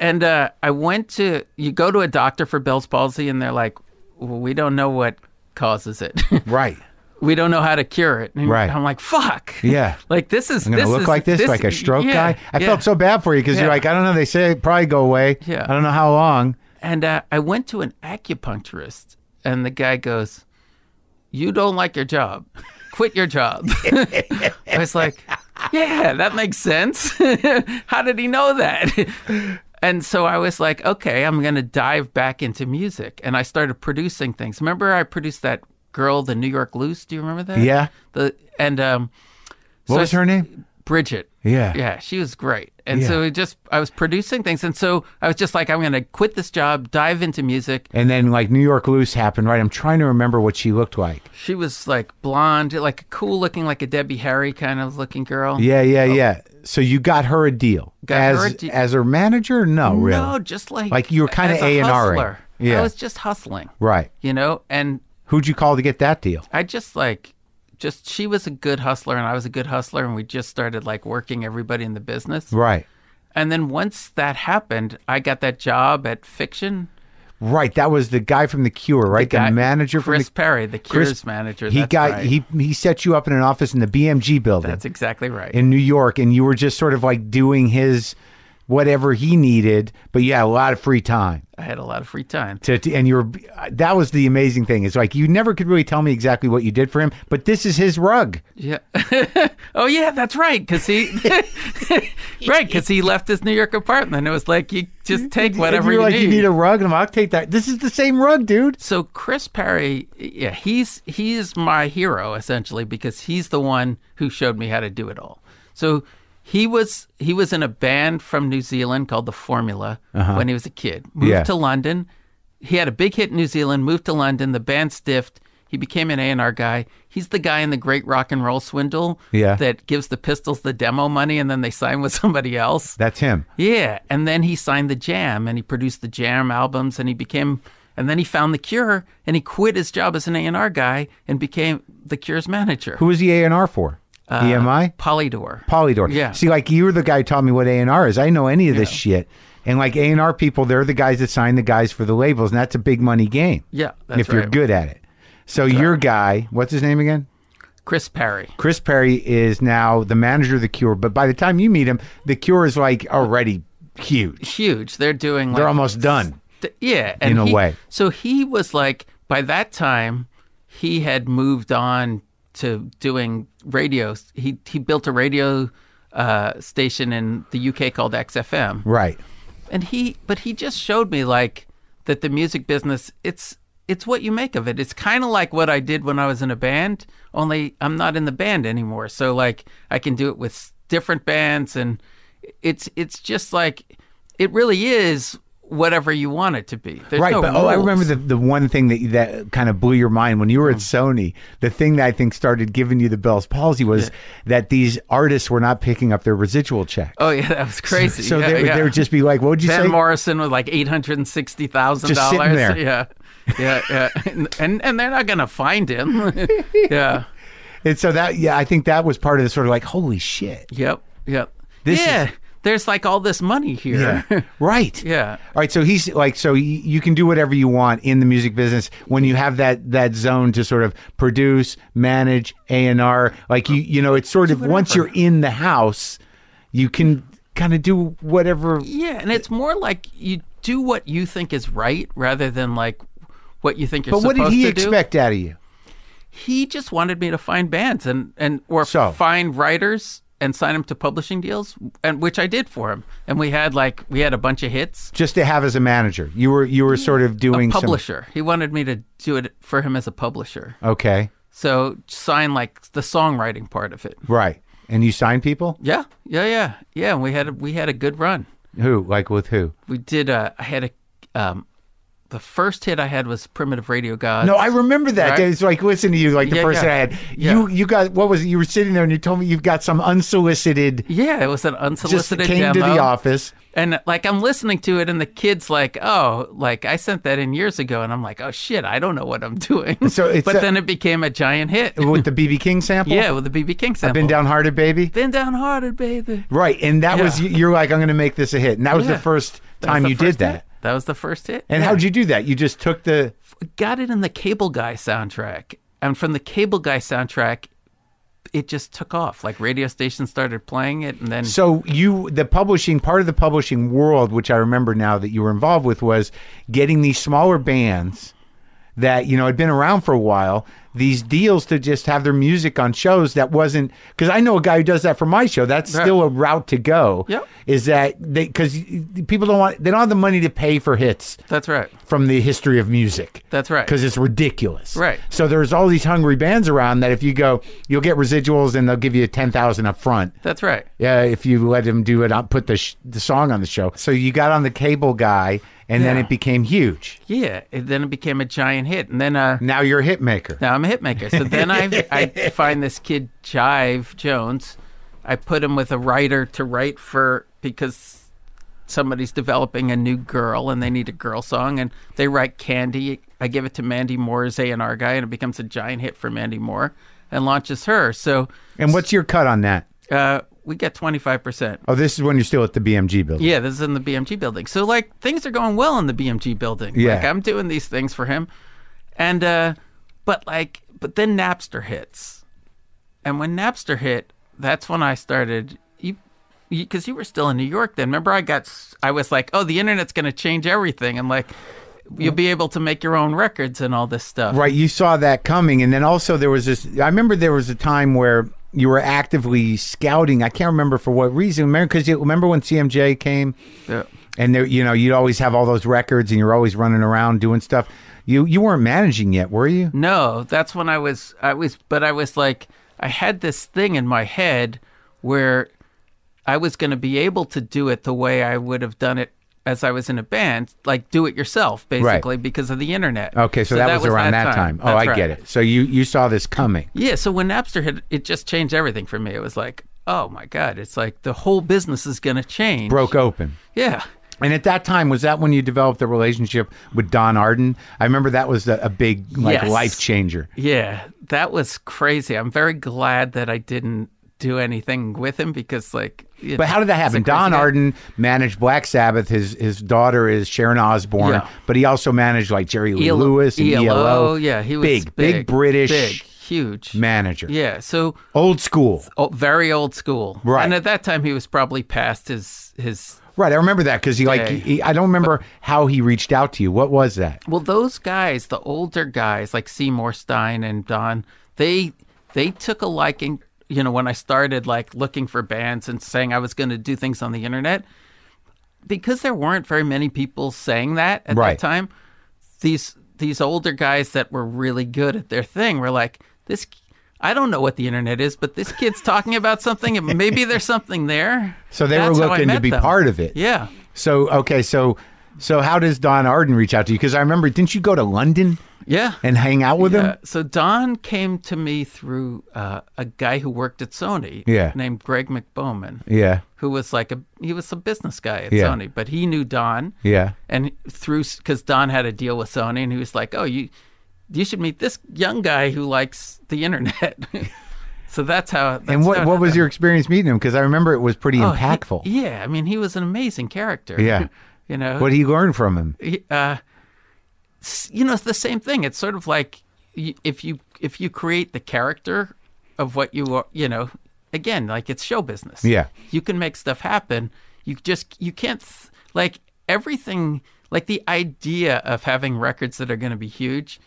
Speaker 2: And uh, I went to you go to a doctor for Bell's palsy and they're like, well, we don't know what causes it.
Speaker 1: Right.
Speaker 2: we don't know how to cure it. And
Speaker 1: Right.
Speaker 2: I'm like, fuck.
Speaker 1: Yeah.
Speaker 2: Like this is
Speaker 1: I'm gonna
Speaker 2: this
Speaker 1: look
Speaker 2: is-
Speaker 1: like this, like a stroke
Speaker 2: yeah,
Speaker 1: guy. I
Speaker 2: yeah.
Speaker 1: felt so bad for you because
Speaker 2: Yeah.
Speaker 1: you're like, I don't know. They say it probably go away.
Speaker 2: Yeah.
Speaker 1: I don't know how long.
Speaker 2: And uh, I went to an acupuncturist, and the guy goes, "You don't like your job. Quit your job." I was like, "Yeah, that makes sense." How did he know that? And so I was like, "Okay, I'm going to dive back into music." And I started producing things. Remember, I produced that girl, the New York Loose. Do you remember that?
Speaker 1: Yeah.
Speaker 2: The and um,
Speaker 1: What
Speaker 2: so
Speaker 1: was
Speaker 2: I-
Speaker 1: her name?
Speaker 2: Bridget.
Speaker 1: Yeah.
Speaker 2: Yeah, she was great. And so it just I was producing things and so I was just like I'm going to quit this job, dive into music.
Speaker 1: And then like New York Loose happened, right? I'm trying to remember what she looked like.
Speaker 2: She was like blonde, like cool looking like a Debbie Harry kind of looking girl.
Speaker 1: Yeah, yeah, yeah. So you got her a deal
Speaker 2: Oh. Got
Speaker 1: as
Speaker 2: her a de-
Speaker 1: as her manager? No, really.
Speaker 2: No, just like
Speaker 1: Like you were kinda
Speaker 2: as a
Speaker 1: A&R-ing.
Speaker 2: hustler.
Speaker 1: Yeah.
Speaker 2: I was just hustling.
Speaker 1: Right.
Speaker 2: You know, and
Speaker 1: Who'd you call to get that deal?
Speaker 2: I just like just she was a good hustler and I was a good hustler and we just started like working everybody in the business.
Speaker 1: Right.
Speaker 2: And then once that happened, I got that job at Fiction.
Speaker 1: Right. That was the guy from the Cure, right? The,
Speaker 2: guy-
Speaker 1: manager from
Speaker 2: Chris
Speaker 1: the
Speaker 2: Perry, the Cure's manager.
Speaker 1: He
Speaker 2: that's
Speaker 1: got
Speaker 2: right.
Speaker 1: he he set you up in an office in the BMG building
Speaker 2: That's exactly right.
Speaker 1: in New York, and you were just sort of like doing his whatever he needed, but you had a lot of free time.
Speaker 2: I had a lot of free time.
Speaker 1: to, to- and you were that was the amazing thing is like you never could really tell me exactly what you did for him but this is his rug
Speaker 2: Yeah. oh yeah, that's right. Because he, right, because he left his New York apartment. It was like you just take whatever
Speaker 1: and
Speaker 2: you
Speaker 1: you're like
Speaker 2: need.
Speaker 1: you need a rug and i'm like I'll take that this is the same rug dude
Speaker 2: so Chris Perry, yeah, he's he's my hero essentially because he's the one who showed me how to do it all. So he was he was in a band from New Zealand called the Formula when he was a kid. Moved
Speaker 1: Uh-huh. Yeah.
Speaker 2: to London. He had a big hit in New Zealand, moved to London, the band stiffed. He became an A&R guy. He's the guy in the great rock and roll swindle
Speaker 1: Yeah.
Speaker 2: that gives the Pistols the demo money and then they sign with somebody else.
Speaker 1: that's him
Speaker 2: Yeah, and then he signed the Jam, and he produced the Jam albums, and he became, and then he found the Cure, and he quit his job as an A and R guy and became the Cure's manager.
Speaker 1: who was the a&r for emi
Speaker 2: Polydor.
Speaker 1: polydor
Speaker 2: Uh, Yeah.
Speaker 1: see like you were the guy who taught me what a&r is i didn't know any of this shit and like a&r people they're the guys that sign the guys for the labels and that's a big money game
Speaker 2: Yeah, that's
Speaker 1: if you're
Speaker 2: right.
Speaker 1: good at it so your guy what's his name again
Speaker 2: Chris Perry.
Speaker 1: Chris Perry is now the manager of the Cure, but by the time you meet him, the Cure is like already huge.
Speaker 2: Huge. They're doing. Like,
Speaker 1: They're almost done.
Speaker 2: th- yeah, and
Speaker 1: in a
Speaker 2: he-
Speaker 1: way.
Speaker 2: So he was like, by that time, he had moved on to doing radio. He he built a radio uh, station in the UK called XFM.
Speaker 1: Right.
Speaker 2: and he but he just showed me like that the music business it's it's what you make of it it's kind of like what i did when i was in a band only i'm not in the band anymore so like i can do it with s- different bands and it's it's just like it really is whatever you want it to be There's
Speaker 1: Right.
Speaker 2: no
Speaker 1: but oh, I
Speaker 2: rules.
Speaker 1: remember the, the one thing that that kind of blew your mind when you were at
Speaker 2: Mm.
Speaker 1: Sony. The thing that I think started giving you the Bell's palsy was that these artists were not picking up their residual check.
Speaker 2: oh yeah that was crazy
Speaker 1: so
Speaker 2: yeah,
Speaker 1: they, would-
Speaker 2: yeah.
Speaker 1: they would just be like, "What would you
Speaker 2: ben
Speaker 1: say?"
Speaker 2: morrison was like eight hundred and sixty thousand
Speaker 1: Just sitting
Speaker 2: dollars
Speaker 1: there.
Speaker 2: yeah yeah yeah and, and and they're not gonna find him yeah
Speaker 1: And so that, yeah, I think that was part of the sort of like, "Holy shit!"
Speaker 2: Yep. Yep.
Speaker 1: This
Speaker 2: yeah.
Speaker 1: is-
Speaker 2: There's like all this money here. Yeah.
Speaker 1: Right. All right, so he's like, so y- you can do whatever you want in the music business when you have that that zone to sort of produce, manage, A and R. Like you, you know, it's sort of once you're in the house, you can kind of do whatever.
Speaker 2: Yeah. And it's more like you do what you think is right rather than like what you think you're
Speaker 1: But what
Speaker 2: supposed
Speaker 1: did he
Speaker 2: to do.
Speaker 1: expect out of you?
Speaker 2: He just wanted me to find bands and, and or
Speaker 1: So.
Speaker 2: find writers and sign them to publishing deals, and which I did for him. And we had like we had a bunch of hits.
Speaker 1: Just to have as a manager, you were you were sort of doing some-
Speaker 2: Publisher. He wanted me to do it for him as a publisher.
Speaker 1: okay,
Speaker 2: So sign like the songwriting part of it.
Speaker 1: right? And you sign people
Speaker 2: Yeah, yeah, yeah, yeah. And we had a, we had a good run.
Speaker 1: who, like with who?
Speaker 2: we did uh i had a um the first hit i had was primitive radio gods
Speaker 1: No, I remember that.
Speaker 2: Right.
Speaker 1: It's like listen to you, like the
Speaker 2: Yeah,
Speaker 1: first
Speaker 2: yeah.
Speaker 1: that I had.
Speaker 2: Yeah.
Speaker 1: You you got what was it? You were sitting there and you told me you've got some unsolicited.
Speaker 2: yeah it was an
Speaker 1: Just
Speaker 2: unsolicited
Speaker 1: came to
Speaker 2: demo.
Speaker 1: the office.
Speaker 2: and like i'm listening to it and the kid's like oh like i sent that in years ago and i'm like oh shit i don't know what i'm doing
Speaker 1: So it's
Speaker 2: but
Speaker 1: a-
Speaker 2: then it became a giant hit
Speaker 1: with the BB King sample.
Speaker 2: yeah with the bb king sample
Speaker 1: been downhearted, baby.
Speaker 2: been downhearted baby
Speaker 1: Right, and that was
Speaker 2: Yeah.
Speaker 1: you're like, I'm going to make this a hit, and that was
Speaker 2: Yeah.
Speaker 1: the first
Speaker 2: That was
Speaker 1: time
Speaker 2: the
Speaker 1: you did
Speaker 2: first
Speaker 1: that.
Speaker 2: hit. that was the first hit
Speaker 1: And how'd you do that? You just took the
Speaker 2: got it in the Cable Guy soundtrack, and from the Cable Guy soundtrack, it just took off. Like radio stations started playing it, and then
Speaker 1: so you the publishing part of the publishing world, which I remember now that you were involved with, was getting these smaller bands that you know had been around for a while these deals to just have their music on shows that wasn't because I know a guy who does that for my show. That's
Speaker 2: Right.
Speaker 1: still a route to go.
Speaker 2: Yep.
Speaker 1: Is that they because people don't want they don't have the money to pay for hits
Speaker 2: That's right.
Speaker 1: from the history of music.
Speaker 2: That's right.
Speaker 1: Because it's ridiculous.
Speaker 2: Right.
Speaker 1: So there's all these hungry bands around that if you go, you'll get residuals and they'll give you ten thousand up front.
Speaker 2: That's right.
Speaker 1: Yeah, if you let him do it, I'll put the sh- the song on the show. So you got on the cable guy, and then
Speaker 2: Yeah.
Speaker 1: it became huge.
Speaker 2: Yeah. And then it became a giant hit. And then uh,
Speaker 1: Now you're a hit maker.
Speaker 2: now I'm a hit maker. So then I, I find this kid, Jive Jones. I put him with a writer to write for because somebody's developing a new girl and they need a girl song and they write Candy. I give it to Mandy Moore as A&R guy and it becomes a giant hit for Mandy Moore and launches her. So
Speaker 1: And what's your cut on that?
Speaker 2: uh, we get 25%.
Speaker 1: Oh, this is when you're still at the BMG building.
Speaker 2: Yeah, this is in the BMG building. So like things are going well in the BMG building.
Speaker 1: Yeah.
Speaker 2: Like I'm doing these things for him. And uh but like but then Napster hits. And when Napster hit, that's when I started you because you, were still in New York then. Remember I got s- I was like, "Oh, the internet's going to change everything." And like you'll be able to make your own records and all this stuff.
Speaker 1: Right, you saw that coming, and then also there was this. I remember there was a time where you were actively scouting. I can't remember for what reason. Remember because remember when CMJ came,
Speaker 2: Yeah.
Speaker 1: and there you know you'd always have all those records, and you're always running around doing stuff. You you weren't managing yet, were you?
Speaker 2: No, that's when I was I was but I was like I had this thing in my head where I was going to be able to do it the way I would have done it as I was in a band, like do it yourself basically because of the internet.
Speaker 1: Okay, so, that, was, around that time. Oh,
Speaker 2: That's
Speaker 1: I
Speaker 2: right.
Speaker 1: get it. So you you saw this coming.
Speaker 2: Yeah, so when Napster hit, it just changed everything for me. It was like, oh my god, it's like the whole business is going to change.
Speaker 1: broke open.
Speaker 2: Yeah.
Speaker 1: And at that time, was that when you developed the relationship with Don Arden? I remember that was a, a big like
Speaker 2: Yes.
Speaker 1: life changer.
Speaker 2: Yeah, that was crazy. I'm very glad that I didn't do anything with him because like
Speaker 1: But how did that happen? Don Arden managed Black Sabbath. His his daughter is Sharon Osbourne,
Speaker 2: Yeah. E
Speaker 1: but he also managed like Jerry Lee
Speaker 2: ELO
Speaker 1: Lewis and ELO.
Speaker 2: Yeah, he was
Speaker 1: big,
Speaker 2: big,
Speaker 1: big British
Speaker 2: big, huge
Speaker 1: manager,
Speaker 2: Yeah, so
Speaker 1: old school.
Speaker 2: oh, very old school.
Speaker 1: Right.
Speaker 2: and at that time he was probably past his his.
Speaker 1: Right, I remember that because he like
Speaker 2: Day.
Speaker 1: he, I don't remember how he reached out to you. What was that?
Speaker 2: Well, those guys, the older guys like Seymour Stein and Don, they they took a liking. You know, when I started like looking for bands and saying I was going to do things on the internet, because there weren't very many people saying that at
Speaker 1: Right.
Speaker 2: that time. these these older guys that were really good at their thing were like this I don't know what the internet is, but this kid's talking about something and maybe there's something there.
Speaker 1: So they
Speaker 2: That's
Speaker 1: were
Speaker 2: how I
Speaker 1: looking to
Speaker 2: met
Speaker 1: be
Speaker 2: them.
Speaker 1: part of it.
Speaker 2: Yeah.
Speaker 1: So okay, so so how does Don Arden reach out to you? Because I remember, didn't you go to London
Speaker 2: Yeah.
Speaker 1: and hang out with
Speaker 2: Yeah.
Speaker 1: him?
Speaker 2: Uh, so Don came to me through uh, a guy who worked at Sony
Speaker 1: Yeah.
Speaker 2: named Greg McBowman,
Speaker 1: Yeah,
Speaker 2: who was like a he was a business guy at
Speaker 1: Yeah.
Speaker 2: Sony, but he knew Don.
Speaker 1: yeah.
Speaker 2: and through because Don had a deal with Sony, and he was like, "Oh, you, you should meet this young guy who likes the internet." so that's how. That's
Speaker 1: and
Speaker 2: how
Speaker 1: what
Speaker 2: it
Speaker 1: what was
Speaker 2: happened.
Speaker 1: your experience meeting him? Because I remember it was pretty
Speaker 2: Oh, he-
Speaker 1: impactful.
Speaker 2: yeah, I mean, he was an amazing character.
Speaker 1: Yeah.
Speaker 2: you know
Speaker 1: what he learned from him.
Speaker 2: he- uh, s- you know, it's the same thing. It's sort of like y- if you if you create the character of what you are, you know, again, like it's show business.
Speaker 1: Yeah.
Speaker 2: you can make stuff happen. You just you can't th- like everything. Like the idea of having records that are going to be huge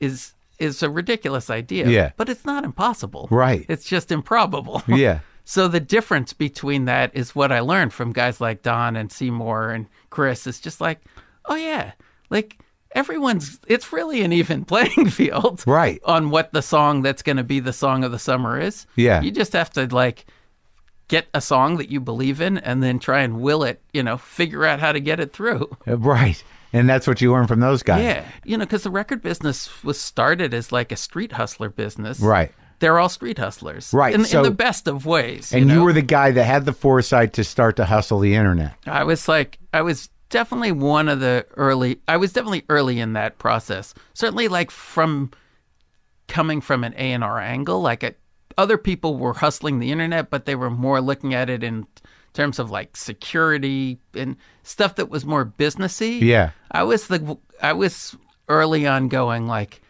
Speaker 2: is is a ridiculous idea.
Speaker 1: Yeah.
Speaker 2: but it's not impossible.
Speaker 1: Right.
Speaker 2: It's just improbable.
Speaker 1: Yeah.
Speaker 2: So the difference between that is what I learned from guys like Don and Seymour and Chris is just like, oh yeah, like everyone's it's really an even playing field
Speaker 1: Right.
Speaker 2: on what the song that's going to be the song of the summer is.
Speaker 1: Yeah.
Speaker 2: You just have to like get a song that you believe in and then try and will it, you know, figure out how to get it through.
Speaker 1: Uh, Right. And that's what you learned from those guys.
Speaker 2: Yeah. You know, cuz the record business was started as like a street hustler business.
Speaker 1: Right.
Speaker 2: They're all street hustlers.
Speaker 1: Right,
Speaker 2: In,
Speaker 1: so-
Speaker 2: in the best of ways.
Speaker 1: And you,
Speaker 2: know?
Speaker 1: were the guy that had the foresight to start to hustle the internet.
Speaker 2: I was like, I was definitely one of the early, I was definitely early in that process. Certainly, like from coming from an A&R angle, like I, other people were hustling the internet, but they were more looking at it in terms of like security and stuff that was more businessy.
Speaker 1: Yeah.
Speaker 2: I was the, I was early on going like,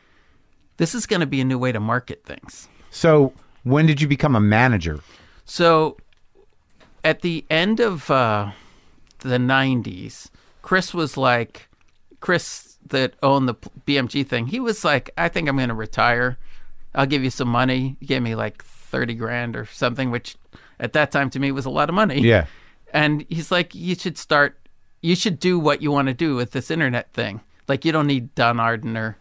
Speaker 2: this is going to be a new way to market things.
Speaker 1: So when did you become a manager?
Speaker 2: So, at the end of uh, the '90s, Chris was like, Chris that owned the BMG thing. He was like, I think I'm going to retire. I'll give you some money. He gave me like 30 grand or something, which at that time to me was a lot of money.
Speaker 1: Yeah.
Speaker 2: And he's like, you should start, you should do what you want to do with this internet thing. Like, you don't need Don Arden or,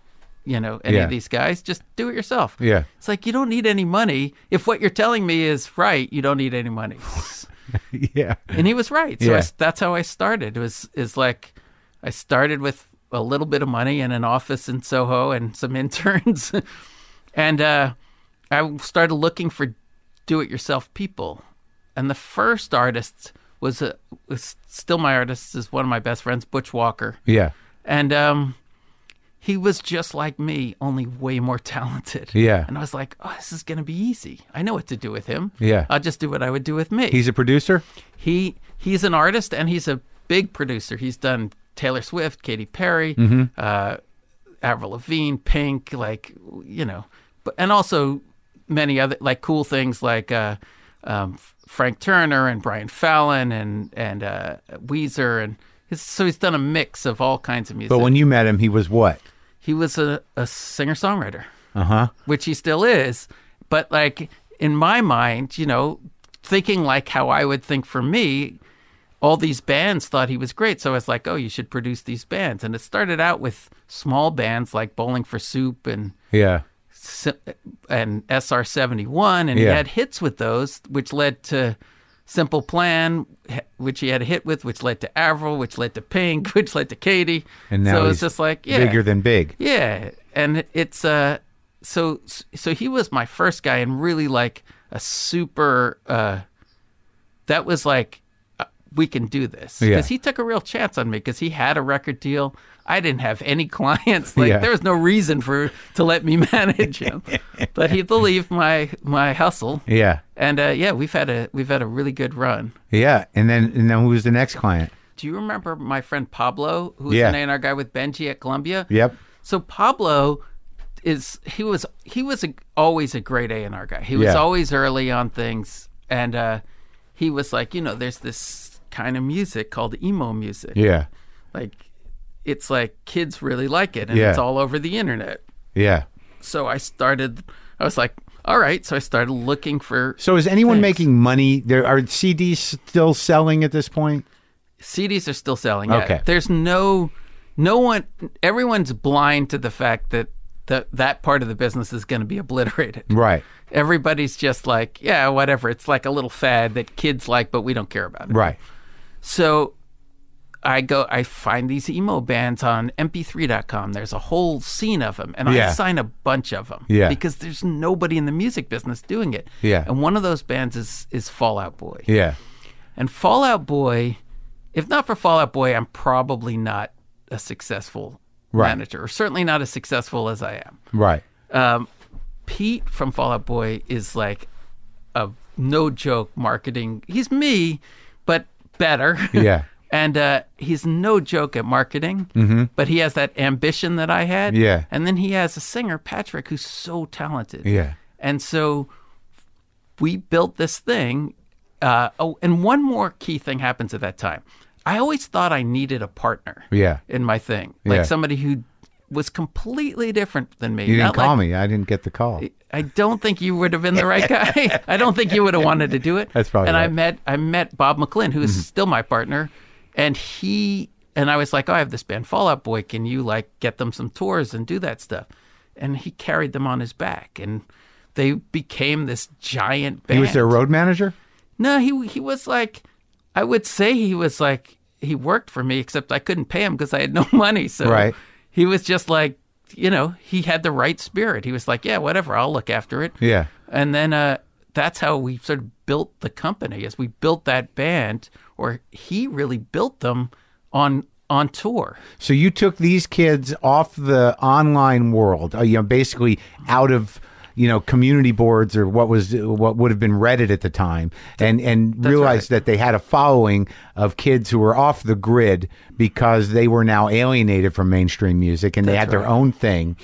Speaker 2: you know, any
Speaker 1: Yeah.
Speaker 2: of these guys. Just do it yourself.
Speaker 1: Yeah.
Speaker 2: It's like, you don't need any money. If what you're telling me is right, you don't need any money.
Speaker 1: yeah.
Speaker 2: and he was right. So I
Speaker 1: Yeah.
Speaker 2: s that's how I started. It was is like I started with a little bit of money and an office in Soho and some interns, and uh, I started looking for do-it-yourself people. And the first artist was, a, was still my artist is one of my best friends, Butch Walker,
Speaker 1: Yeah.
Speaker 2: and um, he was just like me, only way more talented.
Speaker 1: Yeah.
Speaker 2: And I was like, oh, this is going to be easy. I know what to do with him.
Speaker 1: Yeah.
Speaker 2: I'll just do what I would do with me
Speaker 1: He's a producer.
Speaker 2: he he's an artist and he's a big producer. He's done Taylor Swift, Katy Perry,
Speaker 1: Mm-hmm.
Speaker 2: uh, Avril Lavigne, Pink, like you know, but and also many other like cool things like uh, um, F- Frank Turner and Brian Fallon and and uh, Weezer and his, so he's done a mix of all kinds of music.
Speaker 1: But when you met him, he was what?
Speaker 2: he was a, a singer songwriter
Speaker 1: Uh huh.
Speaker 2: which he still is. But like in my mind, you know, thinking like how I would think for me, all these bands thought he was great. So I was like, oh, you should produce these bands. And it started out with small bands like Bowling for Soup and
Speaker 1: Yeah.
Speaker 2: Si- and SR seventy one, and he
Speaker 1: Yeah.
Speaker 2: had hits with those, which led to Simple Plan, h- which he had a hit with, which led to Avril, which led to Pink, which led to Katie.
Speaker 1: And now
Speaker 2: so
Speaker 1: he's
Speaker 2: it's just like yeah,
Speaker 1: Bigger than big.
Speaker 2: yeah, and it's uh so so he was my first guy and really like a super uh that was like uh, we can do this
Speaker 1: Yeah.
Speaker 2: because he took a real chance on me because he had a record deal. I didn't have any clients. Like
Speaker 1: Yeah.
Speaker 2: there was no reason for to let me manage him, but he believed my my hustle.
Speaker 1: Yeah.
Speaker 2: And uh, yeah, we've had a we've had a really good run.
Speaker 1: Yeah. And then and then who was the next client?
Speaker 2: Do you remember my friend Pablo, who was
Speaker 1: Yeah.
Speaker 2: an A&R guy with Benji at Columbia?
Speaker 1: Yep.
Speaker 2: So Pablo is he was he was a, always a great A and R guy. He was
Speaker 1: Yeah.
Speaker 2: always early on things, and uh, he was like, you know, there's this kind of music called emo music.
Speaker 1: Yeah.
Speaker 2: Like, it's like kids really like it, and
Speaker 1: Yeah.
Speaker 2: it's all over the internet.
Speaker 1: Yeah.
Speaker 2: So I started. I was like, all right. So I started looking for
Speaker 1: So is anyone
Speaker 2: Thanks.
Speaker 1: making money? There are CDs still selling at this point?
Speaker 2: CDs are still selling. Yeah.
Speaker 1: Okay.
Speaker 2: There's no, no one. Everyone's blind to the fact that that that part of the business is going to be obliterated.
Speaker 1: Right.
Speaker 2: Everybody's just like, yeah, whatever. It's like a little fad that kids like, but we don't care about it.
Speaker 1: Right.
Speaker 2: So I go, I find these emo bands on mp3.com. There's a whole scene of them, and
Speaker 1: Yeah.
Speaker 2: I sign a bunch of them
Speaker 1: Yeah.
Speaker 2: because there's nobody in the music business doing it.
Speaker 1: Yeah.
Speaker 2: And one of those bands is is Fallout Boy.
Speaker 1: Yeah.
Speaker 2: And Fallout Boy, if not for Fallout Boy, I'm probably not a successful
Speaker 1: Right.
Speaker 2: manager, or certainly not as successful as I am.
Speaker 1: Right.
Speaker 2: Um, Pete from Fallout Boy is like a no joke marketing. He's me, but better.
Speaker 1: Yeah. Mm-hmm.
Speaker 2: and uh, he's no joke at marketing, but he has that ambition that I had.
Speaker 1: Yeah.
Speaker 2: And then he has a singer, Patrick, who's so talented.
Speaker 1: Yeah.
Speaker 2: And so we built this thing. Uh, oh, and one more key thing happens at that time. I always thought I needed a partner.
Speaker 1: Yeah.
Speaker 2: In my thing, like
Speaker 1: Yeah.
Speaker 2: somebody who was completely different than me.
Speaker 1: You didn't
Speaker 2: Not like-
Speaker 1: call me. I didn't get the call.
Speaker 2: I don't think you would have been the right guy. I don't think you would have wanted to do it.
Speaker 1: That's probably
Speaker 2: And I
Speaker 1: right. Mm-hmm.
Speaker 2: met I met Bob McClinn, who is still my partner, and he and I was like, "Oh, I have this band Fallout Boy. Can you like get them some tours and do that stuff?" And he carried them on his back, and they became this giant band.
Speaker 1: He was their road manager?
Speaker 2: No, he he was like, I would say he was like he worked for me, except I couldn't pay him because I had no money. So
Speaker 1: Right.
Speaker 2: he was just like, you know, he had the right spirit. He was like, yeah, whatever, I'll look after it.
Speaker 1: Yeah.
Speaker 2: And then uh, that's how we sort of built the company, as we built that band, or he really built them on on tour.
Speaker 1: So you took these kids off the online world, uh, you know, basically out of you know community boards or what was what would have been Reddit at the time, and and realized that they had a following of kids who were off the grid because they were now alienated from mainstream music and they had their own thing,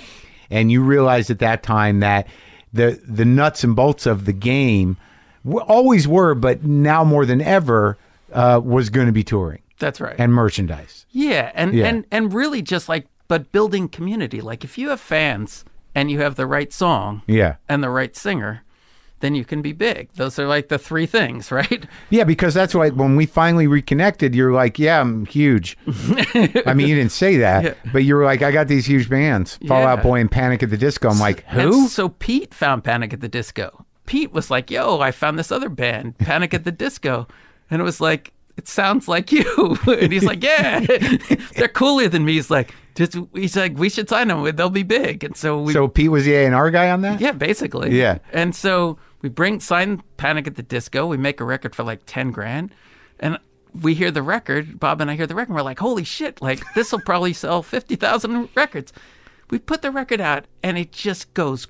Speaker 1: and you realized at that time that the the nuts and bolts of the game w- always were, but now more than ever uh, was going to be touring
Speaker 2: That's right.
Speaker 1: and merchandise.
Speaker 2: Yeah, and
Speaker 1: Yeah.
Speaker 2: and and really just like but building community. Like if you have fans and you have the right song
Speaker 1: Yeah.
Speaker 2: and the right singer, then you can be big. Those are like the three things, right?
Speaker 1: Yeah, because that's why when we finally reconnected, you're like, yeah, I'm huge. I mean, you didn't say that, but you were like, I got these huge bands, Fallout
Speaker 2: Yeah.
Speaker 1: Boy and Panic at the Disco. I'm like, who?
Speaker 2: And so Pete found Panic at the Disco. Pete was like, "Yo, I found this other band, Panic at the Disco," and it was like, "It sounds like you." and he's like, "Yeah, they're cooler than me." He's like, "Just," he's like, "We should sign them. They'll be big." And so we,
Speaker 1: So Pete was the A and R guy on that.
Speaker 2: yeah, basically,
Speaker 1: Yeah.
Speaker 2: And so we bring sign Panic at the Disco. We make a record for like ten grand, and. We hear the record, Bob and I hear the record, and we're like, holy shit, like this will probably sell 50,000 records. We put the record out, and it just goes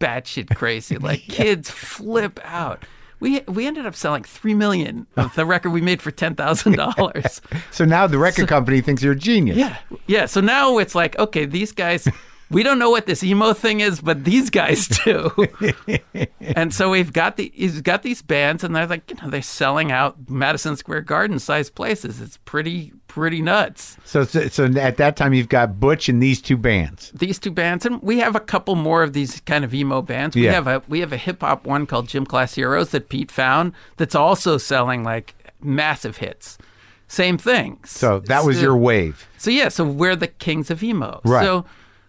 Speaker 2: batshit crazy. Like kids flip out. We we ended up selling three million of the record we made for ten thousand dollars.
Speaker 1: So now the record company thinks you're a genius.
Speaker 2: Yeah, yeah. So now it's like, okay, these guys. We don't know what this emo thing is, but these guys do. and so we've got the he's got these bands, and they're like, you know, they're selling out Madison Square Garden sized places. It's pretty pretty nuts.
Speaker 1: So, so so at that time you've got Butch and these two bands.
Speaker 2: these two bands, and we have a couple more of these kind of emo bands. We
Speaker 1: Yeah.
Speaker 2: have a we have a hip hop one called Gym Class Heroes that Pete found that's also selling like massive hits. Same thing.
Speaker 1: So that was
Speaker 2: So-
Speaker 1: your wave.
Speaker 2: So yeah, so we're the kings of emo.
Speaker 1: Right.
Speaker 2: So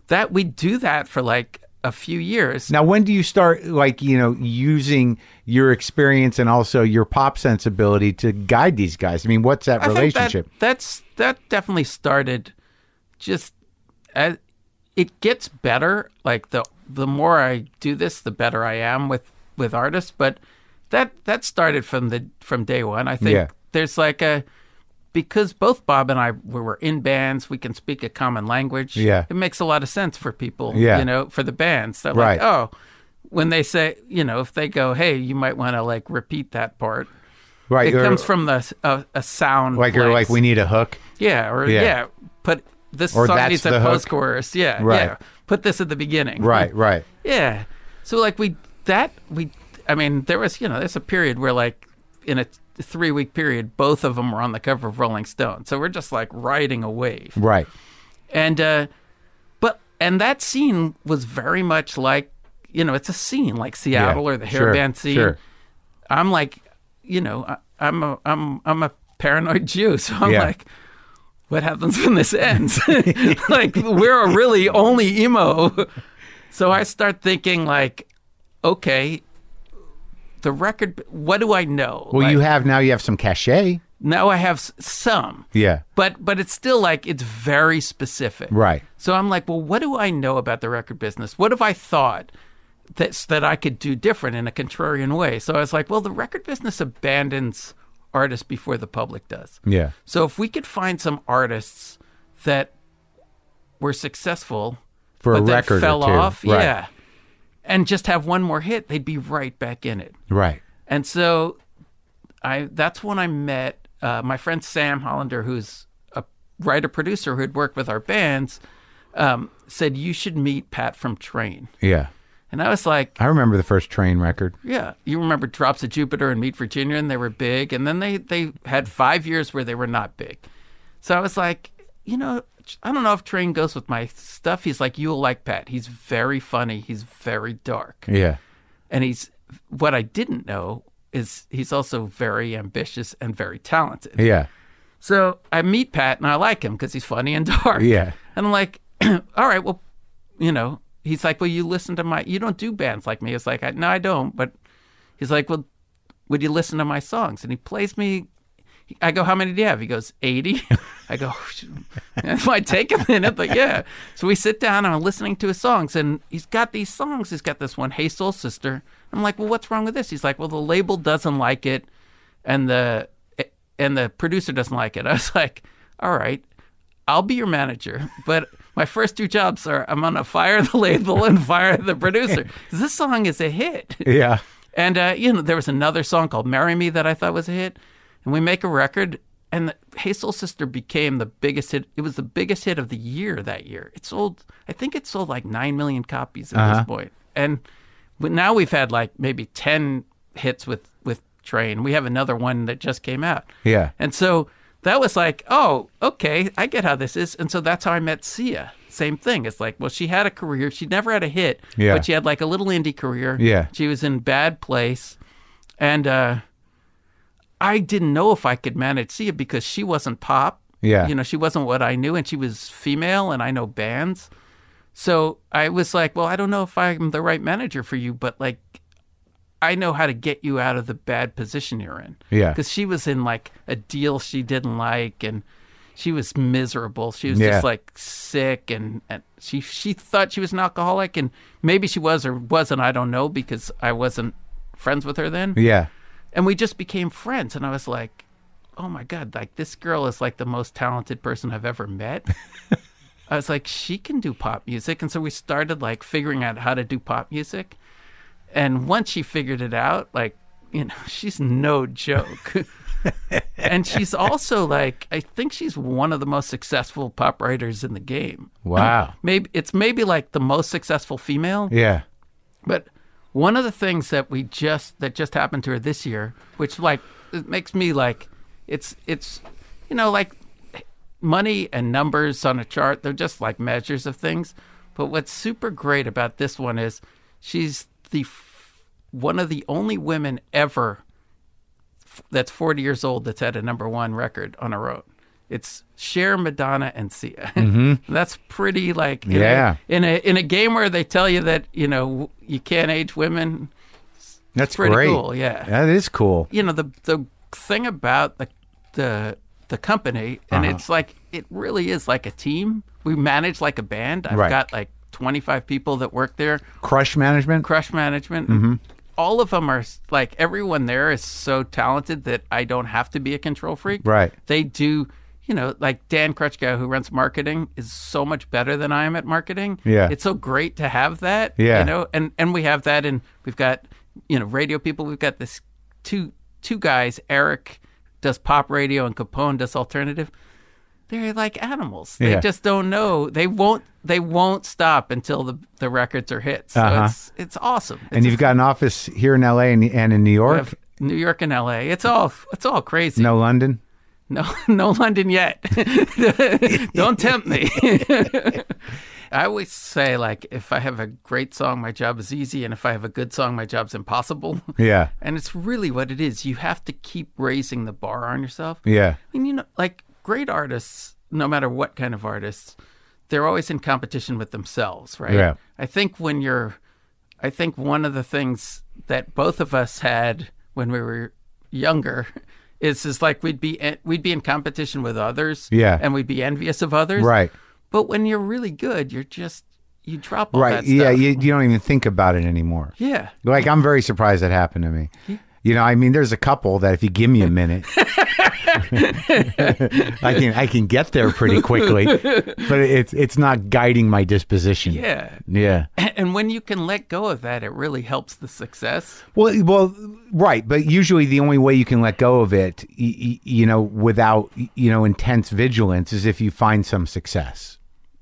Speaker 2: that we do that for like a few years.
Speaker 1: Now, when do you start like you know using your experience and also your pop sensibility to guide these guys? I mean, what's that relationship?
Speaker 2: Think that, that's that definitely started just as it gets better. Like the the more I do this, the better I am with with artists. But that that started from the from day one. I think
Speaker 1: Yeah.
Speaker 2: there's like a because both Bob and I we were in bands, we can speak a common language.
Speaker 1: Yeah.
Speaker 2: It makes a lot of sense for people.
Speaker 1: Yeah.
Speaker 2: You know, for the bands. They're
Speaker 1: Right.
Speaker 2: like, oh, when they say, you know, if they go, hey, you might want to like repeat that part.
Speaker 1: right,
Speaker 2: It
Speaker 1: or-
Speaker 2: comes from the a, a sound
Speaker 1: like you're like
Speaker 2: place.
Speaker 1: we need a hook.
Speaker 2: Yeah, or
Speaker 1: Yeah.
Speaker 2: yeah, put this
Speaker 1: Or
Speaker 2: song
Speaker 1: that's
Speaker 2: needs
Speaker 1: the
Speaker 2: a
Speaker 1: hook.
Speaker 2: post chorus. Yeah,
Speaker 1: Right.
Speaker 2: yeah. Put this at the beginning.
Speaker 1: Right, right.
Speaker 2: Yeah. So like we that we I mean there was you know there's a period where like in a three week period both of them were on the cover of Rolling Stone. So we're just like riding a wave.
Speaker 1: Right.
Speaker 2: And uh but and that scene was very much like you know it's a scene like Seattle or the hair
Speaker 1: sure,
Speaker 2: band scene.
Speaker 1: sure.
Speaker 2: I'm like, you know, I, I'm a I'm I'm a paranoid Jew, so I'm
Speaker 1: Yeah.
Speaker 2: like, what happens when this ends? like we're really only emo. So I start thinking like, okay, the record. What do I know?
Speaker 1: Well,
Speaker 2: Like,
Speaker 1: you have now. You have some cachet.
Speaker 2: now I have s- some.
Speaker 1: Yeah.
Speaker 2: But but it's still like it's very specific.
Speaker 1: Right.
Speaker 2: So I'm like, well, what do I know about the record business? What have I thought that's that I could do different in a contrarian way? So I was like, well, the record business abandons artists before the public does.
Speaker 1: Yeah.
Speaker 2: So if we could find some artists that were successful
Speaker 1: For a
Speaker 2: but then
Speaker 1: record or
Speaker 2: fell
Speaker 1: two.
Speaker 2: off,
Speaker 1: Right.
Speaker 2: yeah. And just have one more hit, they'd be right back in it.
Speaker 1: Right.
Speaker 2: And so, I that's when I met uh, my friend Sam Hollander, who's a writer producer who had worked with our bands. Um, said you should meet Pat from Train,
Speaker 1: Yeah.
Speaker 2: and I was like,
Speaker 1: I remember the first train record.
Speaker 2: yeah, you remember Drops of Jupiter and Meet Virginia, and they were big, and then they they had five years where they were not big. So I was like, you know, I don't know if Train goes with my stuff. He's like, you'll like Pat. He's very funny. He's very dark.
Speaker 1: Yeah.
Speaker 2: And he's what I didn't know is he's also very ambitious and very talented.
Speaker 1: Yeah.
Speaker 2: So I meet Pat and I like him because he's funny and dark.
Speaker 1: Yeah.
Speaker 2: And I'm like, all right, well, you know, he's like, well, you listen to my, you don't do bands like me. It's like, I, no, I don't. But he's like, well, would you listen to my songs? And he plays me. I go, how many do you have? He goes, 80. I go, it might take a minute, but yeah. So we sit down and I'm listening to his songs, and he's got these songs. He's got this one, Hey Soul Sister. I'm like, well, what's wrong with this? He's like, well, the label doesn't like it, and the and the producer doesn't like it. I was like, all right, I'll be your manager, but my first two jobs are I'm gonna fire the label and fire the producer. 'Cause This song is a hit.
Speaker 1: Yeah.
Speaker 2: And uh, you know, there was another song called "Marry Me" that I thought was a hit, and we make a record. And the "Hey Soul Sister" became the biggest hit. It was the biggest hit of the year that year. It sold, I think, it sold like nine million copies at this point. And but now we've had like maybe ten hits with with Train. We have another one that just came out.
Speaker 1: Yeah.
Speaker 2: And so that was like, oh, okay, I get how this is. And so that's how I met Sia. same thing. It's like, well, she had a career. She never had a hit,
Speaker 1: Yeah.
Speaker 2: but she had like a little indie career.
Speaker 1: Yeah.
Speaker 2: She was in bad place. And uh, I didn't know if I could manage Sia because she wasn't pop.
Speaker 1: Yeah.
Speaker 2: You know, she wasn't what I knew and she was female and I know bands. So I was like, well, I don't know if I'm the right manager for you, but like, I know how to get you out of the bad position you're in.
Speaker 1: Yeah.
Speaker 2: Because she was in like a deal she didn't like and she was miserable. She was
Speaker 1: Yeah.
Speaker 2: just like sick and, and she she thought she was an alcoholic and maybe she was or wasn't, I don't know, because I wasn't friends with her then.
Speaker 1: Yeah.
Speaker 2: And we just became friends and I was like, Oh my god, like this girl is like the most talented person I've ever met. I was like, she can do pop music. And so we started like figuring out how to do pop music. And once she figured it out, like, you know, she's no joke. and she's also like, I think she's one of the most successful pop writers in the game.
Speaker 1: Wow.
Speaker 2: Maybe it's maybe like the most successful female.
Speaker 1: Yeah.
Speaker 2: But one of the things that we just that just happened to her this year, which like it makes me like it's it's you know like money and numbers on a chart, they're just like measures of things. But what's super great about this one is she's the f- one of the only women ever f- that's 40 years old that's had a number one record on her own. It's Cher, Madonna, and Sia. that's pretty like in
Speaker 1: Mm-hmm. Yeah.
Speaker 2: A, in a in a game where they tell you that you know you can't age women,
Speaker 1: That's
Speaker 2: pretty
Speaker 1: great.
Speaker 2: cool. Yeah
Speaker 1: That is cool.
Speaker 2: you know the the thing about the the the company and it's like it really is like a team we manage like a band i've
Speaker 1: Right.
Speaker 2: got like 25 people that work there
Speaker 1: Crush management.
Speaker 2: crush management
Speaker 1: Mm-hmm.
Speaker 2: all of them are s- like everyone there is so talented that i don't have to be a control freak
Speaker 1: Right.
Speaker 2: they do you know like dan crutchkow who runs marketing is so much better than i am at marketing
Speaker 1: Yeah.
Speaker 2: it's so great to have that
Speaker 1: Yeah.
Speaker 2: you know and and we have that and we've got you know radio people we've got this two two guys eric does pop radio and capone does alternative they're like animals they
Speaker 1: Yeah.
Speaker 2: just don't know they won't they won't stop until the the records are hits so it's it's awesome It's
Speaker 1: Uh-huh. and you've got an office here in LA and, and in New
Speaker 2: we
Speaker 1: York.
Speaker 2: have New York and L.A. It's all it's all crazy.
Speaker 1: no London.
Speaker 2: no, no London yet. Don't tempt me. I always say like, if I have a great song, my job is easy, and if I have a good song, my job's impossible.
Speaker 1: Yeah.
Speaker 2: And it's really what it is. You have to keep raising the bar on yourself.
Speaker 1: Yeah.
Speaker 2: I mean, you know, like great artists, no matter what kind of artists, they're always in competition with themselves, right?
Speaker 1: Yeah.
Speaker 2: I think when you're, I think one of the things that both of us had when we were younger is is like we'd be en- we'd be in competition with others,
Speaker 1: Yeah.
Speaker 2: and we'd be envious of others,
Speaker 1: Right.
Speaker 2: But when you're really good, you're just you drop all
Speaker 1: Right.
Speaker 2: that
Speaker 1: Yeah.
Speaker 2: stuff.
Speaker 1: You, you don't even think about it anymore.
Speaker 2: yeah.
Speaker 1: Like I'm very surprised that happened to me. You know, I mean, there's a couple that if you give me a minute, I can I can get there pretty quickly. But it's it's not guiding my disposition.
Speaker 2: Yeah.
Speaker 1: Yeah.
Speaker 2: And when you can let go of that, it really helps the success.
Speaker 1: Well, well, right. But usually the only way you can let go of it, y- y- you know, without y- you know intense vigilance, is if you find some success.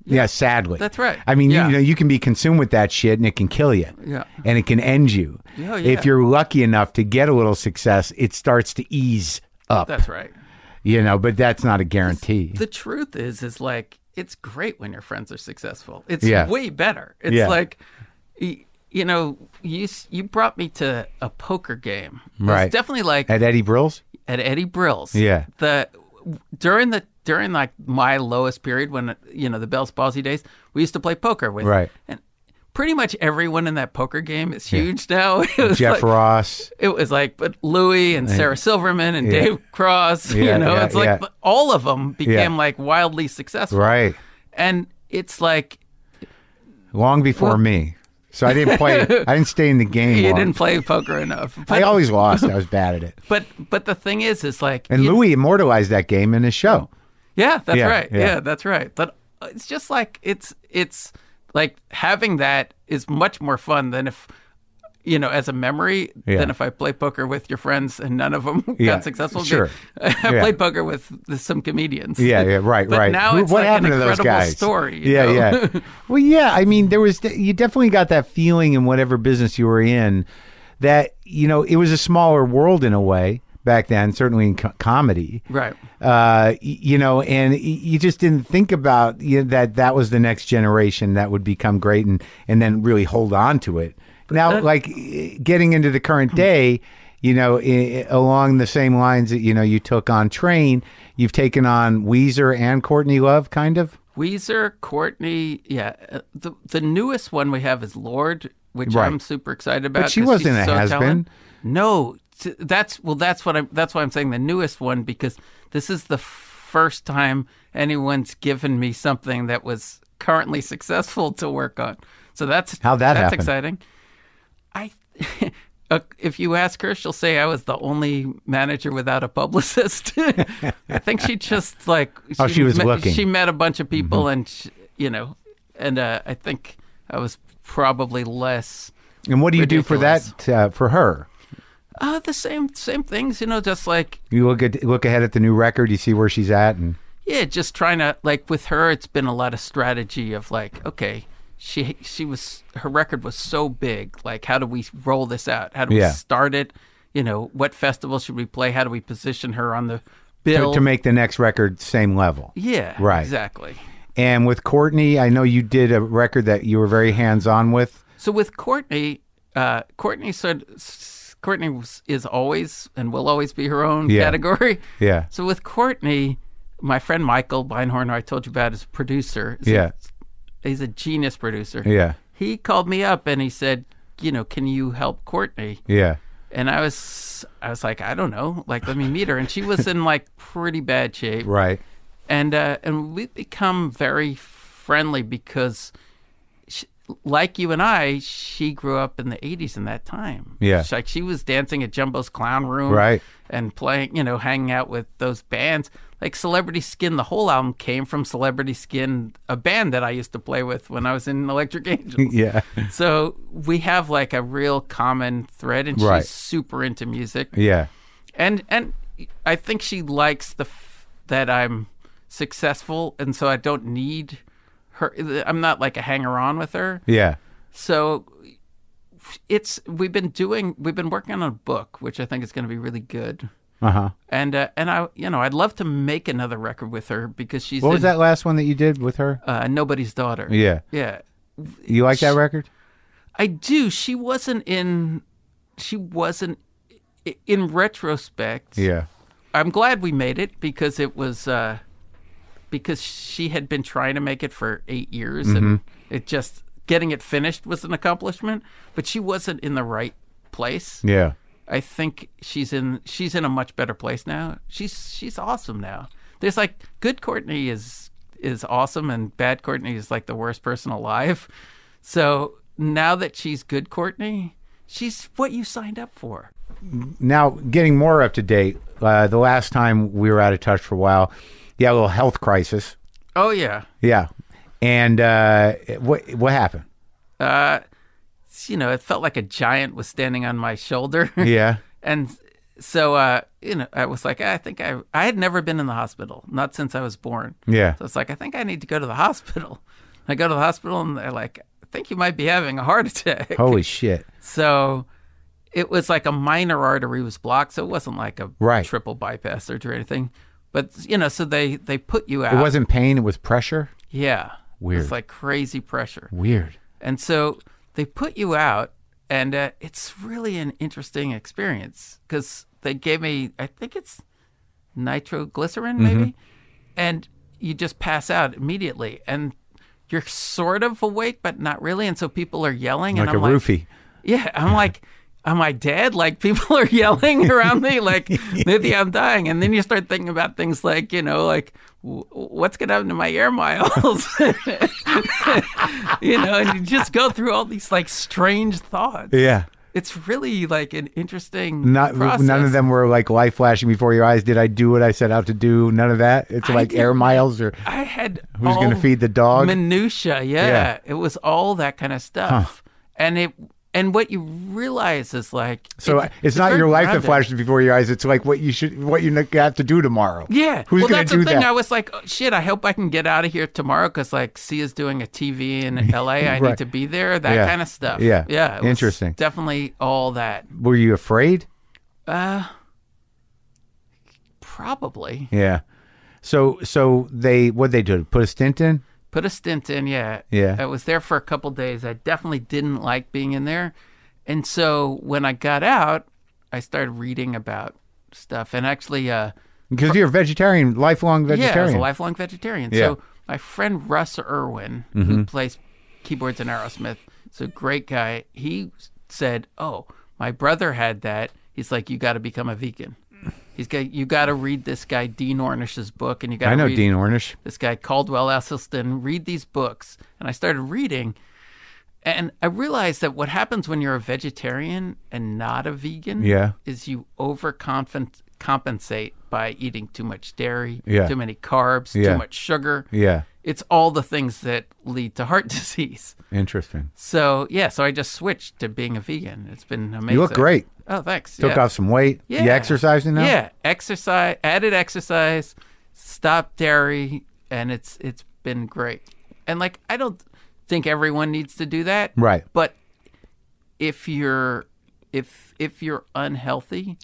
Speaker 1: Yeah, sadly.
Speaker 2: That's right.
Speaker 1: I mean,
Speaker 2: Yeah.
Speaker 1: you know, you can be consumed with that shit and it can kill you.
Speaker 2: Yeah.
Speaker 1: And it can end you.
Speaker 2: Yeah, yeah.
Speaker 1: If you're lucky enough to get a little success, it starts to ease up,
Speaker 2: That's right.
Speaker 1: you know, but that's not a guarantee.
Speaker 2: the truth is is like it's great when your friends are successful it's
Speaker 1: Yeah.
Speaker 2: way better it's
Speaker 1: Yeah.
Speaker 2: like y- you know you s- you brought me to a poker game
Speaker 1: Right.
Speaker 2: it's definitely like
Speaker 1: At Eddie Brill's?
Speaker 2: at Eddie Brill's.
Speaker 1: Yeah.
Speaker 2: The during the during like my lowest period when you know the Bell's palsy days, we used to play poker with
Speaker 1: Right.
Speaker 2: and pretty much everyone in that poker game is huge now. It was
Speaker 1: Jeff
Speaker 2: like,
Speaker 1: Ross.
Speaker 2: It was like but Louis and Sarah Silverman and Dave Cross.
Speaker 1: Yeah,
Speaker 2: you know,
Speaker 1: yeah,
Speaker 2: it's like
Speaker 1: yeah.
Speaker 2: but all of them became like wildly successful,
Speaker 1: Right.
Speaker 2: and it's like
Speaker 1: Long before me. So I didn't play, I didn't stay in the game.
Speaker 2: you
Speaker 1: long.
Speaker 2: didn't play poker enough. But,
Speaker 1: I always lost. I was bad at it.
Speaker 2: but but the thing is, is like
Speaker 1: And
Speaker 2: you- Oh.
Speaker 1: Louis immortalized that game in his show.
Speaker 2: Yeah, that's
Speaker 1: Yeah,
Speaker 2: right.
Speaker 1: yeah.
Speaker 2: Yeah. that's right. But uh, it's just like it's it's like having that is much more fun than if you know as a memory
Speaker 1: Yeah.
Speaker 2: than if I play poker with your friends and none of them got
Speaker 1: Yeah,
Speaker 2: successful.
Speaker 1: sure.
Speaker 2: I
Speaker 1: Yeah.
Speaker 2: played poker with some comedians.
Speaker 1: Yeah, yeah, right,
Speaker 2: But
Speaker 1: right.
Speaker 2: Now
Speaker 1: Who-
Speaker 2: it's
Speaker 1: what
Speaker 2: like
Speaker 1: happened
Speaker 2: an
Speaker 1: to those
Speaker 2: incredible
Speaker 1: guys?
Speaker 2: story. you
Speaker 1: yeah,
Speaker 2: know?
Speaker 1: yeah. Well, yeah. I mean, there was you definitely got that feeling in whatever business you were in that you know it was a smaller world in a way, back then, certainly in co- comedy.
Speaker 2: Right.
Speaker 1: Uh, y- you know, and y- you just didn't think about you know, that that was the next generation that would become great and, and then really hold on to it. Now, like eh, getting into the current day, you know, i- i- along the same lines that, you know, you took on Train, you've taken on Weezer and Courtney Love, kind of.
Speaker 2: Weezer, Courtney, yeah. uh, The the newest one we have is Lord, which
Speaker 1: Right.
Speaker 2: I'm super excited about.
Speaker 1: she
Speaker 2: 'cause
Speaker 1: wasn't
Speaker 2: she's
Speaker 1: a
Speaker 2: so
Speaker 1: has-been.
Speaker 2: talented. No, t- that's well, that's what I'm. That's why I'm saying the newest one because this is the first time anyone's given me something that was currently successful to work on. So that's
Speaker 1: How'd that
Speaker 2: that's
Speaker 1: happen?
Speaker 2: exciting. I. uh, If you ask her, she'll say I was the only manager without a publicist. I think she just like
Speaker 1: Oh, she was
Speaker 2: met,
Speaker 1: looking. Mm-hmm.
Speaker 2: She met a bunch of people, and sh you know, and uh, I think I was probably less.
Speaker 1: And what do you
Speaker 2: Ridiculous.
Speaker 1: do for that, uh, for her?
Speaker 2: Uh, the same same things, you know, just like
Speaker 1: You look at look ahead at the new record, you see where she's at, and
Speaker 2: yeah, just trying to like with her. It's been a lot of strategy of like, okay, she she was her record was so big. Like, how do we roll this out? How do
Speaker 1: Yeah.
Speaker 2: we start it? You know, what festival should we play? How do we position her on the
Speaker 1: to,
Speaker 2: bill
Speaker 1: to make the next record same level.
Speaker 2: Yeah,
Speaker 1: Right.
Speaker 2: exactly.
Speaker 1: And with Courtney, I know you did a record that you were very hands on with.
Speaker 2: So with Courtney, uh, Courtney said s- Courtney was, is always and will always be her own
Speaker 1: Yeah.
Speaker 2: category.
Speaker 1: Yeah.
Speaker 2: So with Courtney, my friend Michael Beinhorn, who I told you about, is a producer. He's a-
Speaker 1: Yeah.
Speaker 2: he's a genius producer.
Speaker 1: Yeah.
Speaker 2: He called me up and he said, you know, can you help Courtney?
Speaker 1: Yeah.
Speaker 2: And I was I was like, I don't know, like let me meet her. And she was in like pretty bad shape
Speaker 1: Right.
Speaker 2: and uh, and we become very friendly because, she, like you and I, she grew up in the '80s in that time.
Speaker 1: Yeah.
Speaker 2: She- like she was dancing at Jumbo's Clown Room,
Speaker 1: Right.
Speaker 2: and playing, you know, hanging out with those bands. Like Celebrity Skin, the whole album came from Celebrity Skin, a band that I used to play with when I was in Electric Angels.
Speaker 1: Yeah.
Speaker 2: So we have like a real common thread, and
Speaker 1: Right.
Speaker 2: she's super into music
Speaker 1: Yeah.
Speaker 2: and and I think she likes the f- that I'm successful, and so I don't need her. I'm not like a hanger on with her.
Speaker 1: Yeah.
Speaker 2: So it's we've been doing we've been working on a book, which I think is going to be really good.
Speaker 1: Uh huh.
Speaker 2: And uh, and I you know I'd love to make another record with her because she's
Speaker 1: What was
Speaker 2: in,
Speaker 1: that last one that you did with her?
Speaker 2: Uh, Nobody's daughter.
Speaker 1: Yeah.
Speaker 2: yeah.
Speaker 1: You like that record?
Speaker 2: I do. She wasn't in. She wasn't i- in retrospect.
Speaker 1: Yeah.
Speaker 2: I'm glad we made it because it was uh, because she had been trying to make it for eight years, and it just getting it finished was an accomplishment. But she wasn't in the right place.
Speaker 1: Yeah.
Speaker 2: I think she's in she's in a much better place now. She's she's awesome now. There's like good Courtney is is awesome and bad Courtney is like the worst person alive. So now that she's good Courtney, she's what you signed up for.
Speaker 1: Now, getting more up to date, uh, the last time we were out of touch for a while, yeah, a little health crisis.
Speaker 2: Oh yeah.
Speaker 1: Yeah. And uh, what what happened?
Speaker 2: Uh you know, it felt like a giant was standing on my shoulder.
Speaker 1: Yeah.
Speaker 2: and so uh, you know, I was like, I think I I had never been in the hospital, not since I was born.
Speaker 1: Yeah.
Speaker 2: So it's like, I think I need to go to the hospital. I go to the hospital and they're like, I think you might be having a heart attack.
Speaker 1: Holy shit.
Speaker 2: So it was like a minor artery was blocked. So it wasn't like a
Speaker 1: Right.
Speaker 2: triple bypass surgery or anything. But, you know, so they, they put you out.
Speaker 1: It wasn't pain, it was pressure.
Speaker 2: Yeah.
Speaker 1: Weird.
Speaker 2: It's like crazy pressure.
Speaker 1: Weird.
Speaker 2: And so they put you out, and uh, it's really an interesting experience because they gave me, I think it's nitroglycerin,
Speaker 1: Mm-hmm.
Speaker 2: maybe, and you just pass out immediately, and you're sort of awake, but not really. And so people are yelling,
Speaker 1: Like
Speaker 2: and I'm
Speaker 1: a
Speaker 2: like,
Speaker 1: roofie.
Speaker 2: yeah, I'm like, am I dead? Like people are yelling around me, like maybe I'm dying. And then you start thinking about things like, you know, like w- what's going to happen to my air miles, you know, and you just go through all these like strange thoughts.
Speaker 1: Yeah.
Speaker 2: It's really like an interesting
Speaker 1: Not
Speaker 2: process.
Speaker 1: none of them were like life flashing before your eyes. Did I do what I set out to do? None of that. It's
Speaker 2: I
Speaker 1: like air
Speaker 2: didn't-
Speaker 1: miles or
Speaker 2: I had
Speaker 1: who's going to
Speaker 2: all
Speaker 1: feed the dog?
Speaker 2: minutia. Yeah,
Speaker 1: Yeah.
Speaker 2: it was all that kind of stuff, and it and what you realize is like
Speaker 1: so
Speaker 2: it-
Speaker 1: it's, not
Speaker 2: very
Speaker 1: your life that
Speaker 2: grounded.
Speaker 1: flashes before your eyes. It's like what you should, what you have to do tomorrow.
Speaker 2: Yeah.
Speaker 1: Who's
Speaker 2: well,
Speaker 1: going
Speaker 2: that's
Speaker 1: to do
Speaker 2: the thing.
Speaker 1: that?
Speaker 2: I was like, oh, shit, I hope I can get out of here tomorrow because, like, Sia's doing a TV in LA. I
Speaker 1: Right.
Speaker 2: need to be there. That
Speaker 1: Yeah.
Speaker 2: kind of stuff.
Speaker 1: Yeah.
Speaker 2: Yeah. it was
Speaker 1: Interesting.
Speaker 2: Definitely all that.
Speaker 1: were you afraid?
Speaker 2: Uh, Probably.
Speaker 1: Yeah. So so they what they do? Put a stint in?
Speaker 2: Put a stint in, yeah.
Speaker 1: Yeah.
Speaker 2: I was there for a couple days. I definitely didn't like being in there. And so when I got out, I started reading about stuff. And actually, uh,
Speaker 1: Because you're a vegetarian, lifelong
Speaker 2: yeah, I was
Speaker 1: vegetarian.
Speaker 2: a lifelong vegetarian.
Speaker 1: Yeah. Mm-hmm.
Speaker 2: So my friend Russ Irwin, who plays keyboards in Aerosmith, is a great guy. He said, "Oh, my brother had that." He's like, "You got to become a vegan." He's got you got to read this guy Dean Ornish's book, and you got
Speaker 1: I
Speaker 2: to
Speaker 1: know
Speaker 2: read
Speaker 1: Dean Ornish.
Speaker 2: this guy Caldwell Esselstyn, read these books. And I started reading. And I realized that what happens when you're a vegetarian and not a vegan
Speaker 1: Yeah.
Speaker 2: is you overcompensate by eating too much dairy,
Speaker 1: Yeah.
Speaker 2: too many carbs,
Speaker 1: Yeah.
Speaker 2: too much sugar.
Speaker 1: Yeah.
Speaker 2: It's all the things that lead to heart disease.
Speaker 1: Interesting.
Speaker 2: So, yeah, so I just switched to being a vegan. It's been amazing.
Speaker 1: You look great.
Speaker 2: Oh, thanks.
Speaker 1: Took
Speaker 2: yeah.
Speaker 1: off some weight. You
Speaker 2: Yeah.
Speaker 1: exercising now?
Speaker 2: Yeah, exercise, added exercise, stopped dairy, and it's it's been great. And like I don't think everyone needs to do that.
Speaker 1: Right.
Speaker 2: But if you're if if you're unhealthy,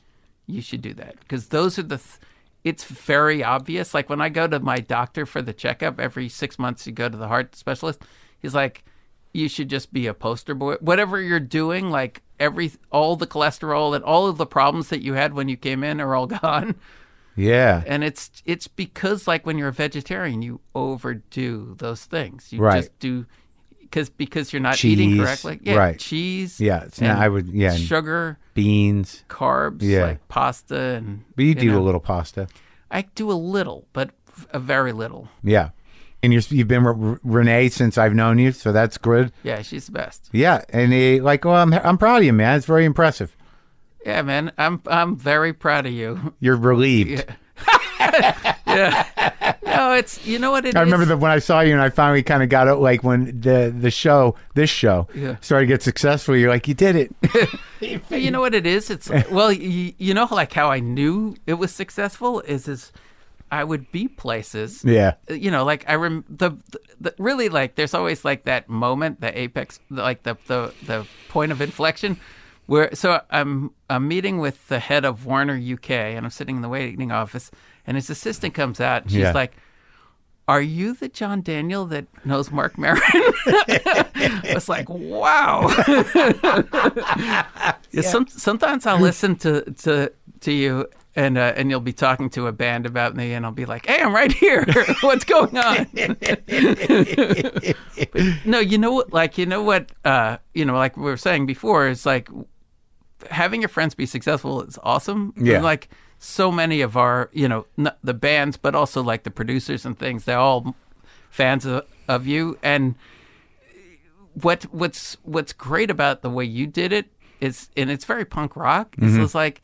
Speaker 2: you should do that because those are the th- it's very obvious. Like when I go to my doctor for the checkup every 6 months you go to the heart specialist, he's like you should just be a poster boy. Whatever you're doing, like every all the cholesterol and all of the problems that you had when you came in are all gone.
Speaker 1: Yeah.
Speaker 2: And it's it's because like when you're a vegetarian, you overdo those things. You
Speaker 1: Right.
Speaker 2: just do because because you're not eating
Speaker 1: Cheese,
Speaker 2: correctly. Yeah,
Speaker 1: right.
Speaker 2: cheese.
Speaker 1: Yeah, it's not-
Speaker 2: and
Speaker 1: I would- yeah, and-
Speaker 2: Sugar,
Speaker 1: Beans.
Speaker 2: carbs,
Speaker 1: Yeah.
Speaker 2: like pasta and
Speaker 1: But you, do
Speaker 2: know,
Speaker 1: a little pasta.
Speaker 2: I do a little, but f- a very little.
Speaker 1: Yeah. And you're, you've been with Renee since I've known you, so that's good.
Speaker 2: Yeah, she's the best.
Speaker 1: Yeah, and he like, well, I'm I'm proud of you, man. It's very impressive.
Speaker 2: Yeah, man. I'm I'm very proud of you.
Speaker 1: You're relieved.
Speaker 2: No, it's you know what it is.
Speaker 1: I remember that when I saw you and I finally kind of got it. Like when the the show, this show,
Speaker 2: Yeah.
Speaker 1: started to get successful, you're like, you did it.
Speaker 2: But you know what it is? It's well, you, you know, like how I knew it was successful is is I would be places.
Speaker 1: yeah,
Speaker 2: Uh, You know, like I rem the, the, the really like there's always like that moment, the apex, the, like the the the point of inflection, where so I'm I'm meeting with the head of Warner UK, and I'm sitting in the waiting office, and his assistant comes out, and she's
Speaker 1: Yeah.
Speaker 2: like, "Are you the John Daniel that knows Mark Maron?" I was like, "Wow." Yeah, Some, sometimes I'll listen to, to to you and uh, and you'll be talking to a band about me and I'll be like, "Hey, I'm right here. What's going on?" But no, you know what? Like you know what? Uh, you know, like we were saying before, is like having your friends be successful is awesome.
Speaker 1: Yeah.
Speaker 2: And, like so many of our, you know, n- the bands, but also like the producers and things, they're all fans of, of you and what what's what's great about the way you did it is and it's very punk rock is
Speaker 1: Mm-hmm.
Speaker 2: it's like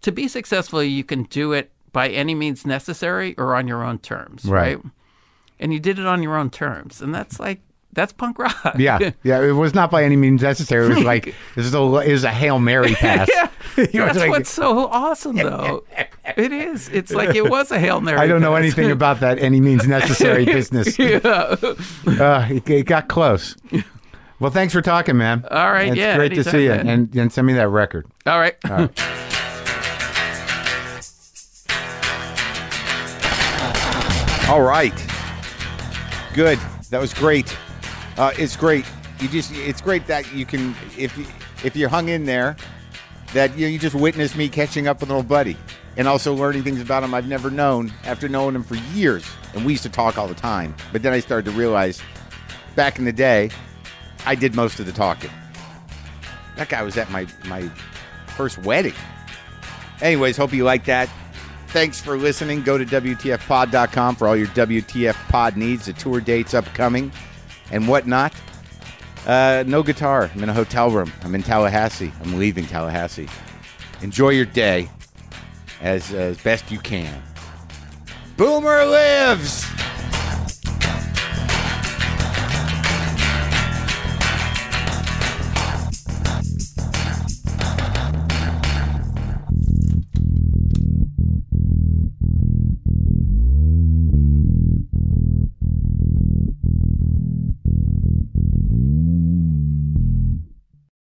Speaker 2: to be successful you can do it by any means necessary or on your own terms
Speaker 1: Right.
Speaker 2: right, and you did it on your own terms and that's like that's punk rock
Speaker 1: yeah, yeah. It was not by any means necessary. It was like this is a it was a hail mary pass.
Speaker 2: yeah
Speaker 1: You know, it's
Speaker 2: that's
Speaker 1: like,
Speaker 2: what's so awesome though it is it's like it was a hail mary
Speaker 1: I don't know
Speaker 2: pass.
Speaker 1: anything about that any means necessary business.
Speaker 2: yeah
Speaker 1: Uh, it, it got close. Well, thanks for talking, man.
Speaker 2: All right,
Speaker 1: it's
Speaker 2: yeah,
Speaker 1: great to see
Speaker 2: anytime,
Speaker 1: you,
Speaker 2: man.
Speaker 1: and and send me that record.
Speaker 2: all right
Speaker 5: All right. Good. That was great. Uh, it's great. You just it's great that you can if you if you're hung in there that you, you just witnessed me catching up with an old buddy and also learning things about him I've never known after knowing him for years and we used to talk all the time but then I started to realize back in the day I did most of the talking that guy was at my my first wedding anyways hope you like that Thanks for listening. Go to WTFpod.com for all your WTF pod needs, the tour dates upcoming, and whatnot. Uh, no guitar. I'm in a hotel room. I'm in Tallahassee. I'm leaving Tallahassee. Enjoy your uh, day as, as best you can. Boomer lives!